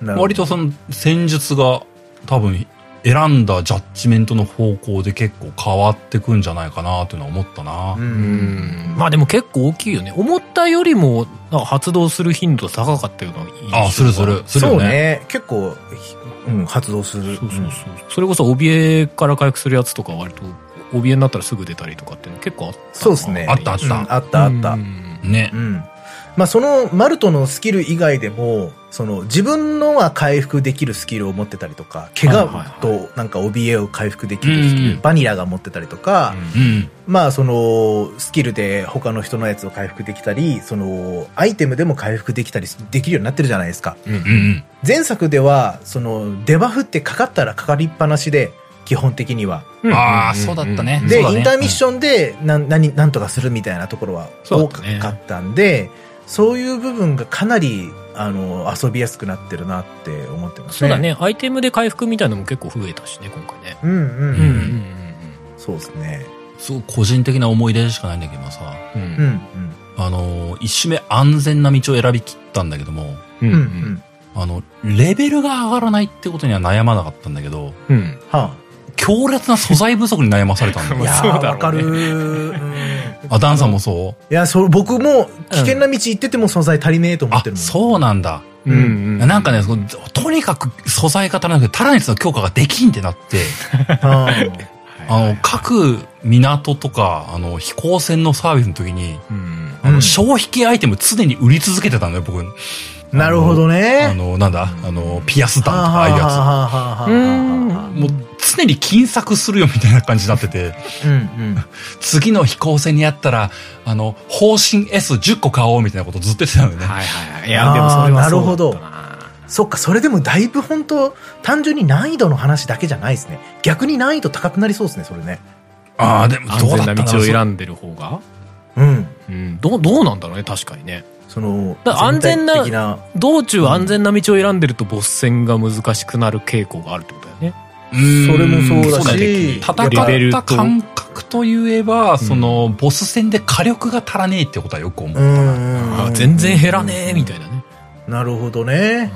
[SPEAKER 3] なるほど
[SPEAKER 1] 割とその戦術が多分選んだジャッジメントの方向で結構変わってくんじゃないかなというのは思ったな。
[SPEAKER 3] うんう
[SPEAKER 5] うんん。
[SPEAKER 4] まあでも結構大きいよね。思ったよりも、なんか発動する頻度高かったような印象が
[SPEAKER 1] あ、するする。。する
[SPEAKER 3] そ
[SPEAKER 1] よ
[SPEAKER 3] う
[SPEAKER 1] ね。
[SPEAKER 3] ね結構うん発動する
[SPEAKER 4] そうそうそう。それこそ、怯えから回復するやつとか割と、怯えになったらすぐ出たりとかっていうの結構あったな。
[SPEAKER 3] そうですね
[SPEAKER 1] あったあった
[SPEAKER 3] うんあったあった
[SPEAKER 5] うん
[SPEAKER 1] ね
[SPEAKER 3] う。ん。まあ、その、マルトのスキル以外でも、その、自分のは回復できるスキルを持ってたりとか、怪
[SPEAKER 4] はいはい
[SPEAKER 3] 我と、なんか、怯えを回復できるスキル、
[SPEAKER 1] うん
[SPEAKER 3] バニラが持ってたりとか、
[SPEAKER 1] うん。
[SPEAKER 3] まあ、その、スキルで他の人のやつを回復できたり、その、アイテムでも回復できたり、できるようになってるじゃないですか。
[SPEAKER 1] うんうん。
[SPEAKER 3] 前作では、その、デバフってかかったらかかりっぱなしで、基本的には。
[SPEAKER 1] ああ、そうだったね。
[SPEAKER 3] で、
[SPEAKER 1] そうだね
[SPEAKER 3] インターミッションで何、何、何とかするみたいなところは
[SPEAKER 4] そう
[SPEAKER 3] 多
[SPEAKER 4] だね
[SPEAKER 3] かったんで、そういう部分がかなり、あの、遊びやすくなってるなって思ってます
[SPEAKER 4] そう
[SPEAKER 3] ね。
[SPEAKER 4] だ。ね。アイテムで回復みたいなのも結構増えたしね、今回ね。
[SPEAKER 3] うんうん。
[SPEAKER 1] うん
[SPEAKER 3] そうですね。
[SPEAKER 1] すごい個人的な思い出しかないんだけどさ、
[SPEAKER 5] う
[SPEAKER 3] うんん
[SPEAKER 1] あの、一周目安全な道を選びきったんだけども、
[SPEAKER 5] うんう
[SPEAKER 3] うん。うんうんん。
[SPEAKER 1] あの、レベルが上がらないってことには悩まなかったんだけど、
[SPEAKER 5] うん
[SPEAKER 3] は
[SPEAKER 1] 強烈な素材不足に悩まされたんだ
[SPEAKER 3] あ、い
[SPEAKER 1] よ。
[SPEAKER 3] や
[SPEAKER 5] そうだろうね
[SPEAKER 3] ーわかるー。うん
[SPEAKER 1] あ、ダンさんもそ
[SPEAKER 3] いや、そう、僕も危険な道行ってても素材足りねえと
[SPEAKER 1] う
[SPEAKER 3] 思っ
[SPEAKER 1] あ
[SPEAKER 3] てる、もん。
[SPEAKER 1] そうなんだ。
[SPEAKER 5] うんうん
[SPEAKER 1] なんかね、そのとにかく素材が足らなくて、タラネスの強化ができんってなって、
[SPEAKER 3] うん
[SPEAKER 1] あの、各港とか、あの、飛行船のサービスの時に、
[SPEAKER 5] うん
[SPEAKER 1] あ
[SPEAKER 3] う
[SPEAKER 1] の、
[SPEAKER 3] ん
[SPEAKER 1] 消費系アイテム常に売り続けてたのよ、僕。
[SPEAKER 3] なるほど
[SPEAKER 1] あ
[SPEAKER 3] ね。
[SPEAKER 1] の、なんだあの、ピアス弾と
[SPEAKER 3] は
[SPEAKER 1] か、ああいうや
[SPEAKER 3] ははははははは
[SPEAKER 1] つ。もう、常に金策するよ、みたいな感じになってて、
[SPEAKER 3] うんうん。
[SPEAKER 1] 次の飛行船にあったら、あの、方針 S10 個買おう、みたいなことずっと言ってたのよね。
[SPEAKER 5] はいはいはい。いや、でもそれはそうだったな。
[SPEAKER 3] そっか、それでもだいぶ本当単純に難易度の話だけじゃないですね。逆に難易度高くなりそうですね、それね。
[SPEAKER 1] ああ、でも
[SPEAKER 5] 安
[SPEAKER 1] どうだ
[SPEAKER 5] 全
[SPEAKER 1] っ
[SPEAKER 5] なん
[SPEAKER 1] た
[SPEAKER 5] 道
[SPEAKER 1] だろ
[SPEAKER 5] を
[SPEAKER 1] う。
[SPEAKER 5] 選んでる方が
[SPEAKER 3] うん。
[SPEAKER 5] うん。どう、どうなんだろうね、確かにね。
[SPEAKER 3] その、
[SPEAKER 4] だから安全な
[SPEAKER 3] 全体的な、
[SPEAKER 4] 道中安全な道を選んでると、ボス戦が難しくなる傾向があるってことだよね。
[SPEAKER 1] うーん
[SPEAKER 3] それもそうだし
[SPEAKER 1] ね戦った感覚といえば、その、ボス戦で火力が足らねえってことはよく思う。
[SPEAKER 3] う
[SPEAKER 1] うん。
[SPEAKER 3] ん
[SPEAKER 4] あ全然減らねえ、みたい
[SPEAKER 3] な。
[SPEAKER 4] なね。
[SPEAKER 3] なるほどね。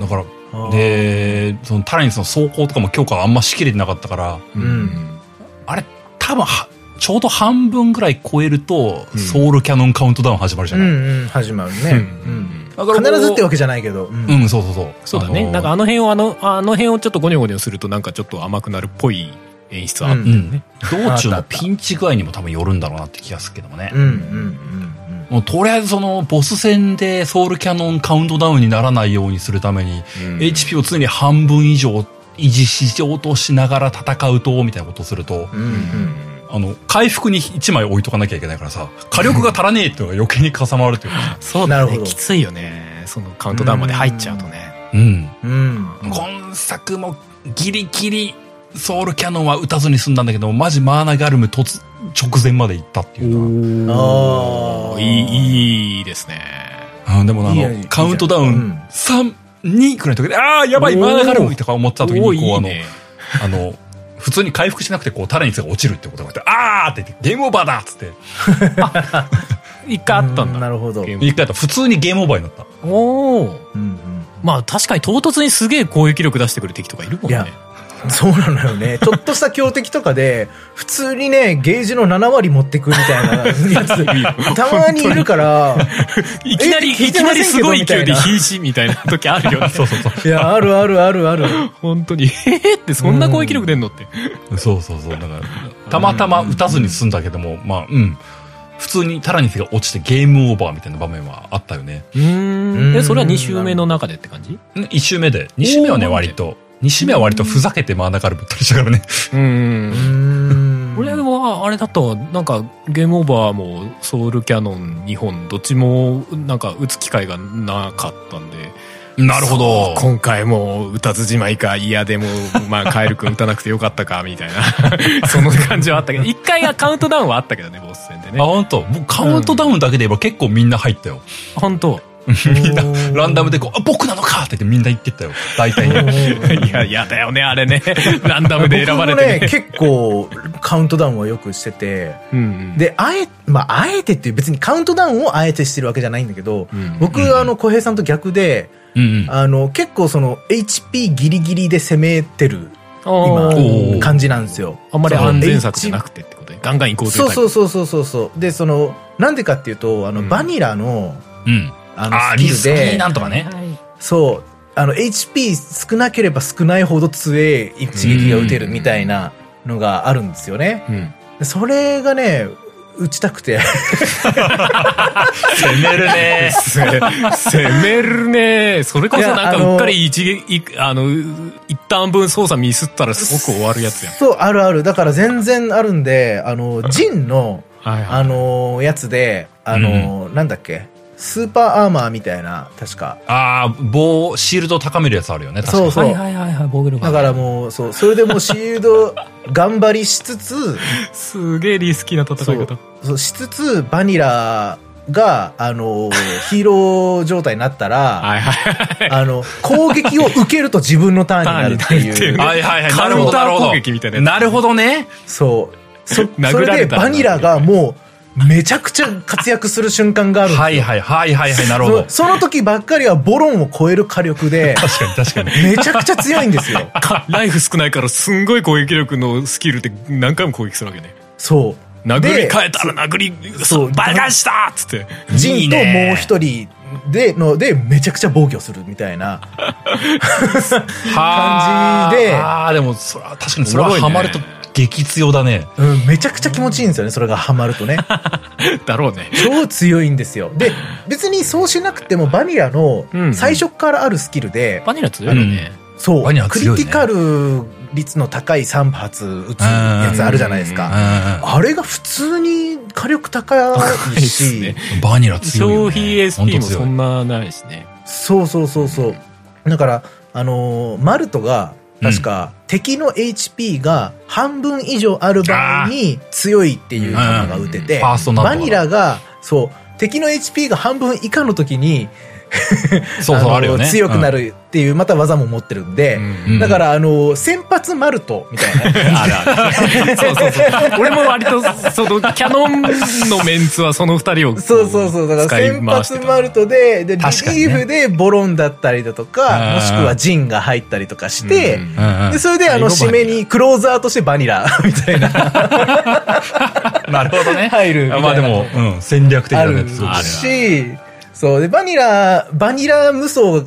[SPEAKER 1] だから、で、そのタラニスの走行とかも今日からあんましきれてなかったから、
[SPEAKER 5] うんうん。
[SPEAKER 1] あれ、多分は、ちょうど半分ぐらい超えると、
[SPEAKER 5] うん
[SPEAKER 1] ソウルキャノンカウントダウン始まるじ
[SPEAKER 3] う
[SPEAKER 1] ゃない。
[SPEAKER 3] んうん、始まるね。うん
[SPEAKER 1] だから
[SPEAKER 3] 必ずって
[SPEAKER 1] こ
[SPEAKER 3] わけじゃないけど。
[SPEAKER 1] う
[SPEAKER 3] う
[SPEAKER 1] うん、そうそうそう。
[SPEAKER 4] そうだね。
[SPEAKER 1] あのー
[SPEAKER 4] なんかあの辺をあの、あの辺をちょっとゴニョゴニョするとなんかちょっと甘くなるっぽい演出はあっ
[SPEAKER 1] う
[SPEAKER 4] たよ
[SPEAKER 1] ん
[SPEAKER 4] ね。。
[SPEAKER 1] 道中のピンチ具合にも多分よるんだろうなって気がするけどもね
[SPEAKER 3] うん。うんうん
[SPEAKER 1] もうとりあえずその、ボス戦でソウルキャノンカウントダウンにならないようにするために、HP を常に半分以上維持しようとしながら戦うと、みたいなことをすると、
[SPEAKER 3] うん。うんうん。
[SPEAKER 1] あの、回復に1枚置いとかなきゃいけないからさ、火力が足らねえっていうのが余計にかさまるというか。
[SPEAKER 4] そう
[SPEAKER 3] な
[SPEAKER 4] だ
[SPEAKER 3] るほ
[SPEAKER 4] ね。
[SPEAKER 3] ど
[SPEAKER 4] きついよね。そのカウントダウンまで入っちゃうとね。
[SPEAKER 1] うん。
[SPEAKER 3] うん。
[SPEAKER 1] 今作もギリギリソウルキャノンは打たずに済んだんだけど、マジマーナガルム突、直前まで行ったっていうの
[SPEAKER 3] ああ。い。
[SPEAKER 5] いい、いいですね。
[SPEAKER 1] は。うん、でもあ
[SPEAKER 3] いいやいい
[SPEAKER 1] の、
[SPEAKER 3] や
[SPEAKER 1] カウントダウ
[SPEAKER 3] う
[SPEAKER 1] ン
[SPEAKER 3] ん
[SPEAKER 1] 3、2くらいの時で、ああ、やばい、マーナガルムとか思ってた時に、こ
[SPEAKER 5] お
[SPEAKER 1] う、
[SPEAKER 5] ーい
[SPEAKER 1] あ
[SPEAKER 5] い
[SPEAKER 1] の、
[SPEAKER 5] ね。
[SPEAKER 1] あの、普通に回復しなくて、こう、タラニスが落ちるってことがあって、あーって言って、ゲームオーバーだっつって、
[SPEAKER 4] 一回あったんだ。
[SPEAKER 3] なるほど。
[SPEAKER 5] ゲーム
[SPEAKER 1] 一回やったら普通にゲームオーバーになった。
[SPEAKER 4] おお。
[SPEAKER 3] うんうん
[SPEAKER 4] まあ確かに唐突にすげえ攻撃力出してくる敵とかいるもん
[SPEAKER 3] い
[SPEAKER 4] ね
[SPEAKER 3] や。そうなのよね。ち ょっとした強敵とかで、普通にね、ゲージの7割持ってくみたいなやつ、たまにいるから、
[SPEAKER 4] いきなり、
[SPEAKER 3] え
[SPEAKER 4] い
[SPEAKER 3] 聞い
[SPEAKER 4] き
[SPEAKER 3] てま
[SPEAKER 4] な
[SPEAKER 3] せんけど
[SPEAKER 4] りすごい勢い
[SPEAKER 3] みた
[SPEAKER 4] で
[SPEAKER 3] いな
[SPEAKER 4] 瀕死みたいな時あるよね。そうそうそう。
[SPEAKER 3] いや、あるあるあるある。
[SPEAKER 4] 本当に、えーってそんな攻撃力出んのって。
[SPEAKER 1] そうそうそう。だから、たまたま打たずに済んだけども、まあ、うん。普通にタラニスが落ちてゲームオーバーみたいな場面はあったよね。
[SPEAKER 4] うーん。え、それは2周目の中でって感じ
[SPEAKER 1] ん一周目で。二周目はね、
[SPEAKER 4] おー
[SPEAKER 1] 割と。二周目は割とふざけて真ん中からぶったりしたからね。
[SPEAKER 4] うん
[SPEAKER 3] うー。ん
[SPEAKER 4] 俺は、あれだと、なんか、ゲームオーバーも、ソウルキャノン2本、どっちも、なんか、打つ機会がなかったんで。
[SPEAKER 1] なるほど。
[SPEAKER 4] 今回も、打たずじまいか、いやでも、まあ、カエル君打たなくてよかったか、みたいな、 その感じはあったけど、一回はカウントダウンはあったけどね、ボス戦で
[SPEAKER 1] あ、
[SPEAKER 4] ね。
[SPEAKER 1] 本当。もうカウントダウンだけで言えば結構みんな入ったよ。
[SPEAKER 4] 本当
[SPEAKER 1] みんな、ランダムでこう、あ、僕なのかって言ってみんな言ってったよ。大体ね。
[SPEAKER 4] いや、嫌だよね、あれね。 ランダムで選ばれ
[SPEAKER 3] 僕もね
[SPEAKER 4] てね。
[SPEAKER 3] 結構カウントダウンはよくしてて、
[SPEAKER 4] うんうん
[SPEAKER 3] で、あえ、まあ、あえてっていう、別にカウントダウンをあえてしてるわけじゃないんだけど、
[SPEAKER 4] うん
[SPEAKER 3] 僕、あの、小平さんと逆で、
[SPEAKER 1] うんうん。
[SPEAKER 3] あの、結構その、HP ギリギリで攻めてる、
[SPEAKER 4] あ
[SPEAKER 1] お
[SPEAKER 3] 今、
[SPEAKER 1] ー
[SPEAKER 3] 感じなんですよ。
[SPEAKER 4] あんまり
[SPEAKER 1] そう
[SPEAKER 4] 安全策じゃなくてってことで、ガンガン行こうとい
[SPEAKER 3] そうう
[SPEAKER 4] タイ
[SPEAKER 3] そう
[SPEAKER 4] プ。
[SPEAKER 3] そうそうそうそう。で、その、なんでかっていうと、あの、
[SPEAKER 4] うん
[SPEAKER 3] バニラの、
[SPEAKER 1] うん。
[SPEAKER 3] あの、
[SPEAKER 1] あー、
[SPEAKER 3] スキ
[SPEAKER 1] リ
[SPEAKER 3] ル
[SPEAKER 1] スキー
[SPEAKER 3] で、
[SPEAKER 1] なんとかね。
[SPEAKER 3] そう、あの、HP 少なければ少ないほど強い一撃が打てるみたいなのがあるんですよね。
[SPEAKER 4] うん。
[SPEAKER 3] でそれがね、打ちたくて。
[SPEAKER 1] 攻めるね。
[SPEAKER 4] せ 攻めるねそれこそなん
[SPEAKER 3] いやあ
[SPEAKER 4] か
[SPEAKER 3] の
[SPEAKER 4] うっかり一撃いあの一旦分操作ミスったらすごく終わるやつや ん
[SPEAKER 3] そう、あるある。だから全然あるんで、あの、ジンの、
[SPEAKER 4] はい
[SPEAKER 3] あのやつで、あのなんだっけ、スーパーアーマーみたいな、確か。
[SPEAKER 1] ああ、棒、シールドを高めるやつあるよね。確かに
[SPEAKER 3] そうそう。
[SPEAKER 4] いはいはい防御力
[SPEAKER 3] だからもう、そう、それでもうシール ド頑張りしつつ、
[SPEAKER 4] すげえリスキーな戦い方
[SPEAKER 3] そうしつつ、バニラが、あのヒーロー状態になったら、
[SPEAKER 4] はいはい
[SPEAKER 3] あの、攻撃を受けると自分のターンになるって
[SPEAKER 4] ターンになるってい
[SPEAKER 3] いうう。
[SPEAKER 1] はいはいはい。な
[SPEAKER 4] カ
[SPEAKER 1] る
[SPEAKER 4] ウ
[SPEAKER 1] ほ
[SPEAKER 4] ン
[SPEAKER 1] ど、
[SPEAKER 4] タ
[SPEAKER 1] なる
[SPEAKER 4] ー
[SPEAKER 1] ほど
[SPEAKER 4] 攻。撃みたいなや
[SPEAKER 1] なるほどね。
[SPEAKER 3] そう。そ、そ
[SPEAKER 4] 殴ら
[SPEAKER 3] れで
[SPEAKER 4] れたら
[SPEAKER 3] バニラがもう、めちゃくちゃ活躍する瞬間があるんですよ
[SPEAKER 1] はいはいはいはいはい、なるほど。
[SPEAKER 3] そその時ばっかりはボロンを超える火力で、
[SPEAKER 1] 確かに確かに。
[SPEAKER 3] めちゃくちゃ強いんですよ。
[SPEAKER 4] つかライフ少ないからすんごい攻撃力のスキルって何回も攻撃するわけね
[SPEAKER 3] そう。
[SPEAKER 4] 殴り
[SPEAKER 3] で、
[SPEAKER 4] 変えたら殴り
[SPEAKER 3] そう
[SPEAKER 4] バカしたっつって
[SPEAKER 3] ジンと
[SPEAKER 1] いいね
[SPEAKER 3] もう一人での、で、めちゃくちゃ防御するみたいな。
[SPEAKER 1] は
[SPEAKER 3] 感じで
[SPEAKER 1] ああ、でも、そら、確かにそれ
[SPEAKER 4] おも
[SPEAKER 1] は
[SPEAKER 4] ろいね
[SPEAKER 1] ハマると激強だね。
[SPEAKER 3] うん、めちゃくちゃ気持ちいいんですよね、それがハマる とね。
[SPEAKER 4] だろうね
[SPEAKER 3] 超強いんですよ。で、別にそうしなくてもバニラの
[SPEAKER 4] うん
[SPEAKER 3] 最初からあるスキルで、
[SPEAKER 4] バニラ強いよね
[SPEAKER 3] そう、
[SPEAKER 1] バニラ
[SPEAKER 3] ク
[SPEAKER 1] 強いね
[SPEAKER 3] リティカル率の高い3発撃つやつあるじゃないです
[SPEAKER 1] う
[SPEAKER 3] か。
[SPEAKER 1] ん
[SPEAKER 3] あれが普通に火力高いし、
[SPEAKER 4] 高いっすね
[SPEAKER 1] うん。バニラ強い
[SPEAKER 4] 消
[SPEAKER 1] よ、ね。
[SPEAKER 4] 費
[SPEAKER 1] ほんと
[SPEAKER 4] SP も
[SPEAKER 1] 強い
[SPEAKER 4] そんなないしね
[SPEAKER 3] そうそうそうそう。だから、あのーマルトが、確か、敵の HP が半分以上ある場合に強いっていう球が打てて、
[SPEAKER 1] うんファーストなんとか
[SPEAKER 3] バニラが、そう、敵の HP が半分以下の時に、
[SPEAKER 1] そうそう、
[SPEAKER 3] のー
[SPEAKER 1] あるよね。
[SPEAKER 3] 強くなるっていう、また技も持ってるんで、
[SPEAKER 1] うん
[SPEAKER 3] だから、あのー先発マルトみたい な。
[SPEAKER 4] あるある。そうそうそう。 俺も割と、その、キャノンのメンツはその二人を。
[SPEAKER 3] そうそうそう。だから
[SPEAKER 4] 使い
[SPEAKER 3] 先
[SPEAKER 4] 回して
[SPEAKER 3] 発
[SPEAKER 4] た
[SPEAKER 3] マルトで、で、リリ
[SPEAKER 1] 確かにね
[SPEAKER 3] ーフでボロンだったりだと
[SPEAKER 1] うん
[SPEAKER 3] か、もしくはジンが入ったりとかして、
[SPEAKER 4] うん
[SPEAKER 1] うんう
[SPEAKER 3] で、それで、あの、
[SPEAKER 4] 最
[SPEAKER 3] 締
[SPEAKER 4] 後バニラ
[SPEAKER 3] めに、クローザーとしてバニラ、 みたいな、
[SPEAKER 1] んなるほどね。
[SPEAKER 3] 入るみたいな
[SPEAKER 1] まあでも、うん、戦略的
[SPEAKER 3] あ
[SPEAKER 1] だ
[SPEAKER 3] る
[SPEAKER 1] ね。すごくね
[SPEAKER 3] し、そう。で、バニラ、バニラ無双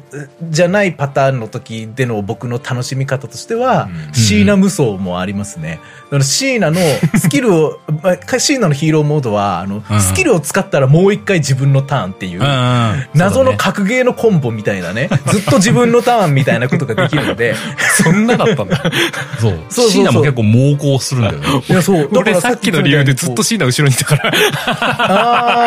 [SPEAKER 3] じゃないパターンの時での僕の楽しみ方としては、シーナ無双もありますね。だからシーナの スキルを、まあシーナのヒーローモードは、あの、
[SPEAKER 1] うん
[SPEAKER 3] スキルを使ったらもう一回自分のターンっていう
[SPEAKER 1] う、んうん。
[SPEAKER 3] 謎の格ゲーのコンボみたいな ね、ずっと自分のターンみたいなことができるので、
[SPEAKER 4] そんなだった んだ。
[SPEAKER 1] そう
[SPEAKER 3] そうそうそう
[SPEAKER 1] シーナも結構猛攻するんだよ ね。
[SPEAKER 3] いや、そう。だか
[SPEAKER 4] 俺
[SPEAKER 3] ら
[SPEAKER 4] さっきの
[SPEAKER 3] みたい
[SPEAKER 4] 理由
[SPEAKER 3] に
[SPEAKER 4] で
[SPEAKER 3] こう
[SPEAKER 4] ずっとシーナ後ろにいたから。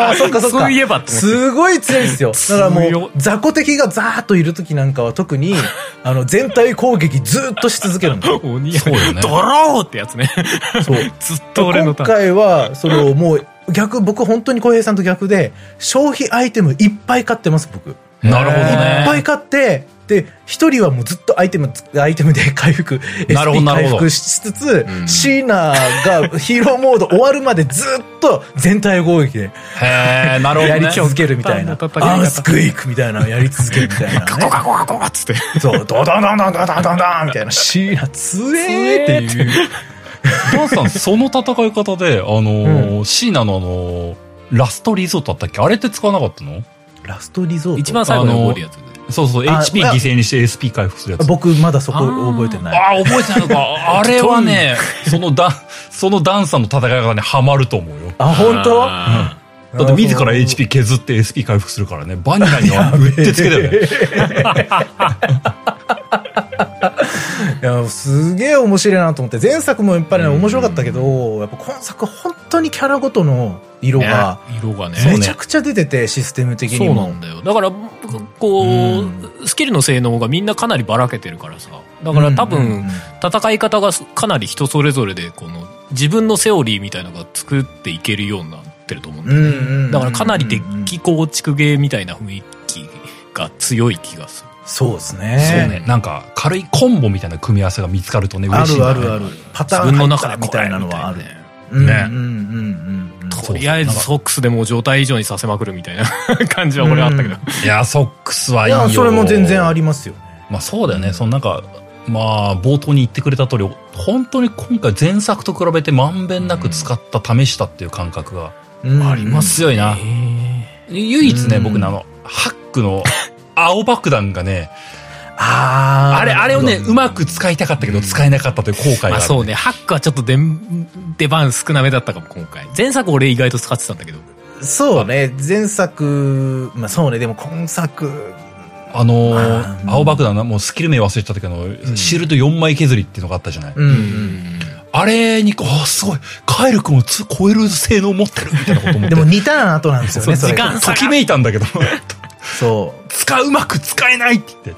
[SPEAKER 3] ああ、そっかそっか。
[SPEAKER 4] そういえばと思って
[SPEAKER 3] すごい強いですよ。だからも
[SPEAKER 4] 強
[SPEAKER 3] う、雑魚敵がザーッといる時なんかは 特に、あの、全体攻撃ずーっとし続けるんだよ。
[SPEAKER 4] 鬼
[SPEAKER 1] そうよね
[SPEAKER 4] ドローってやつね。
[SPEAKER 3] そう。
[SPEAKER 4] ずっと俺のタ
[SPEAKER 3] 今
[SPEAKER 4] ーン。
[SPEAKER 3] 回は、その、もう、逆、僕本当に浩平さんと逆で、消費アイテムいっぱい買ってます、僕。
[SPEAKER 1] なるほど
[SPEAKER 3] い
[SPEAKER 1] ね。
[SPEAKER 3] っぱい買って、で、一人はもうずっとアイテム、アイテムで回復、
[SPEAKER 1] なるほど
[SPEAKER 3] SP
[SPEAKER 1] なる
[SPEAKER 3] 回
[SPEAKER 1] ほど
[SPEAKER 3] 復しつつ、
[SPEAKER 5] うん
[SPEAKER 3] シーナがヒーローモード終わるまでずっと全体攻撃で
[SPEAKER 1] へえ、なるほど
[SPEAKER 3] やり
[SPEAKER 1] ね。
[SPEAKER 3] 続けるみたいな。
[SPEAKER 4] ずっとあ
[SPEAKER 3] アンスクイークみたいなのやり続けるみたいなね。
[SPEAKER 5] ガコガコガコっつって。
[SPEAKER 3] そう、ドドンドンドンドンドンドンドンみたいな。シーナ強えーっていう。
[SPEAKER 1] ダンスさん、その戦い方で、あのーシーナのあのーラストリゾートだったっけあれって使わなかったの
[SPEAKER 3] ラストリゾート。
[SPEAKER 4] 一番最後に覚えるやつ。
[SPEAKER 1] そうそう、
[SPEAKER 3] あ
[SPEAKER 1] HP
[SPEAKER 3] あ
[SPEAKER 1] 犠牲にして SP 回復するやつ。
[SPEAKER 3] 僕まだそこ覚えてない。
[SPEAKER 1] ああ、覚えてないのか。あれはね、 そのダン、そのダンサーの戦い方にハマると思うよ。
[SPEAKER 3] あ、本当
[SPEAKER 5] あ
[SPEAKER 1] だって自ら HP 削って SP 回復するからね。バニラに はうってつけだよね。
[SPEAKER 3] いや、すげえ面白いなと思って、前作もやっぱりね、面白かったけど、やっぱ今作本当にキャラごとの色が、
[SPEAKER 5] ー色がね。
[SPEAKER 3] めちゃくちゃ出てて、システム的に
[SPEAKER 4] そうな
[SPEAKER 3] も
[SPEAKER 4] ん。だよ。だから、こう、
[SPEAKER 3] う
[SPEAKER 4] スキルの性能がみんなかなりばらけてるからさ。だから多
[SPEAKER 3] うんうんう
[SPEAKER 4] 分
[SPEAKER 3] ん、
[SPEAKER 4] 戦い方がかなり人それぞれで、この、自分のセオリーみたいなのが作っていけるようになってると思うんだよね。だからかなりデッキ構築ゲーみたいな雰囲気が強い気がする。
[SPEAKER 3] そうです
[SPEAKER 1] そう
[SPEAKER 3] ね。
[SPEAKER 1] ね。なんか、軽いコンボみたいな組み合わせが見つかるとね、嬉
[SPEAKER 3] あ
[SPEAKER 1] しいん
[SPEAKER 3] る
[SPEAKER 1] だ
[SPEAKER 3] あ
[SPEAKER 1] よね。
[SPEAKER 3] るある。パタ
[SPEAKER 4] 自
[SPEAKER 3] ーン
[SPEAKER 4] 分の
[SPEAKER 3] 入ったら
[SPEAKER 4] 中で
[SPEAKER 3] み
[SPEAKER 4] これ
[SPEAKER 3] たいなのはある
[SPEAKER 4] み。たいなね
[SPEAKER 3] うんうん
[SPEAKER 1] ね
[SPEAKER 3] うんうんうん。
[SPEAKER 1] そう
[SPEAKER 4] とりあえずソックスでもう状態以上にさせまくるみたいな感じは俺はあったけ ど。
[SPEAKER 1] いや、ソックスはいいいよ。
[SPEAKER 3] や、それも全然ありますよ。
[SPEAKER 1] まあそうだよね、そのなんか、まあ冒頭に言ってくれた通り、本当に今回前作と比べてまんべんなく使った、試したっていう感覚が
[SPEAKER 3] あ
[SPEAKER 1] まあ。強いな。唯一ね、
[SPEAKER 3] うん
[SPEAKER 1] 僕のあの、ハックの青爆弾がね、
[SPEAKER 3] あー
[SPEAKER 1] あれ、あれをね、うまく使いたかったけど使えなかったという後悔
[SPEAKER 4] ま
[SPEAKER 1] が
[SPEAKER 4] あ
[SPEAKER 1] ある。
[SPEAKER 4] そうね、ハックはちょっと出ん出番少なめだったかも、今回。前作俺意外と使ってたんだけど。
[SPEAKER 3] そうね、前作、まあそうね、でも今作、
[SPEAKER 1] あの
[SPEAKER 3] あ
[SPEAKER 1] ー、
[SPEAKER 3] ー
[SPEAKER 1] 青爆弾な、もうスキル名忘れてたけど、シールド4枚削りっていうのがあったじゃない。
[SPEAKER 3] うん。
[SPEAKER 1] あれに、あーすごい、カエル君をつ超える性能を持ってるみたいなこと思っ
[SPEAKER 3] で
[SPEAKER 1] て
[SPEAKER 3] も。似たら後なんですよね、
[SPEAKER 4] そ う
[SPEAKER 3] それ
[SPEAKER 4] 時間
[SPEAKER 1] ときめいたんだけ ど、
[SPEAKER 3] そ
[SPEAKER 1] 使う、うまく使えないって言っ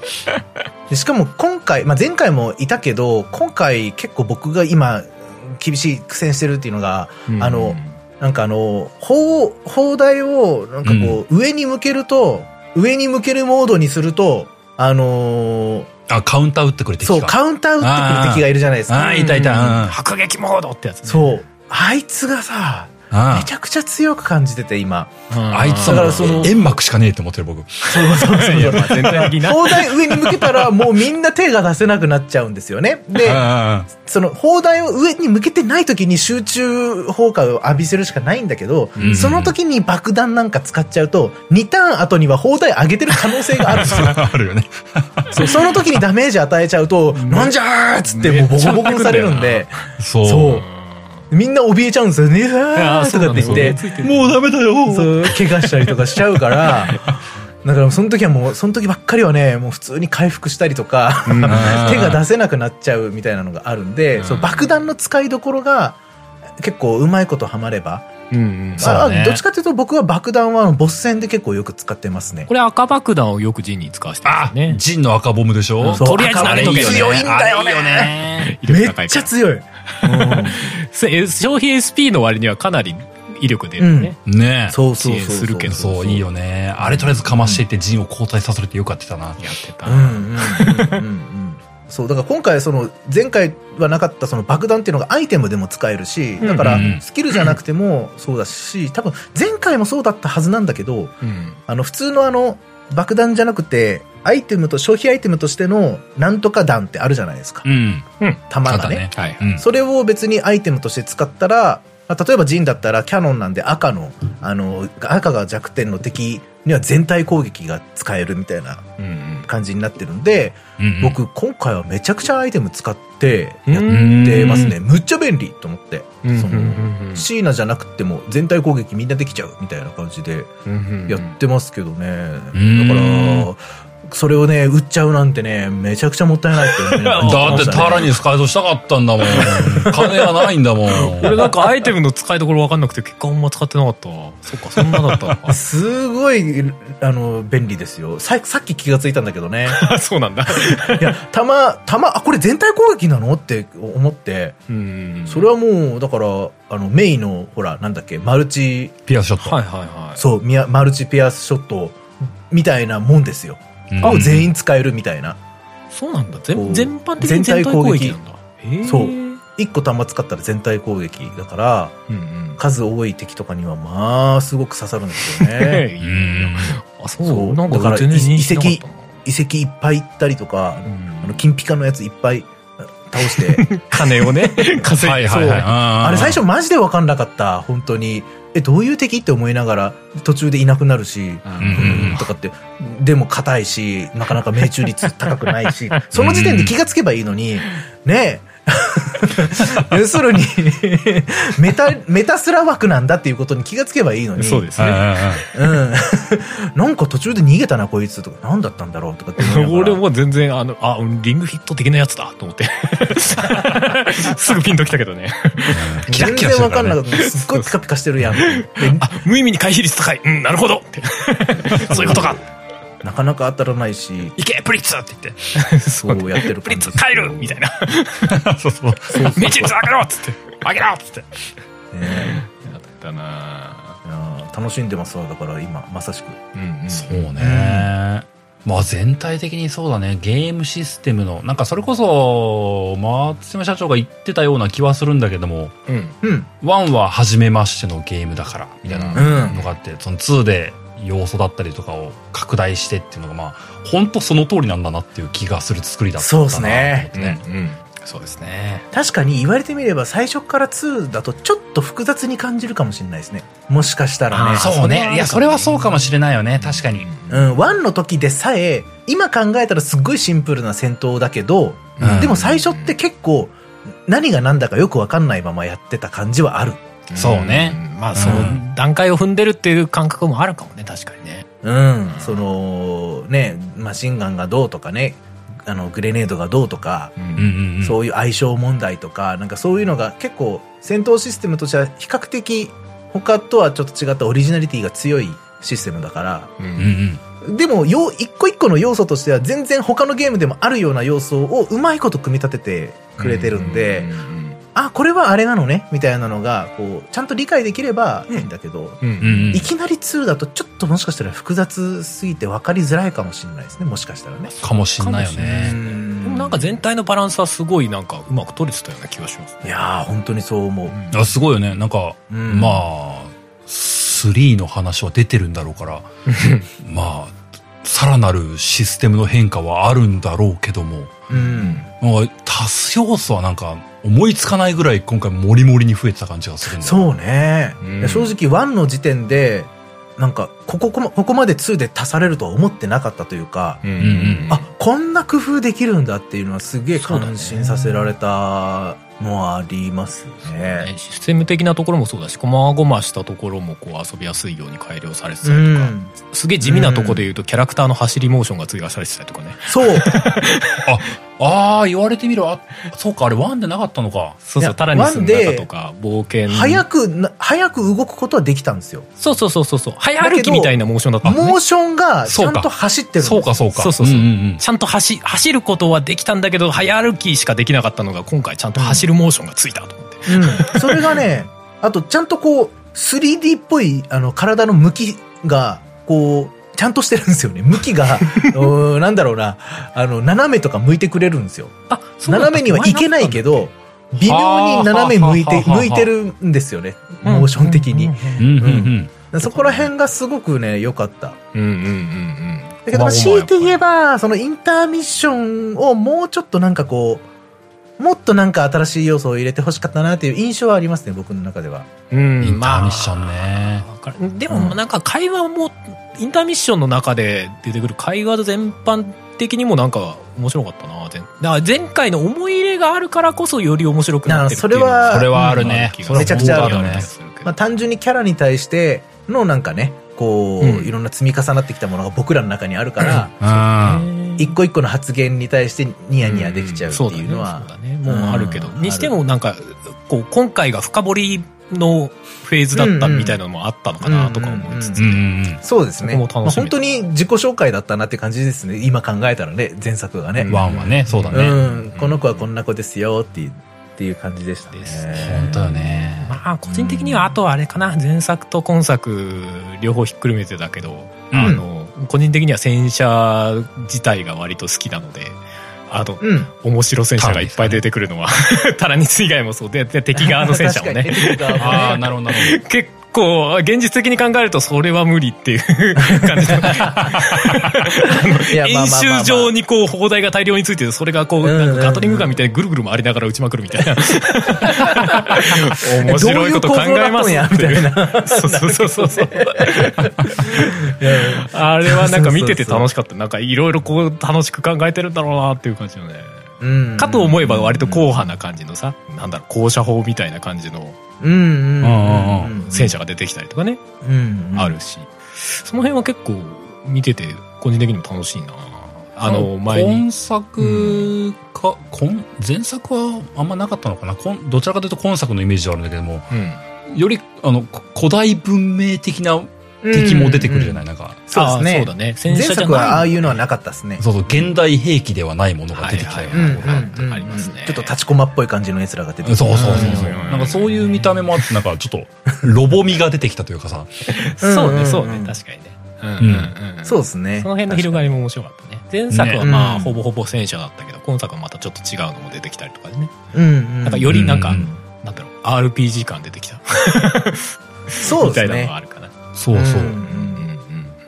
[SPEAKER 1] て。
[SPEAKER 3] う。でしかも今回、まあ前回もいたけど、今回結構僕が今、厳しい苦戦してるっていうのが、あの、なんかあの、砲、砲台を、なんかこう、上に向けると、上に向けるモードにすると、あのー
[SPEAKER 1] あ、カウンター打ってくれて
[SPEAKER 3] そう、カウンター打ってくる敵がいるじゃないですか。
[SPEAKER 1] ああ、いたいた。うん
[SPEAKER 4] 迫撃モードってやつ、ね。
[SPEAKER 3] そう。あいつがさ、
[SPEAKER 1] あ
[SPEAKER 3] めちゃくちゃ強く感じてて、今。
[SPEAKER 4] うん。
[SPEAKER 1] あいつ
[SPEAKER 3] だからそ
[SPEAKER 1] は
[SPEAKER 3] の
[SPEAKER 1] 煙幕しかねえって思ってる僕。
[SPEAKER 3] そうそう そうそう。
[SPEAKER 4] 全体的にな。
[SPEAKER 3] 砲台上に向けたら、もうみんな手が出せなくなっちゃうんですよね。で、
[SPEAKER 1] あ
[SPEAKER 3] その砲台を上に向けてない時に集中砲火を浴びせるしかないんだけど、
[SPEAKER 1] うん
[SPEAKER 3] その時に爆弾なんか使っちゃうと、2ターン後には砲台上げてる可能性があるんですよ。
[SPEAKER 1] ああるよね。
[SPEAKER 3] そうその時にダメージ与えちゃうと、なんじゃーっつってもうボコボコにされるんで、
[SPEAKER 1] そう。
[SPEAKER 3] そう。みんな怯えちゃうんですよね。うわーとかって言って。
[SPEAKER 1] もうダメだよ。
[SPEAKER 3] そう、怪我したりとかしちゃうから、だからその時はもう、その時ばっかりはね、もう普通に回復したりとか、 手が出せなくなっちゃうみたいなのがあるんで、そう爆弾の使いどころが、結構うまいことはまれば、
[SPEAKER 5] うんうん。
[SPEAKER 1] そうね
[SPEAKER 3] あどっちかというと僕は爆弾はボス戦で結構よく使ってますね
[SPEAKER 4] こ。れ赤爆弾をよくジンに使わせて
[SPEAKER 1] あ
[SPEAKER 4] る、ね。
[SPEAKER 1] ジンの赤ボムでしょ
[SPEAKER 3] そう
[SPEAKER 4] とりあえず投げとけよね
[SPEAKER 3] 強いんだよね
[SPEAKER 1] あれい
[SPEAKER 5] 威
[SPEAKER 1] いね。
[SPEAKER 3] め
[SPEAKER 5] 力高
[SPEAKER 3] っ
[SPEAKER 5] い
[SPEAKER 3] ち
[SPEAKER 5] か
[SPEAKER 3] ゃ
[SPEAKER 5] ら
[SPEAKER 3] 強い。
[SPEAKER 4] せえ消費 SP の割にはかなり威力出るね。
[SPEAKER 1] ねえ。そう
[SPEAKER 3] そうそうそうそう。
[SPEAKER 4] するけど
[SPEAKER 1] そう、いいよね。あれとりあえずかましていってジンを交代させるってよくやってたな。
[SPEAKER 4] やってた。
[SPEAKER 3] うんうんうんうんうん そう、だから今回その、前回はなかったその爆弾っていうのがアイテムでも使えるし、だか
[SPEAKER 1] う
[SPEAKER 3] ら
[SPEAKER 1] んうん
[SPEAKER 3] スキルじゃなくてもそうだし、多分前回もそうだったはずなんだけど、
[SPEAKER 5] うん。
[SPEAKER 3] あの普通のあの、爆弾じゃなくて、アイテムと、消費アイテムとしてのなんとか弾ってあるじゃないですか
[SPEAKER 1] う。ん。
[SPEAKER 3] 弾が
[SPEAKER 1] だ
[SPEAKER 3] ね
[SPEAKER 1] ね。
[SPEAKER 5] はい。
[SPEAKER 1] うん。
[SPEAKER 3] それを別にアイテムとして使ったら、まあ例えばジンだったらキャノンなんで赤の、あの、赤が弱点の敵には全体攻撃が使えるみたいな
[SPEAKER 5] うんうん。
[SPEAKER 3] 感じになってるんで、
[SPEAKER 1] うんうん
[SPEAKER 3] 僕今回はめちゃくちゃアイテム使ってや
[SPEAKER 5] う
[SPEAKER 3] ってますねむっちゃ便利と思って、
[SPEAKER 5] うん
[SPEAKER 3] その
[SPEAKER 5] うんうんうん
[SPEAKER 3] シーナじゃなくても全体攻撃みんなできちゃうみたいな感じで
[SPEAKER 5] うん
[SPEAKER 3] やってますけどね、
[SPEAKER 1] うん
[SPEAKER 3] だからそれをね売っちゃうなんてねめちゃくちゃもったいな いって、ね、
[SPEAKER 1] だってタラにスカイドしたかったんだもん。金がないんだもん。
[SPEAKER 4] 俺なんかアイテムの使いどころ分かんなくて結果あんま使ってなかったわそっかそんなだったのか
[SPEAKER 3] すごいあの便利ですよささっき気がついたんだけど ね
[SPEAKER 5] あそうなんだ。
[SPEAKER 3] いや弾弾あこれ全体攻撃なのって思って
[SPEAKER 5] うん
[SPEAKER 3] それはもうだからあのメイのほらなんだっけマルチ
[SPEAKER 1] ピアスショット。
[SPEAKER 4] いはいは
[SPEAKER 3] そうミアマルチピアスショットみたいなもんですよ。
[SPEAKER 1] うん
[SPEAKER 3] を全員使えるみたいな。
[SPEAKER 4] そうなんだ。全
[SPEAKER 3] こう
[SPEAKER 4] 全般的に全体攻撃なんだ。へー
[SPEAKER 3] そう
[SPEAKER 4] うん
[SPEAKER 3] 1個弾使ったら全体攻撃だから、
[SPEAKER 4] うん。
[SPEAKER 3] 数多い敵とかにはまあすごく刺さるんですよ ね。
[SPEAKER 1] う
[SPEAKER 4] い
[SPEAKER 1] ん
[SPEAKER 4] あ、そ。
[SPEAKER 3] そうう
[SPEAKER 4] なん
[SPEAKER 3] だか
[SPEAKER 4] から全然認識なかったな
[SPEAKER 3] 遺跡いっぱい行ったりとか、
[SPEAKER 4] うん
[SPEAKER 3] あの金ピカのやついっぱい倒して、
[SPEAKER 4] 金 をね、稼
[SPEAKER 1] はい
[SPEAKER 4] い
[SPEAKER 1] はいはい。
[SPEAKER 3] そう
[SPEAKER 1] あ
[SPEAKER 3] あれ最初マジで分かんなかった、本当に。え、どういう敵って思いながら途中でいなくなるし、
[SPEAKER 1] うん
[SPEAKER 3] うんとかって、でも硬いし、なかなか命中率高くないし、その時点で気がつけばいいのに、ねえ。 要するに、 メタ、メタスラ枠なんだっていうことに気がつけばいいのに。
[SPEAKER 5] そうです
[SPEAKER 1] うん
[SPEAKER 5] ね。
[SPEAKER 3] うん。なんか途中で逃げたな、こいつとか、なんだったんだろうとかって思いながら。
[SPEAKER 5] 俺も全然、あの、あ、リングフィット的なやつだと思って。 すぐピンときたけどね。
[SPEAKER 1] キラッ
[SPEAKER 3] 全
[SPEAKER 1] キラし
[SPEAKER 3] 然
[SPEAKER 1] て
[SPEAKER 3] わ
[SPEAKER 1] るか
[SPEAKER 3] からんな
[SPEAKER 1] ね
[SPEAKER 3] かった。すっごいピカピカしてるやんと思って。
[SPEAKER 5] あ、無意味に回避率高い。うん、なるほど って。そういうことか。
[SPEAKER 3] なかなか当たらないし、
[SPEAKER 5] いけ、プリッツって言って。
[SPEAKER 3] そうやって る
[SPEAKER 5] プリッ
[SPEAKER 3] 感じ
[SPEAKER 5] ツ帰るみたいな。
[SPEAKER 1] そうそう。
[SPEAKER 5] 命中率上げろっつって。上げろっつって。
[SPEAKER 3] ね
[SPEAKER 5] やったない
[SPEAKER 3] やー楽しんでますわ、だから今、まさしく。
[SPEAKER 5] うんうん。
[SPEAKER 1] そうね。まあ全体的にそうだね。ゲームシステムの、なんかそれこそ、松島社長が言ってたような気はするんだけども、
[SPEAKER 5] うん。
[SPEAKER 3] うん。
[SPEAKER 1] 1は初めましてのゲームだから、みたい
[SPEAKER 5] う
[SPEAKER 1] な
[SPEAKER 5] ん
[SPEAKER 3] うん
[SPEAKER 1] の。があって、その2で要素だったりとかを拡大してっていうのが、まあ、本当その通りなんだなっていう気がする作りだったなと
[SPEAKER 3] そう
[SPEAKER 1] 思
[SPEAKER 3] っ
[SPEAKER 1] っ
[SPEAKER 3] す
[SPEAKER 1] て
[SPEAKER 3] ね
[SPEAKER 1] ね。
[SPEAKER 5] うんうん。そうですね。
[SPEAKER 3] 確かに言われてみれば、最初から2だとちょっと複雑に感じるかもしれないですね。もしかしたらね。
[SPEAKER 1] そう
[SPEAKER 5] それはあるかも
[SPEAKER 1] ね。
[SPEAKER 5] ね
[SPEAKER 1] いや、それはそうかもしれないよね。確かに。
[SPEAKER 3] うん、1の時でさえ、今考えたらすっごいシンプルな戦闘だけど、
[SPEAKER 1] うん
[SPEAKER 3] でも最初って結構、何が何だかよくわかんないままやってた感じはある。
[SPEAKER 1] そうね
[SPEAKER 5] ん。まあ、その
[SPEAKER 1] うん
[SPEAKER 5] 段階を踏んでるっていう感覚もあるかもね、確かにね。
[SPEAKER 3] うん、その、ね、マシンガンがどうとかね、あの、グレネードがどうとか、
[SPEAKER 5] う
[SPEAKER 1] うん
[SPEAKER 5] ん。
[SPEAKER 1] うんうん。
[SPEAKER 3] そういう相性問題とか、なんかそういうのが結構戦闘システムとしては比較的他とはちょっと違ったオリジナリティが強いシステムだから、
[SPEAKER 5] う。
[SPEAKER 1] うんうんん。
[SPEAKER 3] でも、よう、一個一個の要素としては全然他のゲームでもあるような要素をうまいこと組み立ててくれてるんで、
[SPEAKER 5] う
[SPEAKER 3] あ、これはあれなのね、みたいなのが、こう、ちゃんと理解できればいいんだけど、
[SPEAKER 5] うん
[SPEAKER 1] うんうん
[SPEAKER 3] いきなり2だとちょっともしかしたら複雑すぎて分かりづらいかもしれないですね、もしかしたらね。
[SPEAKER 1] かもしれないよね。
[SPEAKER 4] でもなんか全体のバランスはすごいなんかうまく取れてたような気がします。
[SPEAKER 3] いやー、本当にそう思う。
[SPEAKER 1] あ、すごいよね。なんか、
[SPEAKER 3] うん
[SPEAKER 1] まあ、3の話は出てるんだろうから、まあ、さらなるシステムの変化はあるんだろうけども、
[SPEAKER 3] うん。
[SPEAKER 1] なんか足す要素はなんか思いつかないぐらい今回モリモリに増えてた感じがするんだよ
[SPEAKER 3] そうね。
[SPEAKER 5] うん
[SPEAKER 3] いや正直1の時点で、なんか、ここ、こまここまで2で足されるとは思ってなかったというか、
[SPEAKER 5] うん
[SPEAKER 1] うん
[SPEAKER 3] あ、こんな工夫できるんだっていうのはすげえ感心させられたのはありますね。
[SPEAKER 4] ねシステム的なところもそうだし、細々したところもこう遊びやすいように改良されてた
[SPEAKER 3] う
[SPEAKER 4] りとか、
[SPEAKER 3] ん。
[SPEAKER 4] すげえ地味なところで言うとキャラクターの走りモーションが追加されてたりとかね。
[SPEAKER 3] そう。
[SPEAKER 1] ああ、言われてみれば、あそうか、あれ1でなかったのか。
[SPEAKER 4] そ
[SPEAKER 3] い
[SPEAKER 4] うそ
[SPEAKER 3] や
[SPEAKER 4] う、タラに住んだとか、冒険。
[SPEAKER 3] 早くな、早く動くことはできたんですよ。
[SPEAKER 4] そうそうそうそうそう。早歩きみたいなモーションだった
[SPEAKER 3] モ
[SPEAKER 4] のね
[SPEAKER 3] ーションがちゃ
[SPEAKER 1] そ
[SPEAKER 3] ん
[SPEAKER 1] う
[SPEAKER 3] と
[SPEAKER 1] か
[SPEAKER 3] 走ってるんです
[SPEAKER 1] そうか、そうか。
[SPEAKER 4] そうそうそう。
[SPEAKER 1] んん
[SPEAKER 4] ちゃんと走、走ることはできたんだけど、早歩きしかできなかったのが、今回ちゃんと走るモーションがついたと思って。
[SPEAKER 3] うん。それがね、あとちゃんとこう、3D っぽい、あの、体の向きが、こう、ちゃんとしてるんですよね。 向きが、うーんなんだろうな、あの、斜めとか向いてくれるんですよ。
[SPEAKER 4] あ、
[SPEAKER 3] 斜めにはいけないけど、微妙に斜め向いて、
[SPEAKER 1] はあはあはあはあ
[SPEAKER 3] 向いてるんですよね。モーション的に。
[SPEAKER 1] うん。うんうんうん。
[SPEAKER 3] そこら辺がすごくね、良かった。
[SPEAKER 5] うんうんうんうん。
[SPEAKER 3] だけど、まあ、
[SPEAKER 5] 細々
[SPEAKER 3] 強いて言えば、そのインターミッションをもうちょっとなんかこう、もっとなんか新しい要素を入れて欲しかったなっていう印象はありますね、僕の中では。
[SPEAKER 5] うん
[SPEAKER 1] インターミッションね。
[SPEAKER 4] わかるで
[SPEAKER 3] う
[SPEAKER 4] も
[SPEAKER 3] ん
[SPEAKER 4] なんか会話もインターミッションの中で出てくる会話全般的にもなんか面白かったな全だから前回の思い入れがあるからこそより面白くなってるっていうの
[SPEAKER 3] あ
[SPEAKER 1] そ
[SPEAKER 3] そ
[SPEAKER 1] れ
[SPEAKER 3] れ
[SPEAKER 1] はあるね。
[SPEAKER 4] うん
[SPEAKER 1] それは
[SPEAKER 3] めちゃくちゃある
[SPEAKER 1] 本
[SPEAKER 3] よ
[SPEAKER 1] 当に
[SPEAKER 3] ね
[SPEAKER 4] すけど
[SPEAKER 3] まあ、単純にキャラに対してのなんかね、こう、
[SPEAKER 4] うん
[SPEAKER 3] いろんな積み重なってきたものが僕らの中にあるから、
[SPEAKER 1] あるね。
[SPEAKER 3] 一個一個の発言に対してニヤニヤできちゃうって
[SPEAKER 4] そうだ
[SPEAKER 3] い
[SPEAKER 4] ね
[SPEAKER 3] うのは
[SPEAKER 4] そう、だねもうあるけど、
[SPEAKER 3] うん
[SPEAKER 4] にしてもなんかこう今回が深掘りのフェーズだったみたいなのもあったのかなとか思いつつ、
[SPEAKER 1] うん。うんうん
[SPEAKER 3] そうですね。
[SPEAKER 4] そこ
[SPEAKER 3] ま
[SPEAKER 4] も楽しみ
[SPEAKER 3] あ、本当に自己紹介だったなって感じですね。今考えたらね、前作がね。
[SPEAKER 1] ワンはね、そうだ
[SPEAKER 3] う
[SPEAKER 1] ね。
[SPEAKER 3] ん、この子はこんな子ですよっていう、っていう感じでしたね。
[SPEAKER 4] です
[SPEAKER 1] 本当よね。
[SPEAKER 4] まあ個人的にはあとはあれかな前作と今作両方ひっくるめてだけど、
[SPEAKER 1] うん
[SPEAKER 4] あの個人的には戦車自体が割と好きなので、あと、
[SPEAKER 3] うん。
[SPEAKER 4] 面白戦車がいっぱい出てくるのは、 タラニス以外もそうで、で敵側の戦車もね。
[SPEAKER 3] 確かに。
[SPEAKER 1] ああ、なるほど、なるほど。
[SPEAKER 4] 結構、現実的に考えるとそれは無理っていう感じの。
[SPEAKER 3] いやまあまあまあ
[SPEAKER 4] 演
[SPEAKER 3] まあ
[SPEAKER 4] 習場にこう砲台が大量についてて、それがこう、
[SPEAKER 3] うんうんうん
[SPEAKER 4] なんかガトリングガンみたいにぐるぐる回りながら撃ちまくるみたいな。面白いこと考えますねってい
[SPEAKER 3] どう
[SPEAKER 4] う
[SPEAKER 3] いう構造だったんやみたいな
[SPEAKER 4] そうそうそうそうそう。あれはなんか見てて楽しかった。なんかいろいろこう楽しく考えてるんだろうなっていう感じのね。
[SPEAKER 3] うん
[SPEAKER 4] かと思えば割と硬派な感じのさ、なんだろう、校舎砲みたいな感じの
[SPEAKER 3] うんうんう
[SPEAKER 1] うん
[SPEAKER 3] んうん。
[SPEAKER 4] 戦車が出てきたりとかね、
[SPEAKER 3] うんうん
[SPEAKER 4] あ。るし。その辺は結構見てて、個人的にも楽しいなあの、前に。
[SPEAKER 1] 今作か、今、前作はあんまなかったのかな今どちらかというと今作のイメージはあるんだけども、
[SPEAKER 4] うん。
[SPEAKER 1] より、あの、こ古代文明的な敵も出てくるじゃない、なんか。
[SPEAKER 3] そうですね
[SPEAKER 4] あーそうだね。戦
[SPEAKER 3] 前
[SPEAKER 4] 車じゃ
[SPEAKER 3] 作はああ
[SPEAKER 4] ない。
[SPEAKER 3] いうのはなかったですね。
[SPEAKER 1] そうそう、現代兵器ではないものが出てきたような。
[SPEAKER 4] うんありますね
[SPEAKER 3] ちょっと立ちこまっぽい感じの奴らが出て
[SPEAKER 1] そうそうそうそう。
[SPEAKER 4] うん
[SPEAKER 1] なんかそういう見た目もあって、なんかちょっと、 ロボ味が出てきたというかさ。
[SPEAKER 4] そう
[SPEAKER 3] うんうんう
[SPEAKER 4] ね、
[SPEAKER 3] ん
[SPEAKER 4] そうね、確かにね。うんうんうん。
[SPEAKER 3] そうですね。
[SPEAKER 4] その辺の広がりも面白かったね。前作はまあ、
[SPEAKER 3] ね
[SPEAKER 4] ほぼほぼ戦車だったけど、今作はまたちょっと違うのも出てきたりとかでね。
[SPEAKER 3] うんうん。
[SPEAKER 4] なんかよりなんか、
[SPEAKER 1] うんうん
[SPEAKER 4] なんだろう、RPG 感出てきた。
[SPEAKER 3] そう
[SPEAKER 4] みた
[SPEAKER 3] です
[SPEAKER 4] いなのが
[SPEAKER 3] ね。
[SPEAKER 4] あるかな。
[SPEAKER 1] そうそう。
[SPEAKER 3] ん
[SPEAKER 1] いや
[SPEAKER 4] うんうん
[SPEAKER 3] ん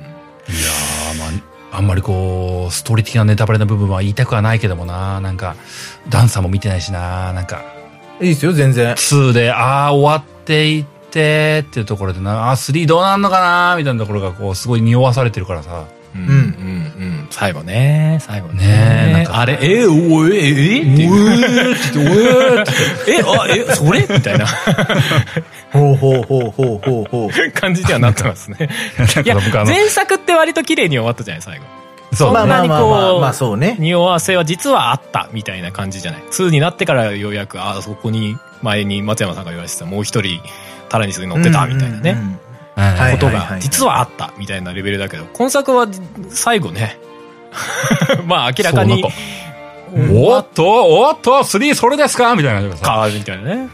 [SPEAKER 1] ー、まあ、あんまりこう、ストーリー的なネタバレな部分は言いたくはないけどもな、なんか、ダンサーも見てないしな、なんか、
[SPEAKER 3] いいですよ、全然。
[SPEAKER 1] 2で、ああ、終わっていって、っていうところでな、あー、3どうなんのかな、みたいなところが、こう、すごい匂わされてるからさ。
[SPEAKER 4] うん
[SPEAKER 3] う
[SPEAKER 4] うんんうんうん。最後ね、最後
[SPEAKER 1] ねえなん
[SPEAKER 4] ね。
[SPEAKER 1] か
[SPEAKER 4] あれ、え、おえ、え、えっていう
[SPEAKER 1] うーって
[SPEAKER 4] え、あ、え、それみたいな
[SPEAKER 3] ほうほうほうほうほうほう。
[SPEAKER 4] 感じにはなってますね。いや、
[SPEAKER 1] なんか僕あの、
[SPEAKER 4] 前作って割と綺麗に終わったじゃない、最後。
[SPEAKER 1] そう
[SPEAKER 3] まあまあまあま
[SPEAKER 4] そんなにこ
[SPEAKER 3] あ、
[SPEAKER 4] う
[SPEAKER 3] まあそうね。
[SPEAKER 4] 匂わせは実はあったみたいな感じじゃない。2になってからようやく、あそこに前に松山さんが言われてたもう一人タラニスに乗ってたみたい
[SPEAKER 3] う
[SPEAKER 4] な
[SPEAKER 3] んう
[SPEAKER 4] ね、
[SPEAKER 3] んうん。
[SPEAKER 1] はい
[SPEAKER 4] こと
[SPEAKER 3] はいはいは
[SPEAKER 4] が
[SPEAKER 3] い
[SPEAKER 4] 実はあったみたいなレベルだけど、今作は最後ね、 まあ明らかに
[SPEAKER 1] そうなんかおっと、おっと、3それですかみたいなのがさ。
[SPEAKER 4] か、みたいなね。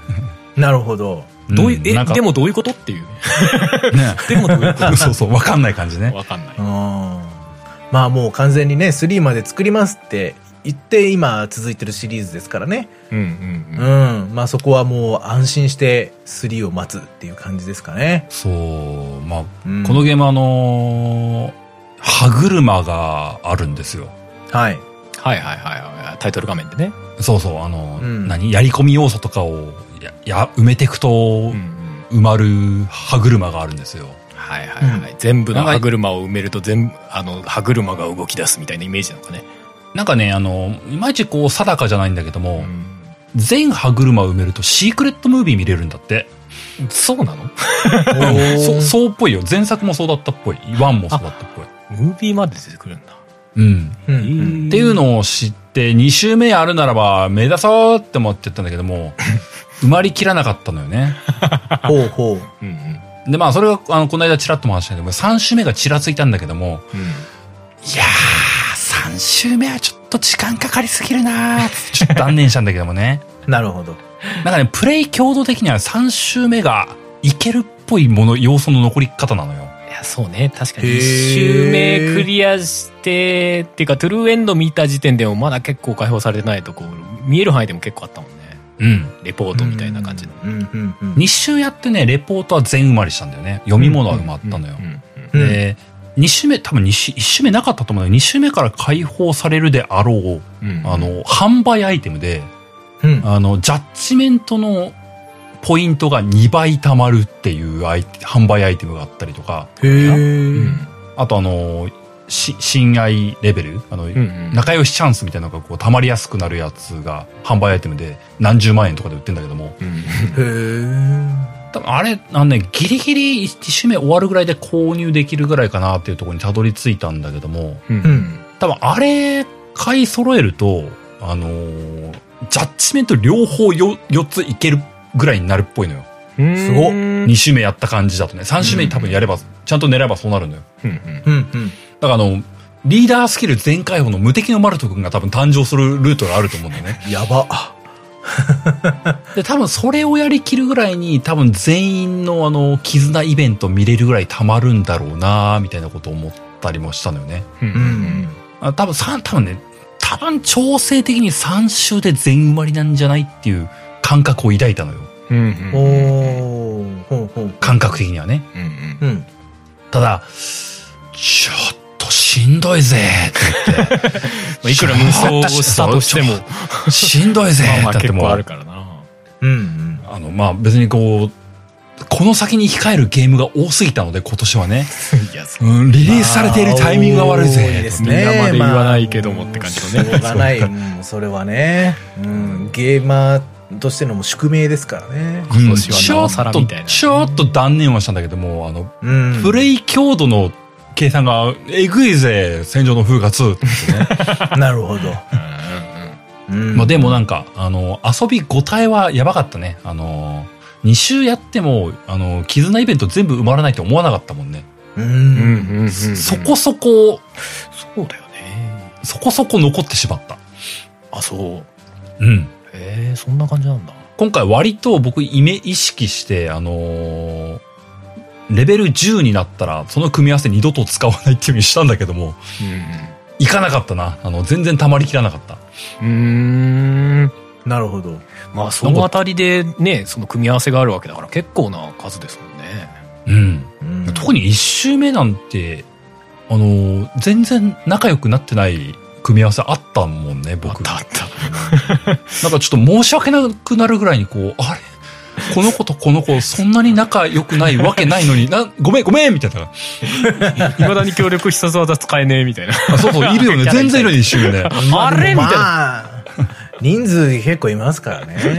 [SPEAKER 3] なるほど。
[SPEAKER 1] ん
[SPEAKER 4] どういう、
[SPEAKER 1] な
[SPEAKER 4] え
[SPEAKER 1] ん、か
[SPEAKER 4] でもどういうことっていうね。
[SPEAKER 1] ね。
[SPEAKER 4] でもどういう こ
[SPEAKER 1] そうそう、わかんない感じ
[SPEAKER 4] と
[SPEAKER 1] ね。
[SPEAKER 4] わかんない。
[SPEAKER 3] うんまあもう完全にね、3まで作りますって言って今続いてるシリーズですからね。
[SPEAKER 4] うんう
[SPEAKER 3] うん
[SPEAKER 4] うん。
[SPEAKER 3] ん。まあそこはもう安心して3を待つっていう感じですかね。
[SPEAKER 1] そう、まあ、
[SPEAKER 3] うん
[SPEAKER 1] このゲームあのー歯車があるんですよ。
[SPEAKER 3] はい。
[SPEAKER 4] はいはいはいはい。タイトル画面でね。
[SPEAKER 1] そうそう、あの、
[SPEAKER 3] うん
[SPEAKER 1] 何やり込み要素とかを、や、や埋めていく
[SPEAKER 4] う
[SPEAKER 1] と
[SPEAKER 4] んう、ん。
[SPEAKER 1] 埋まる歯車があるんですよ。
[SPEAKER 4] はいはいはい。全部の歯車を埋めると全部、あの、歯車が動き出すみたいなイメージなのかね。
[SPEAKER 1] なんかね、あの、いまいちこう、定かじゃないんだけども、
[SPEAKER 4] うん
[SPEAKER 1] 全歯車を埋めるとシークレットムービー見れるんだって。
[SPEAKER 4] そうなの
[SPEAKER 3] お
[SPEAKER 1] そ
[SPEAKER 3] ー
[SPEAKER 1] そうっぽいよ。前作もそうだったっぽい。ワンもそうだったっぽい。
[SPEAKER 4] ムービーまで出てくるんだ。
[SPEAKER 1] うん。
[SPEAKER 3] うんうん
[SPEAKER 1] っていうのを知って、2周目あるならば目指そうって思ってたんだけども、埋まりきらなかったのよね。
[SPEAKER 3] ほうほう。
[SPEAKER 4] うんうん。
[SPEAKER 1] で、まあそれが、あの、この間チラッとも話したけども、3周目がちらついたんだけども、いやー、3周目はちょっと時間かかりすぎるなーってちょっと断念したんだけどもね。
[SPEAKER 3] なるほど。
[SPEAKER 1] なんかね、プレイ強度的には3周目がいけるっぽいもの、要素の残り方なのよ。
[SPEAKER 4] いや、そうね。確かに。
[SPEAKER 3] へー
[SPEAKER 4] 1周目クリアして、っていうか、トゥルーエンド見た時点でもまだ結構解放されてないとこ、見える範囲でも結構あったもんね。
[SPEAKER 1] うん。
[SPEAKER 4] レポートみたいな感じの。
[SPEAKER 3] うんうんうん。
[SPEAKER 1] 2周やってね、レポートは全埋まりしたんだよね。読み物は埋まったのよ。
[SPEAKER 4] うん
[SPEAKER 3] うん
[SPEAKER 1] で、2週目、多分2週、1週目なかったと思う2週目から解放されるであろう、
[SPEAKER 4] うんうん
[SPEAKER 1] あ、の、販売アイテムで、
[SPEAKER 3] うん
[SPEAKER 1] あの、ジャッジメントのポイントが2倍貯まるっていうアイ販売アイテムがあったりとか、
[SPEAKER 3] へ
[SPEAKER 4] う
[SPEAKER 3] え。
[SPEAKER 4] ん
[SPEAKER 1] あとあの、し、親愛レベルあの、
[SPEAKER 4] うん。
[SPEAKER 1] 仲良しチャンスみたいなのがこう溜まりやすくなるやつが販売アイテムで何十万円とかで売ってんだけども、
[SPEAKER 4] うん
[SPEAKER 3] へえ。
[SPEAKER 1] 多分あれ、あのね、ギリギリ1周目終わるぐらいで購入できるぐらいかなっていうところにたどり着いたんだけども、
[SPEAKER 4] うんうん。
[SPEAKER 1] 多分あれ買い揃えると、あのージャッジメント両方よ4ついけるぐらいになるっぽいのよ。
[SPEAKER 4] うん
[SPEAKER 3] すごっ
[SPEAKER 4] うん
[SPEAKER 1] 2周目やった感じだとね。3周目に多分やれば、ちゃんと狙えばそうなるのよ。
[SPEAKER 4] うん
[SPEAKER 3] うんうん。
[SPEAKER 1] だからあの、リーダースキル全開放の無敵のマルト君が多分誕生するルートがあると思うんだ よね。
[SPEAKER 3] やば。
[SPEAKER 1] で、多分それをやりきるぐらいに多分全員のあの、絆イベント見れるぐらい溜まるんだろうなみたいなことを思っったりもしたのよね。
[SPEAKER 3] うんうん
[SPEAKER 1] あ多分三多分ね、多分調整的に3周で全埋まりなんじゃないっていう感覚を抱いたのよ。
[SPEAKER 4] うん
[SPEAKER 3] お
[SPEAKER 4] う
[SPEAKER 3] ー
[SPEAKER 4] ん
[SPEAKER 3] ほうほう
[SPEAKER 1] 感覚的にはね。
[SPEAKER 4] うんうん
[SPEAKER 3] うん
[SPEAKER 1] ただ、ちょっとしんどいぜって言って。
[SPEAKER 4] まあいくら無双をしたとしても、
[SPEAKER 1] しんどいぜ
[SPEAKER 4] まあま
[SPEAKER 1] だ
[SPEAKER 4] あ
[SPEAKER 1] って
[SPEAKER 4] 結
[SPEAKER 1] もう
[SPEAKER 4] 構あるからな。
[SPEAKER 3] うんうん
[SPEAKER 1] あの、まあ別にこう、この先に控えるゲームが多すぎたので、今年はね。
[SPEAKER 4] いや、そ
[SPEAKER 1] うん、リリースされているタイミングが悪い
[SPEAKER 3] まあ多い
[SPEAKER 1] ぜ
[SPEAKER 3] で。す
[SPEAKER 4] みんなま
[SPEAKER 3] ね
[SPEAKER 4] で言わないけどもって感じのね
[SPEAKER 3] まあしょうがないうんそれはねうんゲーマーとしてのもう宿命ですからね
[SPEAKER 1] うん
[SPEAKER 4] 今年はなおさらみたいな
[SPEAKER 1] ちょっと、ちょっと断念はしたんだけども、あの、
[SPEAKER 3] うん
[SPEAKER 1] プレイ強度の計算がえぐいぜ、戦場の風月。
[SPEAKER 3] なるほど
[SPEAKER 4] うんうんうん
[SPEAKER 3] うん
[SPEAKER 1] まあでもなんか、あの、遊び5体はやばかったね。あの、2周やっても、あの、絆イベント全部埋まらないと思わなかったもんね。
[SPEAKER 3] う
[SPEAKER 4] うんんうんうん
[SPEAKER 1] そこそこ、
[SPEAKER 4] そうだよね。
[SPEAKER 1] そこそこ残ってしまった。
[SPEAKER 4] あ、そう。
[SPEAKER 1] うん。
[SPEAKER 4] ええ、そんな感じなんだ。
[SPEAKER 1] 今回割と僕イメ意識して、あのーレベル10になったら、その組み合わせ二度と使わないっていう風にしたんだけども、いかなかったな。あの、全然溜まりきらなかった。
[SPEAKER 4] うんうん。うーん。
[SPEAKER 3] なるほど
[SPEAKER 4] まあ、そのあたりでね、その組み合わせがあるわけだから結構な数ですもんね。
[SPEAKER 1] うん。
[SPEAKER 3] うん
[SPEAKER 1] 特に一周目なんて、あのー全然仲良くなってない組み合わせあったもんね、
[SPEAKER 4] あっ
[SPEAKER 1] 僕。
[SPEAKER 4] た
[SPEAKER 1] な
[SPEAKER 4] あ
[SPEAKER 1] んか
[SPEAKER 4] った。
[SPEAKER 1] ちょっと申し訳なくなるぐらいにこう、あれこの子とこの子、そんなに仲良くないわけないのに、な、ごめんごめんみたいな。
[SPEAKER 4] いまだに協力必殺技使えねえみたいな。
[SPEAKER 1] あそう そう、いるよね。全然いるよね、一周目ね。
[SPEAKER 4] あれみたい
[SPEAKER 3] ま
[SPEAKER 4] な。
[SPEAKER 3] あ人数結構いますからね
[SPEAKER 1] そ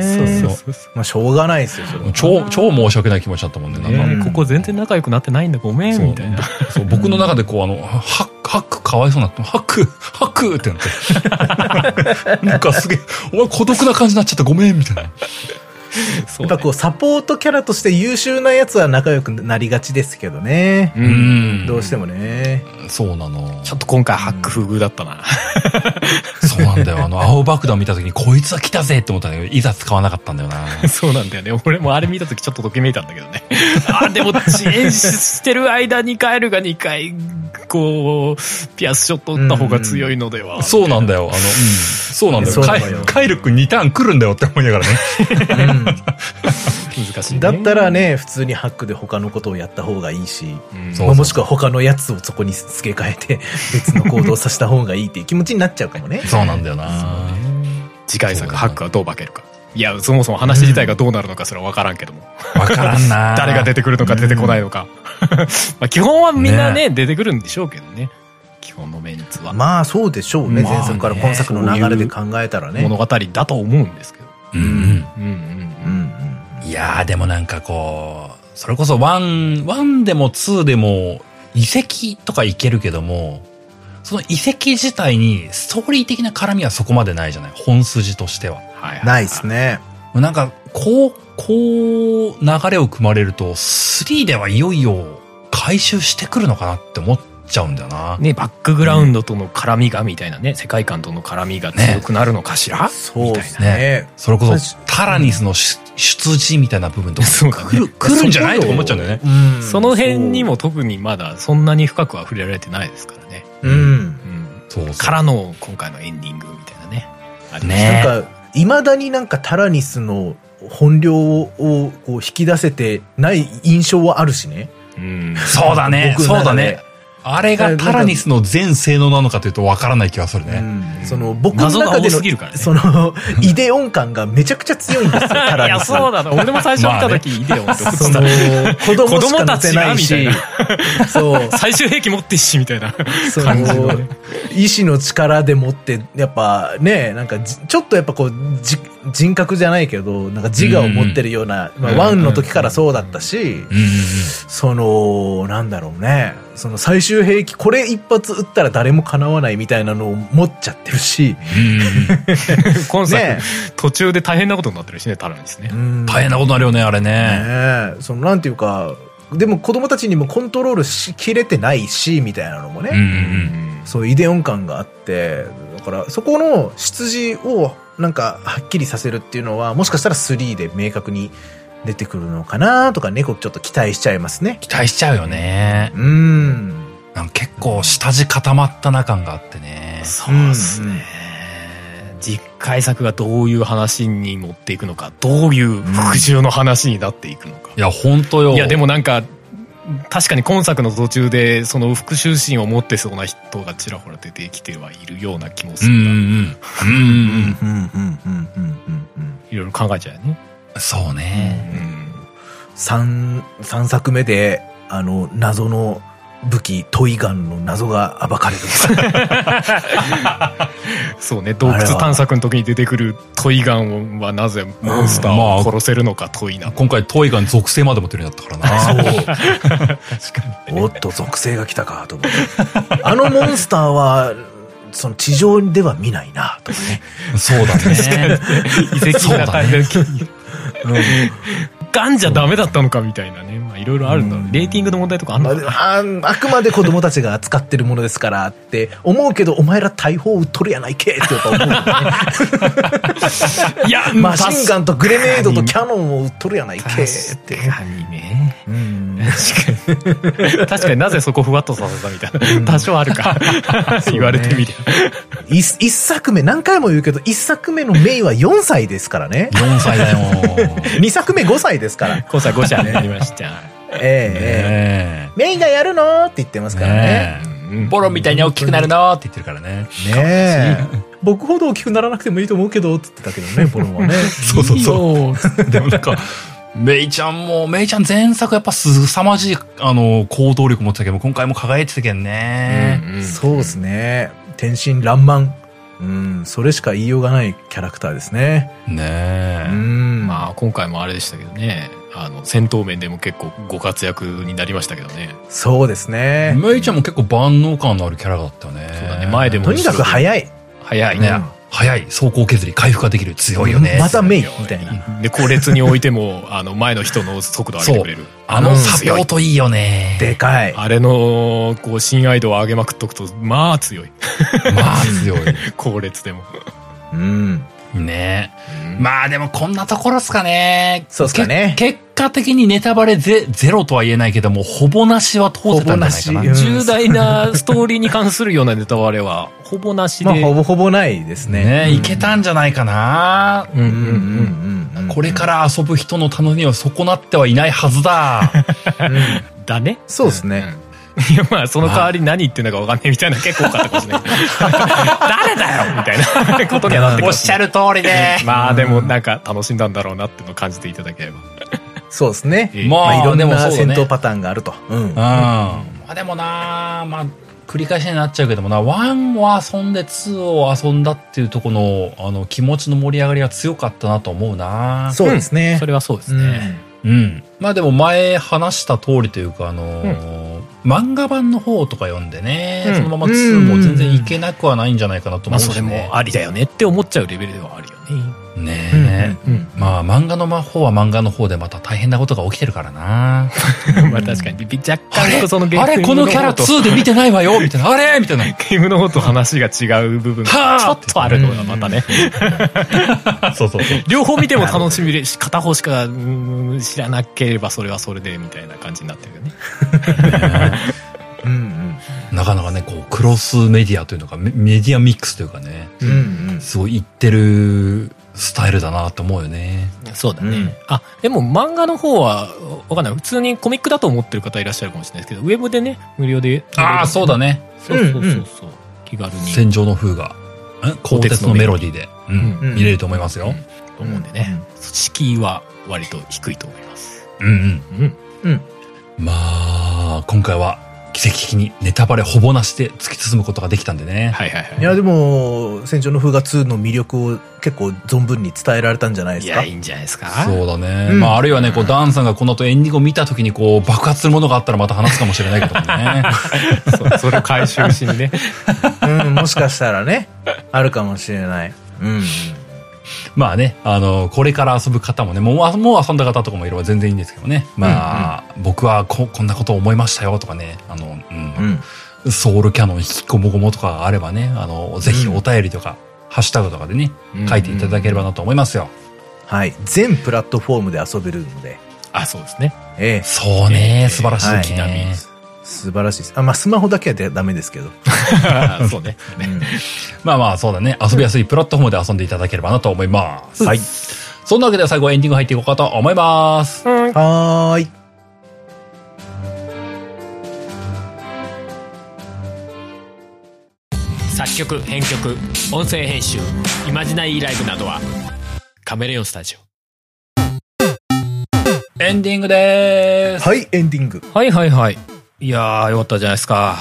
[SPEAKER 1] うそう
[SPEAKER 3] まあしょうがないですよそれは
[SPEAKER 1] 超、超申し訳ない気持ちだったもんね。なんか、
[SPEAKER 3] ね
[SPEAKER 4] ここ全然仲良くなってないんだ、ごめ、
[SPEAKER 1] そうん
[SPEAKER 4] みたいな。
[SPEAKER 1] そう僕の中でこう、あ の、ハック、ハックかわいそうになって、ハック、ハックってな って。なんかすげえ、お前孤独な感じになっちゃったごめん、みたいな。
[SPEAKER 4] そ
[SPEAKER 3] やっぱ
[SPEAKER 4] うだね
[SPEAKER 3] こうサポートキャラとして優秀なやつは仲良くなりがちですけどね
[SPEAKER 4] う。
[SPEAKER 1] うんん
[SPEAKER 3] どうしてもね
[SPEAKER 1] そうなの。
[SPEAKER 4] ちょっと今回ハック不遇だったな。
[SPEAKER 1] そうなんだよ。あの、青爆弾見た時に、こいつは来たぜって思ったんだけど、いざ使わなかったんだよな。
[SPEAKER 4] そうなんだよね。俺もあれ見た時ちょっとときめいたんだけどね。あ、でも遅延してる間にカエルが2回、こう、ピアスショット打った方が強いのでは。
[SPEAKER 1] そうなんだよ。あの、うん、そうなんだよ。
[SPEAKER 3] そうな
[SPEAKER 1] カ
[SPEAKER 3] のよ
[SPEAKER 1] イカイル君2ターン来るんだよって思いながらね。
[SPEAKER 4] 難しい、
[SPEAKER 3] うん
[SPEAKER 4] ね。
[SPEAKER 3] だったらね普通にハックで他のことをやった方がいいし
[SPEAKER 4] うん、
[SPEAKER 1] そう
[SPEAKER 3] まあもしくは他のやつをそこに付け替えて別の行動させた方がいいっていう気持ちになっちゃうかもね
[SPEAKER 1] そうなんだよな。
[SPEAKER 4] 次回作ハックはどう化けるか。いや、そもそも話自体がどうなるのかすらわからんけども。
[SPEAKER 1] わからんな。
[SPEAKER 4] 誰が出てくるのか出てこないのか。 まあ基本はみんなね出てくるんでしょうけどね。基本のメンツは。
[SPEAKER 3] まあそうでしょうね
[SPEAKER 4] まあね
[SPEAKER 3] 前作から今作の流れで考えたらね
[SPEAKER 4] 物語だと思うんですけど。
[SPEAKER 1] うんうん。
[SPEAKER 4] うんうん
[SPEAKER 3] うんうん
[SPEAKER 1] いやーでもなんかこう、それこそ1、1でも2でも遺跡とかいけるけども、その遺跡自体にストーリー的な絡みはそこまでないじゃない本筋としては。
[SPEAKER 4] はいはい。
[SPEAKER 3] ないですね
[SPEAKER 1] なんか、こう、こう流れを組まれると、3ではいよいよ回収してくるのかなって思っちゃうんだよな。
[SPEAKER 4] ね、バックグラウンドとの絡みがみたいなね、世界観との絡みが強くなるのかしら、
[SPEAKER 3] そう
[SPEAKER 4] みた
[SPEAKER 3] で
[SPEAKER 4] い
[SPEAKER 3] す
[SPEAKER 4] な。
[SPEAKER 3] ね
[SPEAKER 1] それこそ
[SPEAKER 3] そう、
[SPEAKER 1] タラニスの出出自みたいな部分とか、
[SPEAKER 4] そうだね
[SPEAKER 1] 来る、来るんじゃないとか思っちゃうんだよね。
[SPEAKER 3] うん
[SPEAKER 4] その辺にも特にまだそんなに深くは触れられてないですからね。
[SPEAKER 3] そううん
[SPEAKER 4] うん。
[SPEAKER 1] そうそう
[SPEAKER 4] からの今回のエンディングみたいなね。ありました
[SPEAKER 1] ね
[SPEAKER 3] なんか、いまだになんかタラニスの本領をこう引き出せてない印象はあるしね。
[SPEAKER 4] うん。
[SPEAKER 1] そうだね。
[SPEAKER 3] 僕
[SPEAKER 1] そ
[SPEAKER 3] の
[SPEAKER 1] うだ
[SPEAKER 3] 中
[SPEAKER 1] ね
[SPEAKER 3] で。
[SPEAKER 1] あれがタラニスの全性能なのかというと分からない気がする
[SPEAKER 3] う
[SPEAKER 1] ね。
[SPEAKER 3] んその僕の
[SPEAKER 4] 謎が
[SPEAKER 3] 中
[SPEAKER 4] 多
[SPEAKER 3] での、
[SPEAKER 4] すぎるからね
[SPEAKER 3] その、 イデオン感がめちゃくちゃ強いんですよ、タ
[SPEAKER 4] い
[SPEAKER 3] ラ
[SPEAKER 4] や、
[SPEAKER 3] ニス。
[SPEAKER 4] そうだな。俺も最初見た時、イデオンって思って
[SPEAKER 3] そ
[SPEAKER 4] た
[SPEAKER 3] の。、子供しか乗せないし
[SPEAKER 4] 子供、
[SPEAKER 3] そう、
[SPEAKER 4] 最終兵器持ってっし、みたいな。
[SPEAKER 3] そ
[SPEAKER 4] 感じの
[SPEAKER 3] の、意志の力でもって、やっぱね、なんかじ、ちょっとやっぱこう、じ人格じゃないけど、なんか自我を持ってるような、まあ、ワンの時からそうだったし、
[SPEAKER 1] うんうん
[SPEAKER 3] その、なんだろうね。その最終兵器、これ一発撃ったら誰も叶わないみたいなのを持っちゃってるし。
[SPEAKER 4] 今作、
[SPEAKER 3] ね
[SPEAKER 4] 途中で大変なことになってるしね、タランですね
[SPEAKER 3] う。ん
[SPEAKER 1] 大変なことになるよね、あれね。
[SPEAKER 3] ねえその、なんていうか、でも子供たちにもコントロールしきれてないし、みたいなのも
[SPEAKER 1] うんう
[SPEAKER 3] ね。
[SPEAKER 1] ん
[SPEAKER 3] そう、イデオン感があって、だから、そこの出自を、なんか、はっきりさせるっていうのは、もしかしたら3で明確に出てくるのかなとかね、こうちょっと期待しちゃいますね。
[SPEAKER 1] 期待しちゃうよね
[SPEAKER 3] う。ん。
[SPEAKER 1] なんか結構下地固まったな感があってね。
[SPEAKER 4] そうですね。実回作がどういう話に持っていくのか、どういう復讐の話になっていくのか。
[SPEAKER 1] いや、本当よ。
[SPEAKER 4] いや、でもなんか、確かに今作の途中で、その復讐心を持ってそうな人がちらほら出てきてはいるような気もす
[SPEAKER 1] うん
[SPEAKER 4] る
[SPEAKER 1] う
[SPEAKER 4] な。
[SPEAKER 1] んうん。うんうんうん。
[SPEAKER 3] うんうんうんうんうんうん
[SPEAKER 4] いろいろ考えちゃうよね。
[SPEAKER 1] そうね。
[SPEAKER 3] 三三作目であの謎の武器トイガンの謎が暴かれる
[SPEAKER 4] そうね、洞窟探索の時に出てくるトイガンはなぜモンスターを殺せるのか問いな。
[SPEAKER 1] 今回、トイガン属性まで持ってるようになったからな。
[SPEAKER 3] おっと属性が来たかと思って あのモンスターはその地上では見ないなと
[SPEAKER 1] そうだね。
[SPEAKER 4] 遺跡
[SPEAKER 1] そう
[SPEAKER 4] な
[SPEAKER 1] だ
[SPEAKER 4] 感じ
[SPEAKER 1] ね。
[SPEAKER 4] ガンじゃダメだったのかみたいなね。まあいろいろあるんだろうね。レーティングの問題とかある
[SPEAKER 3] まあ
[SPEAKER 4] の
[SPEAKER 3] で
[SPEAKER 4] か
[SPEAKER 3] もあーあくまで子供たちが扱ってるものですからって思うけどお前ら大砲撃っとるやないけってやっぱ思う よね
[SPEAKER 4] いや、
[SPEAKER 3] マシンガ
[SPEAKER 4] ン
[SPEAKER 3] ンとグレネードとキャノンを撃っとるやないけって、
[SPEAKER 4] 確かにね。
[SPEAKER 3] うん
[SPEAKER 4] 確かに。確かになぜそこふわっとさせたみたい
[SPEAKER 3] ん
[SPEAKER 4] な。多少ある か。言われてみりゃ。
[SPEAKER 3] 一一作目何回も言うけど一作目のメイは4歳ですからね
[SPEAKER 1] 4歳だよ。
[SPEAKER 3] 2作目5歳です から。
[SPEAKER 4] 誤差誤差になりまし
[SPEAKER 3] え
[SPEAKER 4] た。
[SPEAKER 3] えええ
[SPEAKER 1] ね
[SPEAKER 3] メインがやるのって言ってます
[SPEAKER 1] え。
[SPEAKER 3] からね。
[SPEAKER 1] ねえ。ボロみたいに大きくなるのって言ってるから ね。
[SPEAKER 3] ねえ。僕ほど大きくならなくてもいいと思うけど、って言ってたけど ね、ボロンはね。
[SPEAKER 1] そうそうそう。
[SPEAKER 4] う。
[SPEAKER 1] でもなんか、メイちゃんも、メイちゃん前作やっぱすさまじい、あの、行動力持ってたけど、今回も輝いてたけんね。
[SPEAKER 3] そうですね。天真爛漫。うん、それしか言いようがないキャラクターですね。う
[SPEAKER 1] ねえ。
[SPEAKER 3] ん。
[SPEAKER 4] まあ今回もあれでしたけどね。あの、戦闘面でも結構ご活躍になりましたけどね。
[SPEAKER 3] そうですね。
[SPEAKER 1] メイちゃんも結構万能感のあるキャラだったよね。
[SPEAKER 4] そうだね前でも
[SPEAKER 3] とにかく早い。
[SPEAKER 4] 早い
[SPEAKER 1] ね、
[SPEAKER 4] ね。
[SPEAKER 1] 早い、走行削り、回復ができる、強いよね。
[SPEAKER 3] またメイみたいな。
[SPEAKER 4] で、後列に置いても、 あの、前の人の速度上げてくれる。
[SPEAKER 1] あのサポートいいよね。
[SPEAKER 3] でかい。
[SPEAKER 4] あれの、こう、信愛度を上げまくっとくと、まあ強い。
[SPEAKER 1] まあ強い。
[SPEAKER 4] 後列でも。
[SPEAKER 3] うん。
[SPEAKER 1] ねまあでもこんなところっすかね。
[SPEAKER 3] そうっすかね
[SPEAKER 1] け結果的にネタバレゼゼロとは言えないけども、ほぼなしは通せたんじゃないかな。
[SPEAKER 3] ほぼなしうん
[SPEAKER 4] 重大なストーリーに関するようなネタバレは、ほぼなし
[SPEAKER 3] まあ、
[SPEAKER 4] で。
[SPEAKER 3] ほぼほぼないです
[SPEAKER 1] ね
[SPEAKER 3] ね。
[SPEAKER 1] いけたんじゃないかな。
[SPEAKER 4] うんう
[SPEAKER 3] うんうん
[SPEAKER 4] ん
[SPEAKER 3] うんうん。
[SPEAKER 1] これから遊ぶ人のためには損なってはいないはず だ。
[SPEAKER 4] だね。
[SPEAKER 3] そうですね。
[SPEAKER 4] いや、まあ、その代わり何言ってんだかわかんないみたいな結構多かったかもしれない。誰だよみたいなことにはなってく
[SPEAKER 1] おっ
[SPEAKER 4] る。
[SPEAKER 1] しゃる通りで。
[SPEAKER 4] まあ、でもなんか楽しんだんだろうなっていうのを感じていただければ。
[SPEAKER 3] そうですね。
[SPEAKER 4] ええ
[SPEAKER 1] まあ
[SPEAKER 3] まあ、いろん
[SPEAKER 1] でもそ
[SPEAKER 3] な
[SPEAKER 1] うだ
[SPEAKER 3] 戦
[SPEAKER 1] ね
[SPEAKER 3] 闘パターンがあると。うん
[SPEAKER 1] うん。まあでもな、まあ、繰り返しになっちゃうけどもな、1を遊んで2を遊んだっていうとこの、あの、気持ちの盛り上がりは強かったなと思うな。
[SPEAKER 3] そうですね。
[SPEAKER 4] それはそうです
[SPEAKER 3] うん
[SPEAKER 4] ね。
[SPEAKER 1] うん。まあでも前話した通りというか、あのー漫画版の方とか読んでね、
[SPEAKER 4] うん
[SPEAKER 1] そのまま2も全然いけなくはないんじゃないかなと
[SPEAKER 4] ま
[SPEAKER 1] 思
[SPEAKER 4] あ、
[SPEAKER 1] う
[SPEAKER 4] それ
[SPEAKER 1] しね。
[SPEAKER 4] もありだよねって思っちゃうレベルではあるよね。
[SPEAKER 1] ね
[SPEAKER 3] うん
[SPEAKER 1] え。
[SPEAKER 4] うん。
[SPEAKER 1] まあ漫画の方は漫画の方でまた大変なことが起きてるからな。
[SPEAKER 4] まあ確かに、び若
[SPEAKER 1] あれ
[SPEAKER 4] 干そのゲ
[SPEAKER 1] あれ
[SPEAKER 4] ーム
[SPEAKER 1] このキャラ
[SPEAKER 4] と、
[SPEAKER 1] 2で見てないわよみたいな。あれみたいな。
[SPEAKER 4] ゲームの方と話が違う部分
[SPEAKER 1] はあ
[SPEAKER 4] がちょっとあるのがまたね。
[SPEAKER 1] そうそうそう。
[SPEAKER 4] 両方見ても楽しみで、片方しかうん知らなければそれはそれでみたいな感じになってるよね。
[SPEAKER 3] うんうん
[SPEAKER 1] なかなかね、こう、クロスメディアというのか、メメディアミックスというかね、
[SPEAKER 3] うんうん
[SPEAKER 1] すごい言ってるスタイルだなと思うよね。
[SPEAKER 4] そうだね。
[SPEAKER 3] うん
[SPEAKER 4] あ、でも漫画の方は、わかんない。普通にコミックだと思ってる方いらっしゃるかもしれないですけど、ウェブでね、無料で。
[SPEAKER 1] ああ、そうだね。
[SPEAKER 4] そうそうそうそう。気軽に。
[SPEAKER 1] 戦場の風が、ん鋼鉄のメロディーで、うん
[SPEAKER 3] うん
[SPEAKER 1] 見れると思いますよ。
[SPEAKER 4] と思うんでね。敷居は割と低いと思います。
[SPEAKER 1] うんうん。
[SPEAKER 4] うん。
[SPEAKER 3] うん
[SPEAKER 1] まあ、今回は奇跡的にネタバレほぼなしで突き進むことができたんでね。
[SPEAKER 4] はいはいはい
[SPEAKER 3] い。やでも「戦場の風が2」の魅力を結構存分に伝えられたんじゃないで
[SPEAKER 4] い
[SPEAKER 3] すか
[SPEAKER 4] や、いいんじゃないですか。
[SPEAKER 1] そうだね。
[SPEAKER 3] うん
[SPEAKER 1] まあ、あるいはね、こう、ダンさんがこの後エンディングを見た時に、こう、爆発するものがあったらまた話すかもしれないけどもね。
[SPEAKER 4] そうそれを回収し にね。
[SPEAKER 3] うんもしかしたらね あるかもしれないうん
[SPEAKER 1] まあね、あの、これから遊ぶ方もね、もうあ、もう遊んだ方とかもいれば全然いいんですけどね。まあ、僕はこ、こんなこと思いましたよとかね、あの、うん
[SPEAKER 3] うん
[SPEAKER 1] ソウルキャノン引きこもごもとかがあればね、あの、ぜひお便りとか、ハッシュタグとかでね、書いていただければなと思いますよ。
[SPEAKER 3] はい全プラットフォームで遊べるので
[SPEAKER 4] あ、そうですね。
[SPEAKER 3] ええ
[SPEAKER 1] そうね、素晴らしい、
[SPEAKER 3] はい
[SPEAKER 1] ね。
[SPEAKER 3] 素晴らしいです。あ、まあ、スマホだけはダメですけど。
[SPEAKER 4] そう ね。
[SPEAKER 1] まあまあ、そうだね。遊びやすいプラットフォームで遊んでいただければなと思います。
[SPEAKER 3] はい。
[SPEAKER 1] そんなわけで最後エンディング入っていこうかと思います。
[SPEAKER 3] はーい。
[SPEAKER 4] 作曲、編曲、音声編集、イマジナイーライブなどは、カメレオンスタジオ。
[SPEAKER 1] エンディングでーす。
[SPEAKER 3] はい、エンディング。
[SPEAKER 4] はいはいはい。いやー、よかったじゃないですか。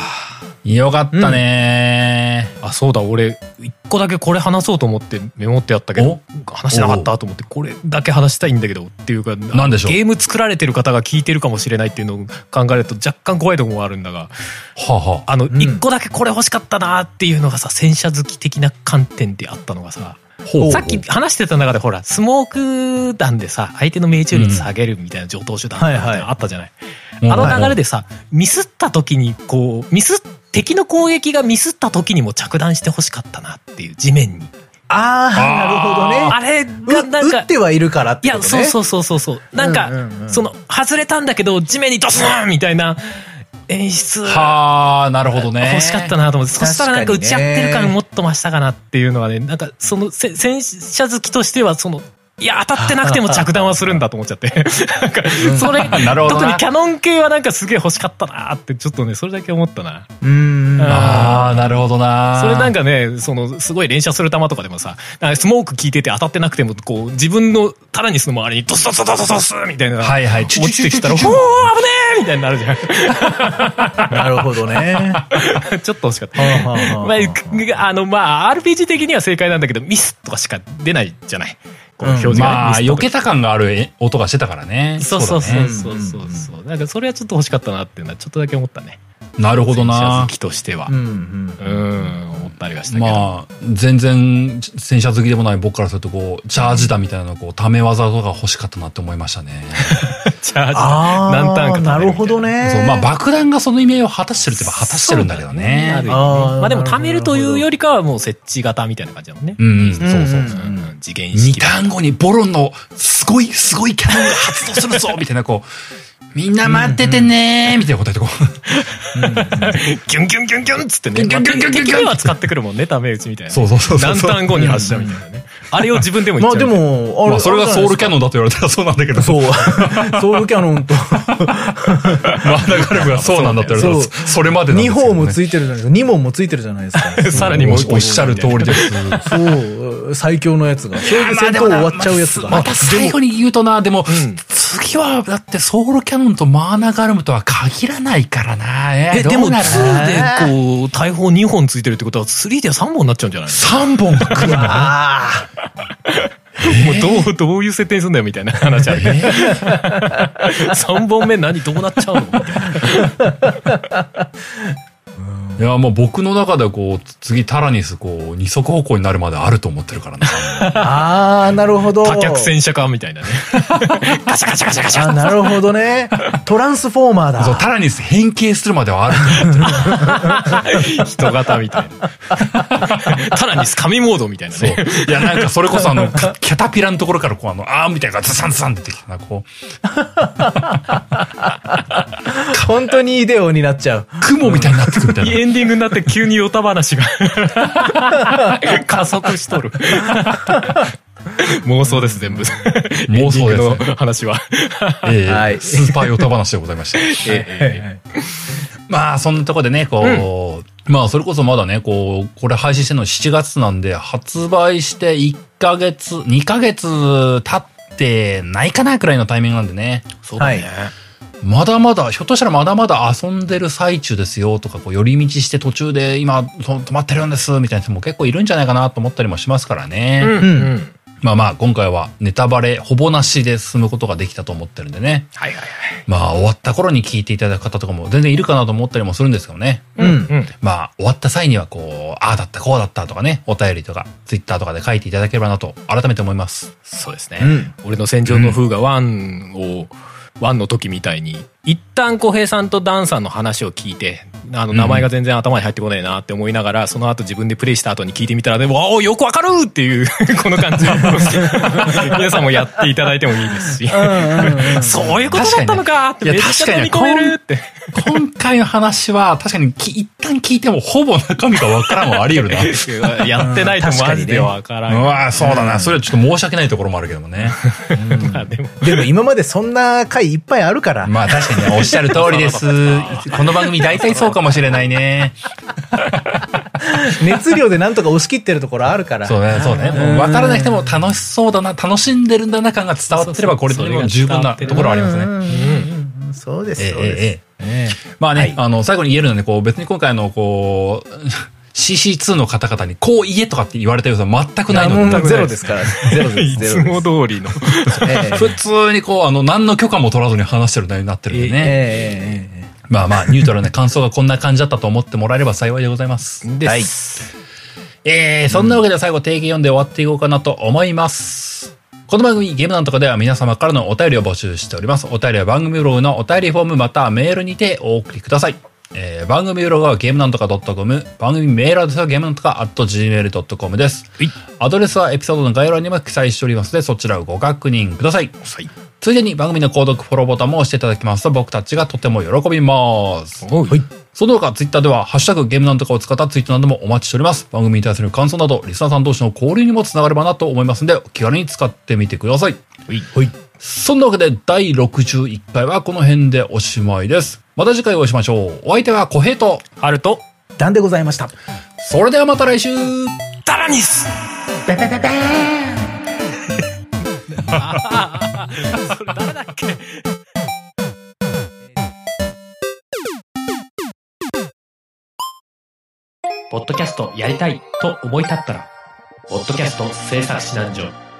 [SPEAKER 1] よかったね
[SPEAKER 4] あ、そうだ、俺、一個だけこれ話そうと思ってメモってやったけど、話してなかったと思って、これだけ話したいんだけど、っていうか、
[SPEAKER 1] なんでしょう
[SPEAKER 4] ゲーム作られてる方が聞いてるかもしれないっていうのを考えると若干怖いところもあるんだが、
[SPEAKER 1] ー。はあはあ。
[SPEAKER 4] あの、
[SPEAKER 3] ん
[SPEAKER 4] 一個だけこれ欲しかったなーっていうのがさ、戦車好き的な観点であったのがさ、
[SPEAKER 1] ほ
[SPEAKER 4] さっき話してた中でほら、スモーク弾でさ、相手の命中率下げるみたいな上等手段みたいなの
[SPEAKER 3] はいはい
[SPEAKER 4] あったじゃない。
[SPEAKER 1] うん
[SPEAKER 4] あの流れでさ、ミスった時にこう、ミス、敵の攻撃がミスった時にも着弾して欲しかったなっていう地面に。
[SPEAKER 3] あ
[SPEAKER 1] あー
[SPEAKER 3] あ、なるほどね。
[SPEAKER 4] あれがなん
[SPEAKER 3] う打
[SPEAKER 4] か
[SPEAKER 3] っ、てはいるからっ
[SPEAKER 4] い
[SPEAKER 3] てこと
[SPEAKER 4] や、
[SPEAKER 3] ね。
[SPEAKER 4] そうそうそうそうそう。なんか、
[SPEAKER 3] うんうんうん
[SPEAKER 4] その、外れたんだけど、地面にドスーンみたいな演出。
[SPEAKER 1] はあ、なるほどね。
[SPEAKER 4] 欲しかったなと思って、そしたらなんか打
[SPEAKER 3] 確
[SPEAKER 4] ち
[SPEAKER 3] か
[SPEAKER 4] 合っ
[SPEAKER 3] にね
[SPEAKER 4] てる感もっと増したかなっていうの はね、なんかそのせ戦車好きとしては、その、いや、当たってなくても着弾はするんだと思っち ゃって。なんか、それ、特に
[SPEAKER 1] なるほどな
[SPEAKER 4] キャノン系はなんかすげえ欲しかったなって、ちょっとね、それだけ思ったな。
[SPEAKER 3] うーん。
[SPEAKER 1] ああ、なるほどな。
[SPEAKER 4] それなんかね、その、すごい連射する弾とかでもさ、なんかスモーク効いてて当たってなくても、こう、自分のタラニスの周りにドスドスドスドスみたいな。
[SPEAKER 1] はいはい
[SPEAKER 4] 落ちてきたら、おー
[SPEAKER 1] チ
[SPEAKER 4] 危
[SPEAKER 1] ュチュチュチュチュ
[SPEAKER 4] ねえみたいになるじゃん。
[SPEAKER 3] なるほどね。
[SPEAKER 4] ちょっと欲しかった。
[SPEAKER 3] はあはあはあ
[SPEAKER 4] まあく、あの、まあ、RPG 的には正解なんだけど、ミスとかしか出ないじゃない。この表示がね、
[SPEAKER 1] まあ、
[SPEAKER 4] ミスと
[SPEAKER 1] 避
[SPEAKER 4] か
[SPEAKER 1] けた感があるえ音がしてたからね。
[SPEAKER 4] そうそう
[SPEAKER 1] だ
[SPEAKER 4] そう
[SPEAKER 1] ね
[SPEAKER 4] そうそうそう、なんかそれはちょっと欲しかったなっていうのはちょっとだけ思ったね。
[SPEAKER 1] なるほど
[SPEAKER 4] 戦車
[SPEAKER 1] な
[SPEAKER 4] 好。きとしては
[SPEAKER 3] う。ん
[SPEAKER 4] うん、思ったりはしたけど。
[SPEAKER 1] まあ、全然、戦車好きでもない僕からすると、こう、チャージだみたいな、こう、ため技とか欲しかったなって思いましたね。
[SPEAKER 4] チャージ
[SPEAKER 3] ああ、
[SPEAKER 4] 何ターンか
[SPEAKER 3] なるほど
[SPEAKER 4] ね。
[SPEAKER 3] ね。
[SPEAKER 1] そう、まあ、爆弾がその意味合いを果たしてるって言えば果たしてるんだけど
[SPEAKER 4] ある
[SPEAKER 1] ね。
[SPEAKER 4] よね
[SPEAKER 3] あー
[SPEAKER 4] まあでも
[SPEAKER 3] なるほど
[SPEAKER 4] 貯めるというよりかはもう設置型みたいな感じだもんね。
[SPEAKER 1] うんうん。
[SPEAKER 3] ん
[SPEAKER 1] そうそうそう。
[SPEAKER 3] うん
[SPEAKER 4] うん次元
[SPEAKER 1] 二
[SPEAKER 4] 式
[SPEAKER 1] ターン後にボロンのすごいすごいキャノンが発動するぞみたいなこう、みんな待っててねーみたいな答えてこう。
[SPEAKER 4] ギュンギュンギュンギュンっつってね。
[SPEAKER 1] ギュンギュンギュンギュンギュン
[SPEAKER 4] 敵は使ってくるもんね、ため打ちみたいな。
[SPEAKER 1] そうそうそうそう
[SPEAKER 4] 何ターン後に発射みたいなね。あれを自分でも言
[SPEAKER 3] ま
[SPEAKER 4] っ
[SPEAKER 3] あ
[SPEAKER 4] ちゃ
[SPEAKER 3] で
[SPEAKER 4] うみたいな。
[SPEAKER 3] も、あ
[SPEAKER 1] まあそれがソウルキャ
[SPEAKER 3] ノン。
[SPEAKER 1] ノンだと言われたらそうなんだけど、
[SPEAKER 3] そう。ソウルキャノンと、
[SPEAKER 1] マーダガルムがそうなんだって言われた
[SPEAKER 3] そ
[SPEAKER 1] ら、それま でなんで
[SPEAKER 3] 2
[SPEAKER 1] すけど
[SPEAKER 3] 砲
[SPEAKER 1] ね
[SPEAKER 3] もついてるじゃないですか。2門もついてるじゃないですか。
[SPEAKER 4] さらにもう一個
[SPEAKER 1] おっしゃる通りです。
[SPEAKER 3] そう、最強のやつが。それで戦闘終わっちゃうやつが。
[SPEAKER 1] また最後に言うとな、でも、次は、だってソウルキャノンとマーナガルムとは限らないからな。え
[SPEAKER 4] え、で
[SPEAKER 1] ど
[SPEAKER 4] も
[SPEAKER 1] うなる
[SPEAKER 4] 2でこう、大砲2本ついてるってことは3で3本になっちゃうんじゃない
[SPEAKER 1] 3本 来るの
[SPEAKER 3] あ
[SPEAKER 4] のもうどう、どういう設定にすんだよみたいな話ある ね。3本目何どうなっちゃうのみたいない
[SPEAKER 1] や、もう僕の中ではこう、次タラニス、こう、二足歩行になるまであると思ってるから な。
[SPEAKER 3] あ、ああ、なるほど。
[SPEAKER 4] 多脚戦車かみたいなね。 ガシャガシャガシャガシャ
[SPEAKER 3] あなるほどね。トランスフォーマー
[SPEAKER 1] そう、
[SPEAKER 3] だ。
[SPEAKER 1] タラニス変形するまではある。
[SPEAKER 4] 人型みたいな。タラニス神モードみたいな
[SPEAKER 1] そう。
[SPEAKER 4] ね。
[SPEAKER 1] いや、なんかそれこそあの、かキャタピラのところからこう、あの、あーみたいなのがズサンズサン出てきてな、こう、
[SPEAKER 3] 本当にイデオになっちゃう。
[SPEAKER 1] 雲みたいになってくるみたい な。
[SPEAKER 4] エンディングになって急にヨタ話 が加速しと る。妄想です、全部。
[SPEAKER 1] 妄想
[SPEAKER 4] エンディン
[SPEAKER 1] で
[SPEAKER 4] グの話は。
[SPEAKER 1] ええ
[SPEAKER 3] はい
[SPEAKER 1] スーパーヨタ話でございました。まあ、そんなとこでね、こう、まあ、それこそまだね、こう、これ配信してるの7月なんで、発売して1ヶ月、2ヶ月経ってないかなくらいのタイミングなんでね。
[SPEAKER 4] そう
[SPEAKER 3] だね
[SPEAKER 1] まだまだ、ひょっとしたらまだまだ遊んでる最中ですよとか、こう、寄り道して途中で今、そ止まってるんです、みたいな人も結構いるんじゃないかなと思ったりもしますからね。
[SPEAKER 4] うんうん。
[SPEAKER 1] まあまあ、今回はネタバレほぼなしで進むことができたと思ってるんでね。
[SPEAKER 4] はいはいはい。
[SPEAKER 1] まあ、終わった頃に聞いていただく方とかも全然いるかなと思ったりもするんですけどね。
[SPEAKER 3] うん。
[SPEAKER 4] うん。
[SPEAKER 1] まあ、終わった際には、こう、ああだった、こうだったとかね、お便りとか、ツイッターとかで書いていただければなと、改めて思い ます。
[SPEAKER 4] そうですね。
[SPEAKER 3] うん
[SPEAKER 4] 俺の戦場の風がワンを、ワンの時みたいに、一旦小平さんとダンさんの話を聞いて、あの、名前が全然頭に入ってこないなって思いながら、その後自分でプレイした後に聞いてみたら、でも、わお、よくわかるっていう、 この感じ。皆さんもやっていただいてもいいですし、そういうことだったのかっ
[SPEAKER 1] 確かに
[SPEAKER 4] て、めっ
[SPEAKER 1] ね
[SPEAKER 4] ち
[SPEAKER 1] い
[SPEAKER 4] ゃ飲
[SPEAKER 1] や
[SPEAKER 4] み込めるって。
[SPEAKER 1] 今回の話は、確かにき一旦聞いても、ほぼ中身がわからんはあり得るな。
[SPEAKER 4] やってないと
[SPEAKER 3] うん確か
[SPEAKER 4] マ
[SPEAKER 3] にね
[SPEAKER 4] ジでわからん
[SPEAKER 1] うわーそうだな。それはちょっと申し訳ないところもあるけどもね。
[SPEAKER 4] まあでも
[SPEAKER 3] でも今までそんな回いっぱいあるから。
[SPEAKER 1] まあ確かにね、おっしゃる通りです。 この番組大体そうかもしれないね。
[SPEAKER 3] 熱量でなんとか押し切ってるところあるから。
[SPEAKER 1] そうね、そうね。もうわからなくても楽しそうだな、楽しんでるんだな感が伝わってれば、これでも十分なところはありますね。
[SPEAKER 3] うんそうです、
[SPEAKER 1] ええ
[SPEAKER 3] そうです。
[SPEAKER 1] ええ
[SPEAKER 3] ええ
[SPEAKER 1] まあね、あの、最後に言えるのはね、こう、別に今回の、こう、CC2 の方々に、こう言えとかって言われた要素は全くないの
[SPEAKER 3] も
[SPEAKER 1] で、
[SPEAKER 3] うゼロですから。ゼロです。
[SPEAKER 5] い
[SPEAKER 3] ゼ
[SPEAKER 5] つ
[SPEAKER 3] ロで
[SPEAKER 5] も通りの。
[SPEAKER 3] す。 ええ
[SPEAKER 1] 普通にこう、あの、何の許可も取らずに話してる内容になってるんで
[SPEAKER 3] ええ
[SPEAKER 1] ね。
[SPEAKER 3] えええ
[SPEAKER 1] まあまあ、ニュートラルな感想がこんな感じだったと思ってもらえれば幸いでございます。
[SPEAKER 3] えはい。
[SPEAKER 1] えー、そんなわけで最後定義読んで終わっていこうかなと思います。この番組ゲームなんとかでは皆様からのお便りを募集しております。お便りは番組ブログのお便りフォームまたはメールにてお送りください。えー、番組ブログはゲームなんとか .com、番組メールアドレスはゲームなんとか .gmail.com です。アドレスはエピソードの概要欄にも記載しておりますので、そちらをご確認ください。ついでに番組の購読フォローボタンも押していただきますと僕たちがとても喜びます。
[SPEAKER 3] はい。
[SPEAKER 1] その他、ツイッターでは、ハッシュタグゲームなんとかを使ったツイートなどもお待ちしております。番組に対する感想など、リスナーさん同士の交流にもつながればなと思いますので、お気軽に使ってみてください。
[SPEAKER 3] はい。
[SPEAKER 1] そんなわけで、第61回はこの辺でおしまいです。また次回お会いしましょう。お相手は小平と、
[SPEAKER 4] あると
[SPEAKER 3] 段でございました。
[SPEAKER 1] それではまた来週
[SPEAKER 4] ダラニス
[SPEAKER 6] ポッドキャストやりたいと思い立ったら、ポッドキャスト制作指南所。